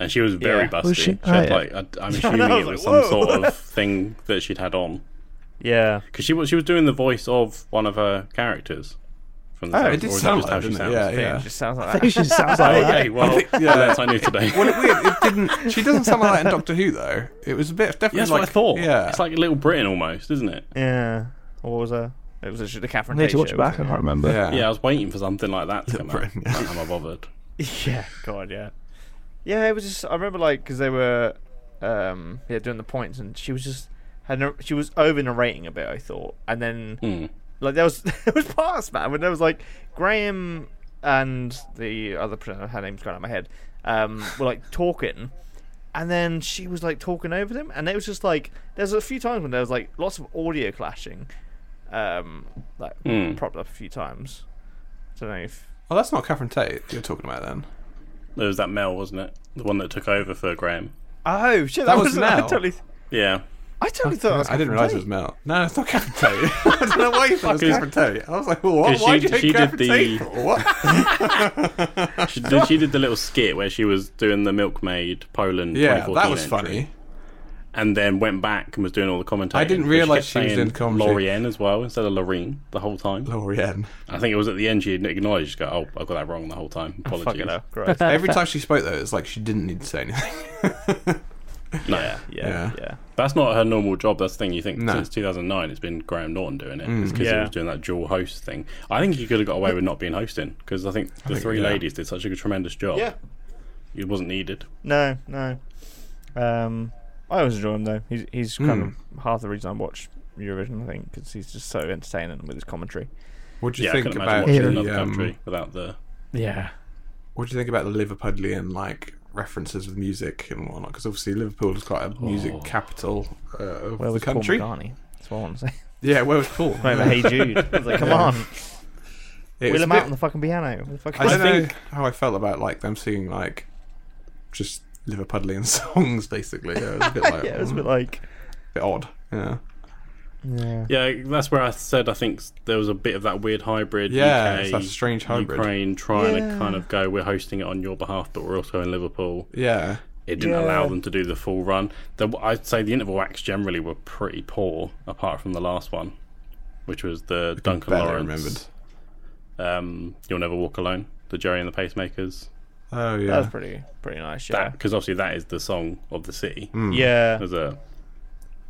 Speaker 2: and she was very
Speaker 3: Yeah.
Speaker 2: busty.
Speaker 1: Was
Speaker 2: she?
Speaker 1: she? Oh,
Speaker 2: had,
Speaker 1: yeah.
Speaker 2: like, I, am assuming
Speaker 3: I
Speaker 2: it
Speaker 3: was
Speaker 2: was
Speaker 3: like,
Speaker 2: some sort
Speaker 3: "Whoa."
Speaker 2: of thing that she'd had on
Speaker 3: Yeah.
Speaker 2: because she was she was doing the voice of one of her characters. From the
Speaker 4: Oh,
Speaker 2: sound-
Speaker 4: it
Speaker 2: or
Speaker 4: did
Speaker 2: is that
Speaker 4: sound
Speaker 2: just
Speaker 4: like,
Speaker 2: how she
Speaker 4: didn't it?
Speaker 2: sounds?
Speaker 4: Yeah,
Speaker 3: Yeah. It
Speaker 4: yeah.
Speaker 3: just sounds like
Speaker 1: I
Speaker 3: that.
Speaker 1: think she sounds like that.
Speaker 2: Okay, well,
Speaker 4: yeah.
Speaker 2: that's I knew today.
Speaker 4: Well, it, weird, it didn't. She doesn't sound like that in Doctor Who though. It was a bit definitely
Speaker 2: Yeah, that's
Speaker 4: like
Speaker 2: what I thought.
Speaker 4: Yeah,
Speaker 2: It's like Little Britain almost, isn't it?
Speaker 3: Yeah. What was that? It was actually the
Speaker 1: I
Speaker 3: Catherine
Speaker 1: need
Speaker 3: Tate
Speaker 1: to watch
Speaker 3: show,
Speaker 1: it back. I
Speaker 3: wasn't
Speaker 1: can't remember.
Speaker 4: yeah.
Speaker 2: Yeah, I was waiting for something like that to come out.
Speaker 4: Britain, yeah.
Speaker 2: Am I bothered?
Speaker 3: it? Yeah. God, yeah. Yeah, it was just. I remember, like, because they were um, yeah, doing the points, and she was just. Had no, she was over narrating a bit, I thought. And then.
Speaker 2: Hmm.
Speaker 3: Like there was there was parts, man, when there was like Graham and the other presenter, her name's gone out of my head, um, were like talking, and then she was like talking over them, and it was just like there's a few times when there was like lots of audio clashing, um, like
Speaker 4: Mm.
Speaker 2: Hmm.
Speaker 3: propped up a few times. I don't know if
Speaker 4: Oh, that's not Catherine Tate you're talking about then.
Speaker 2: There was that Mel, wasn't it? The one that took over for Graham.
Speaker 3: oh shit,
Speaker 4: That was
Speaker 3: I
Speaker 4: Mel.
Speaker 3: totally,
Speaker 2: Yeah.
Speaker 3: I totally thought that was
Speaker 4: I didn't realise it was Mel. No, it's not Catherine Tate. I don't know why you thought it was Catherine Tate. I was like, well, what?
Speaker 2: 'Cause
Speaker 4: Why
Speaker 2: she-
Speaker 4: do you
Speaker 2: she
Speaker 4: hate
Speaker 2: did the-
Speaker 4: Catherine Tate? for? What?
Speaker 2: She did, she did the little skit where she was doing the milkmaid Poland.
Speaker 4: Yeah,
Speaker 2: 2014
Speaker 4: that was
Speaker 2: entry,
Speaker 4: funny.
Speaker 2: And then went back and was doing all the commentary.
Speaker 4: I didn't realise she was doing commentary.
Speaker 2: Lorien as well instead of Loreen the whole time.
Speaker 4: Lorien.
Speaker 2: I think it was at the end she acknowledged, go, oh, I got that wrong the whole time.
Speaker 4: Oh,
Speaker 2: Apologies.
Speaker 3: fucking hell, gross.
Speaker 4: Every time she spoke, though, it's like she didn't need to say anything.
Speaker 2: No,
Speaker 3: yeah,
Speaker 4: Yeah.
Speaker 3: yeah.
Speaker 2: that's not her normal job. That's the thing you think
Speaker 4: No. Mm.
Speaker 2: since 2009, it's been Graham Norton doing it. It's because he
Speaker 3: Yeah.
Speaker 2: was doing that dual host thing. I think he could have got away with not being hosting because I think the
Speaker 4: think,
Speaker 2: three
Speaker 4: yeah.
Speaker 2: ladies did such a good, tremendous job.
Speaker 3: Yeah.
Speaker 2: It wasn't needed.
Speaker 3: No, no. Um, I always enjoy him though. He's he's kind
Speaker 4: Hmm.
Speaker 3: of half the reason I watch Eurovision. I think because he's just so entertaining with his commentary.
Speaker 4: What do you
Speaker 2: yeah, I
Speaker 4: think
Speaker 2: couldn't
Speaker 4: about
Speaker 2: imagine watching
Speaker 4: the,
Speaker 2: another
Speaker 4: um,
Speaker 2: country without the.
Speaker 3: Yeah.
Speaker 4: What do you think about the Liverpudlian like references with music and whatnot? Because obviously Liverpool is quite a music
Speaker 2: Oh.
Speaker 4: capital uh, of
Speaker 3: Where
Speaker 4: the
Speaker 3: was
Speaker 4: country.
Speaker 3: Paul McCartney? That's what I want to say.
Speaker 4: yeah, where was Paul?
Speaker 3: Not even Hey Jude. I was like, come on,
Speaker 4: It was
Speaker 3: wheel
Speaker 4: a
Speaker 3: him
Speaker 4: bit-
Speaker 3: out on the fucking piano. The fucking
Speaker 4: I don't
Speaker 3: think
Speaker 4: know how I felt about like them singing like just Liverpudlian songs, basically. Yeah, it was a bit like,
Speaker 3: yeah, it was a
Speaker 4: mm,
Speaker 3: bit like
Speaker 4: bit odd. Yeah,
Speaker 3: yeah.
Speaker 2: Yeah, that's where I said I think there was a bit of that weird hybrid.
Speaker 4: yeah,
Speaker 2: UK,
Speaker 4: it's like a strange hybrid.
Speaker 2: Ukraine trying
Speaker 3: Yeah.
Speaker 2: to kind of go, we're hosting it on your behalf, but we're also in Liverpool.
Speaker 4: Yeah,
Speaker 2: It didn't allow
Speaker 3: Yeah.
Speaker 2: them to do the full run. The, I'd say the interval acts generally were pretty poor, apart from the last one, which was the Duncan
Speaker 4: barely
Speaker 2: Lawrence.
Speaker 4: remembered.
Speaker 2: Um, You'll Never Walk Alone, the Jerry and the Pacemakers.
Speaker 4: Oh yeah,
Speaker 3: That was pretty pretty nice. Yeah.
Speaker 2: Because obviously that is the song of the city.
Speaker 4: Hmm.
Speaker 3: Yeah.
Speaker 2: There's a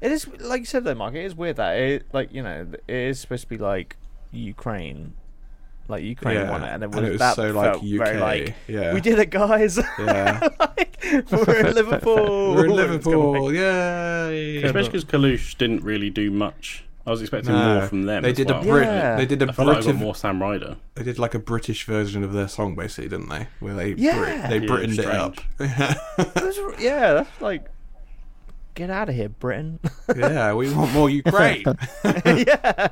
Speaker 3: It is like you said though, Mark. It is weird that it like you know it is supposed to be like Ukraine. Like Ukraine
Speaker 4: Yeah,
Speaker 3: won it, and it
Speaker 4: and
Speaker 3: was,
Speaker 4: it was
Speaker 3: that
Speaker 4: so, like,
Speaker 3: felt very
Speaker 4: UK,
Speaker 3: like
Speaker 4: yeah.
Speaker 3: we did it, guys.
Speaker 4: yeah.
Speaker 3: like, we're in Liverpool.
Speaker 4: We're in
Speaker 3: It's kinda like-
Speaker 4: Liverpool, yay!
Speaker 2: especially because Kalush didn't really do much. I was expecting
Speaker 4: No,
Speaker 2: more from them.
Speaker 4: They
Speaker 2: as
Speaker 4: did
Speaker 2: well.
Speaker 4: a Brit-
Speaker 3: Yeah.
Speaker 4: they did a
Speaker 2: I felt like I
Speaker 4: British
Speaker 2: got more Sam Ryder.
Speaker 4: they did like a British version of their song basically, didn't they? Where they
Speaker 3: Yeah.
Speaker 4: Brit- they
Speaker 2: Yeah,
Speaker 4: Britained it up.
Speaker 3: Those were- yeah, that's like get out of here, Britain.
Speaker 4: yeah, we want more Ukraine.
Speaker 3: yeah,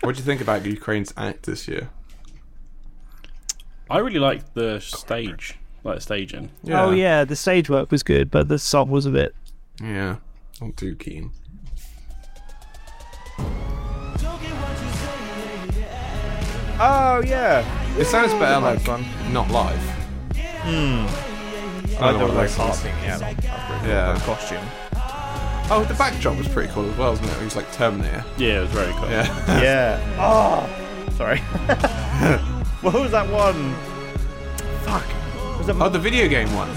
Speaker 4: what do you think about Ukraine's act this year?
Speaker 2: I really liked the stage, like staging.
Speaker 1: Oh yeah, the stage work was good, but the song was a bit
Speaker 4: yeah. I'm too keen.
Speaker 3: Oh yeah,
Speaker 4: It sounds better like
Speaker 3: Like fun.
Speaker 4: not live.
Speaker 3: I
Speaker 4: I
Speaker 3: like
Speaker 4: don't
Speaker 3: the
Speaker 4: know what
Speaker 3: like
Speaker 4: that
Speaker 3: heart
Speaker 4: is.
Speaker 3: thing. Yeah, that's pretty
Speaker 4: Yeah.
Speaker 3: cool. That costume.
Speaker 4: Oh, the backdrop was pretty cool as well, wasn't it? It was like Terminator.
Speaker 2: Yeah, it was very cool.
Speaker 4: Yeah.
Speaker 3: Yeah. Oh, sorry. what was that one? Fuck. Was it?
Speaker 4: oh, the video game one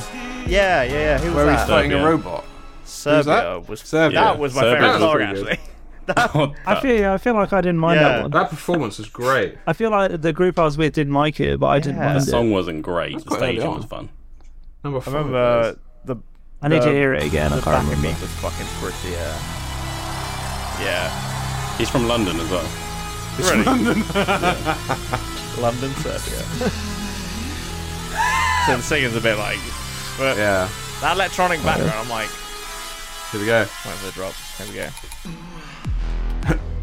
Speaker 3: yeah, yeah, yeah. Who was
Speaker 4: where he's
Speaker 3: that?
Speaker 4: fighting a
Speaker 2: Serbia.
Speaker 4: robot.
Speaker 3: Serbia
Speaker 4: that?
Speaker 3: was.
Speaker 4: Serbia.
Speaker 3: That was my
Speaker 2: Serbia
Speaker 3: favorite
Speaker 2: was
Speaker 3: song
Speaker 2: pretty good.
Speaker 3: actually.
Speaker 1: I feel yeah, I feel like I didn't mind
Speaker 3: Yeah.
Speaker 1: that one.
Speaker 4: That performance was great.
Speaker 1: I feel like the group I was with didn't like it, but I didn't
Speaker 3: Yeah.
Speaker 1: mind
Speaker 2: the
Speaker 1: it.
Speaker 2: song wasn't great. The
Speaker 4: quite early
Speaker 2: staging
Speaker 4: on.
Speaker 2: was fun.
Speaker 4: Number
Speaker 3: I
Speaker 4: four.
Speaker 3: remember uh, the
Speaker 1: I need
Speaker 4: uh,
Speaker 3: the-
Speaker 1: to hear it again. I
Speaker 3: the
Speaker 1: can't
Speaker 3: back of
Speaker 1: remember.
Speaker 3: me was fucking pretty. Yeah. Yeah.
Speaker 2: He's from London as well.
Speaker 3: Really? London. London, Serbia. so the singing's a bit like. But
Speaker 4: Yeah.
Speaker 3: That electronic background, I'm like,
Speaker 4: Here we go.
Speaker 3: wait for the drop. There we go.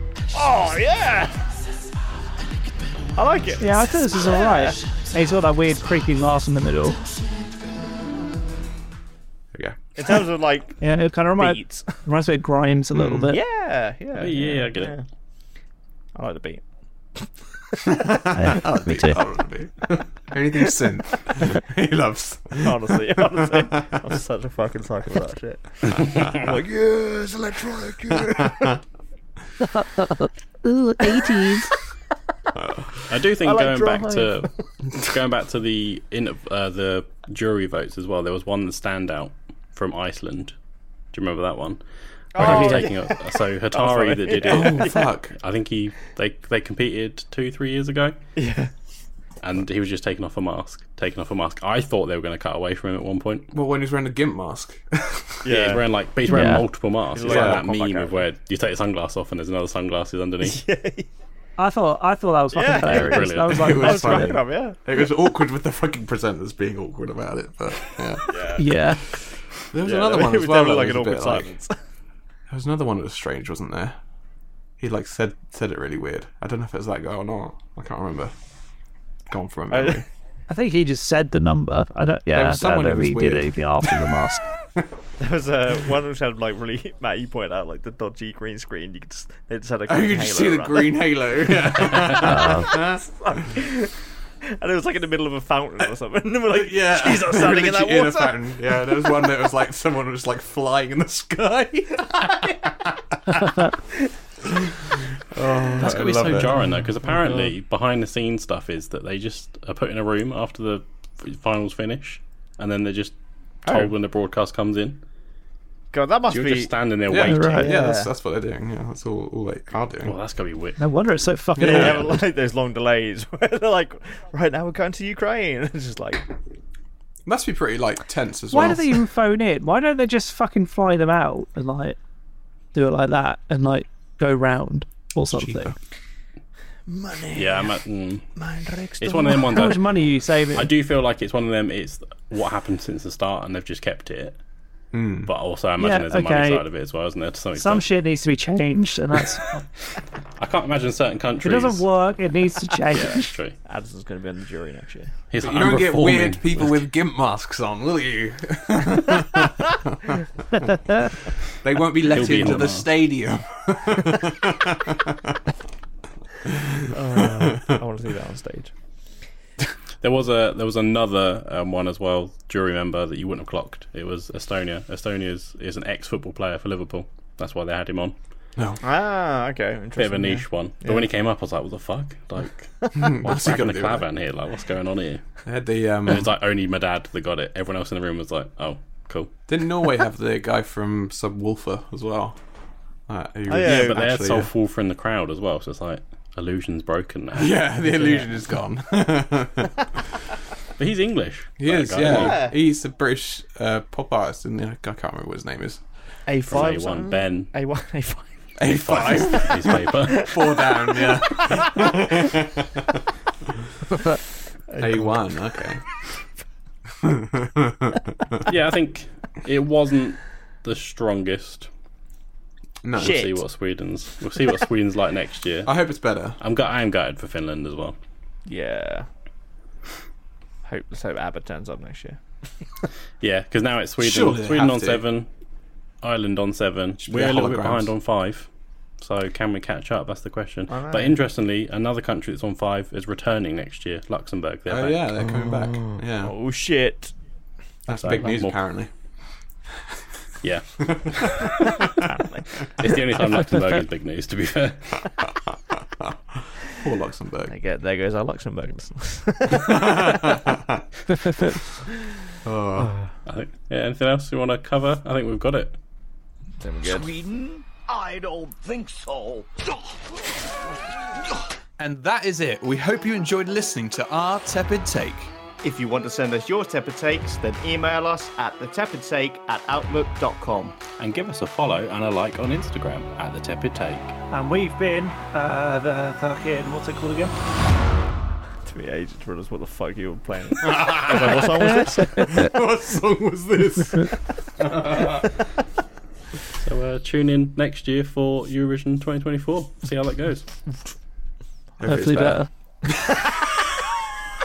Speaker 3: oh, yeah! I like it.
Speaker 1: Yeah, I thought this was alright. He's got that weird creepy laugh in the middle.
Speaker 4: Here we go.
Speaker 3: In terms of like
Speaker 1: Yeah, it kind of reminds,
Speaker 3: beats.
Speaker 1: reminds me of Grimes a little bit.
Speaker 3: Yeah, yeah.
Speaker 2: yeah, I get it.
Speaker 3: I like the beat.
Speaker 1: Yeah, me too.
Speaker 4: Probably. Anything synth. he loves.
Speaker 3: Honestly, honestly. I'm such a fucking psycho for that shit.
Speaker 4: I'm like, yes, electronic. yeah."
Speaker 1: Ooh, 80s.
Speaker 2: I do think
Speaker 3: like
Speaker 2: going
Speaker 3: Drive.
Speaker 2: back to going back to the in, uh, the jury votes as well. There was one standout from Iceland. Do you remember that one? Oh, I was taking a, so
Speaker 3: sorry.
Speaker 2: Hatari that did it.
Speaker 4: oh fuck.
Speaker 2: I think he they they competed two three years ago. Yeah. And he was just taking off a mask. Taking off a mask. I thought they were going to cut away from him at one point.
Speaker 4: Well, when he's wearing a gimp mask.
Speaker 2: Yeah, he's wearing like, but he's wearing
Speaker 1: Yeah.
Speaker 2: multiple masks. It's
Speaker 3: like
Speaker 2: like
Speaker 4: a
Speaker 2: that
Speaker 3: Mortal Kombat
Speaker 2: meme of where you take the sunglass off and there's another sunglasses underneath.
Speaker 1: I thought I thought that was fucking
Speaker 3: Yeah.
Speaker 1: hilarious.
Speaker 2: Brilliant.
Speaker 1: That was like
Speaker 4: It
Speaker 1: the
Speaker 4: was
Speaker 1: best
Speaker 4: funny.
Speaker 1: one.
Speaker 3: Yeah, yeah.
Speaker 4: It was awkward with the fucking presenters being awkward about it, but yeah.
Speaker 1: Yeah.
Speaker 4: There was
Speaker 3: Yeah,
Speaker 4: another one
Speaker 3: it
Speaker 4: as
Speaker 3: was
Speaker 4: well.
Speaker 3: definitely
Speaker 4: that
Speaker 3: like an
Speaker 4: was a bit like-
Speaker 3: awkward silence.
Speaker 4: There was another one that was strange, wasn't there? He like said said it really weird. I don't know if it was that guy or not. I can't remember. Gone from a memory.
Speaker 1: I think he just said the number. I don't. Yeah,
Speaker 4: was someone
Speaker 1: I don't
Speaker 4: who
Speaker 1: know if he
Speaker 4: was
Speaker 1: did
Speaker 4: weird.
Speaker 1: anything after the mask.
Speaker 3: There was uh, one which had like really Matt. You pointed out like the dodgy green screen. You could just they just had a
Speaker 4: Oh,
Speaker 3: green
Speaker 4: you just see
Speaker 3: halo
Speaker 4: the
Speaker 3: Uh-huh. around
Speaker 4: green halo. Yeah.
Speaker 3: it. and it was like in the middle of a fountain or something. And we're like,
Speaker 4: yeah.
Speaker 3: Jesus, standing in that
Speaker 4: Literally a
Speaker 3: water.
Speaker 4: fountain. Yeah, there was one that was like someone was like flying in the sky.
Speaker 2: That's
Speaker 4: Oh, I
Speaker 2: gonna be
Speaker 4: love
Speaker 2: so
Speaker 4: it.
Speaker 2: jarring though, because apparently behind the scenes stuff is that they just are put in a room after the f- finals finish, and then they're just told
Speaker 4: Oh.
Speaker 2: when the broadcast comes in.
Speaker 3: God, that must
Speaker 2: You're
Speaker 3: be.
Speaker 2: just standing there
Speaker 4: Yeah,
Speaker 2: waiting.
Speaker 1: right.
Speaker 4: yeah,
Speaker 3: Yeah.
Speaker 4: that's, that's what they're doing. Yeah, that's all, all they are doing.
Speaker 2: Well, that's gonna be weird.
Speaker 1: No wonder it's so fucking.
Speaker 3: They
Speaker 4: Yeah.
Speaker 1: Yeah.
Speaker 3: have like those long delays where they're like, right now we're going to Ukraine. It's just like,
Speaker 4: Must be pretty like tense as
Speaker 1: Why
Speaker 4: well.
Speaker 1: do they even phone in? Why don't they just fucking fly them out and like do it like that and like go round or something?
Speaker 4: cheaper.
Speaker 2: Yeah, I'm at, mm. it's one of them ones.
Speaker 1: How much
Speaker 2: That,
Speaker 1: money are you saving?
Speaker 2: I do feel like it's one of them. It's what happened since the start, and they've just kept it.
Speaker 4: Hmm.
Speaker 2: But also, I imagine
Speaker 1: Yeah,
Speaker 2: there's a
Speaker 1: okay.
Speaker 2: money side of it as well, isn't there? To some
Speaker 1: Some
Speaker 2: extent.
Speaker 1: shit needs to be changed, and that's
Speaker 2: I can't imagine certain
Speaker 1: if it
Speaker 2: countries.
Speaker 1: doesn't work. It needs to change.
Speaker 2: Yeah, that's true.
Speaker 3: Addison's going to be on the jury next year.
Speaker 2: He's like,
Speaker 4: You
Speaker 2: I'm
Speaker 4: don't get
Speaker 2: reforming.
Speaker 4: weird people with gimp masks on, will you? they won't be let
Speaker 2: He'll be
Speaker 4: into
Speaker 2: on
Speaker 4: the
Speaker 2: that.
Speaker 4: stadium.
Speaker 3: I want to see that on stage.
Speaker 2: There was a there was another um, one as well, jury member that you wouldn't have clocked. It was Estonia. Estonia's is an ex football player for Liverpool. That's why they had him on.
Speaker 3: Ah, okay. Interesting.
Speaker 2: Bit of a niche one. But when he came up, I was like, "What the fuck? Like, what's
Speaker 4: he
Speaker 2: happening
Speaker 4: gonna
Speaker 2: to
Speaker 4: do with
Speaker 2: Clavan here? Like, what's going on here?"
Speaker 4: They had the um,
Speaker 2: It's like only my dad that got it. Everyone else in the room was like, "Oh, cool."
Speaker 4: didn't Norway have the guy from Subwoofer as well? Uh, who was
Speaker 3: yeah,
Speaker 2: But they had
Speaker 4: actually-
Speaker 2: Soul Fall in the crowd as well, so it's like illusion's broken now.
Speaker 4: yeah, the illusion is gone.
Speaker 2: But he's English.
Speaker 4: he
Speaker 2: that
Speaker 4: is,
Speaker 2: guy.
Speaker 4: yeah. He's a British uh, pop artist, and I can't remember what his name is.
Speaker 3: A
Speaker 2: From
Speaker 3: five,
Speaker 2: A1 Ben.
Speaker 3: A one, A five.
Speaker 4: A five,
Speaker 2: newspaper.
Speaker 4: four down, yeah. A one, okay.
Speaker 2: yeah, I think it wasn't the strongest.
Speaker 4: No,
Speaker 2: We'll see what Sweden's. We'll see what Sweden's like next year.
Speaker 4: I hope it's better.
Speaker 2: I'm gu- I am gutted for Finland as well.
Speaker 3: Yeah. Hope so. Abbott turns up next year.
Speaker 2: Yeah, because now it's Sweden.
Speaker 4: Surely they
Speaker 2: Sweden
Speaker 4: have
Speaker 2: on
Speaker 4: to.
Speaker 2: seven, Ireland on seven.
Speaker 4: be
Speaker 2: We're
Speaker 4: a
Speaker 2: a little bit
Speaker 4: holograms.
Speaker 2: behind on five. So can we catch up? That's the question.
Speaker 3: I know.
Speaker 2: But interestingly, another country that's on five is returning next year. Luxembourg. They're
Speaker 4: Oh
Speaker 2: back.
Speaker 4: yeah, they're coming back. Yeah,
Speaker 3: Oh shit!
Speaker 4: that's
Speaker 2: so
Speaker 4: big
Speaker 2: that's
Speaker 4: news
Speaker 2: more-
Speaker 4: apparently.
Speaker 2: Yeah. it's the only time Luxembourg is big news, to be fair.
Speaker 4: Poor Luxembourg.
Speaker 3: There, go, there goes our Luxembourg. listeners.
Speaker 4: Oh.
Speaker 2: I think. Yeah, anything else we want to cover? I think we've got it.
Speaker 4: And that is it. We hope you enjoyed listening to our tepid take.
Speaker 8: If you want to send us your tepid takes, then email us at the tepid take at outlook.com.
Speaker 6: And give us a follow and a like on Instagram at The Tepid Take.
Speaker 1: And we've been uh, the fucking what's it called again?
Speaker 3: to be aged to realize what the fuck you were playing. I was like, what song was this?
Speaker 4: what song was this?
Speaker 2: So uh, tune in next year for Eurovision 2024. See how that goes.
Speaker 1: Hopefully better.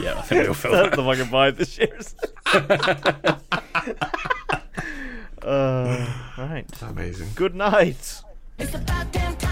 Speaker 2: Yeah, I think we'll fill that.
Speaker 3: That's the fucking vibe this year. is. uh, all right.
Speaker 4: Amazing.
Speaker 3: Good night.
Speaker 5: It's about damn time.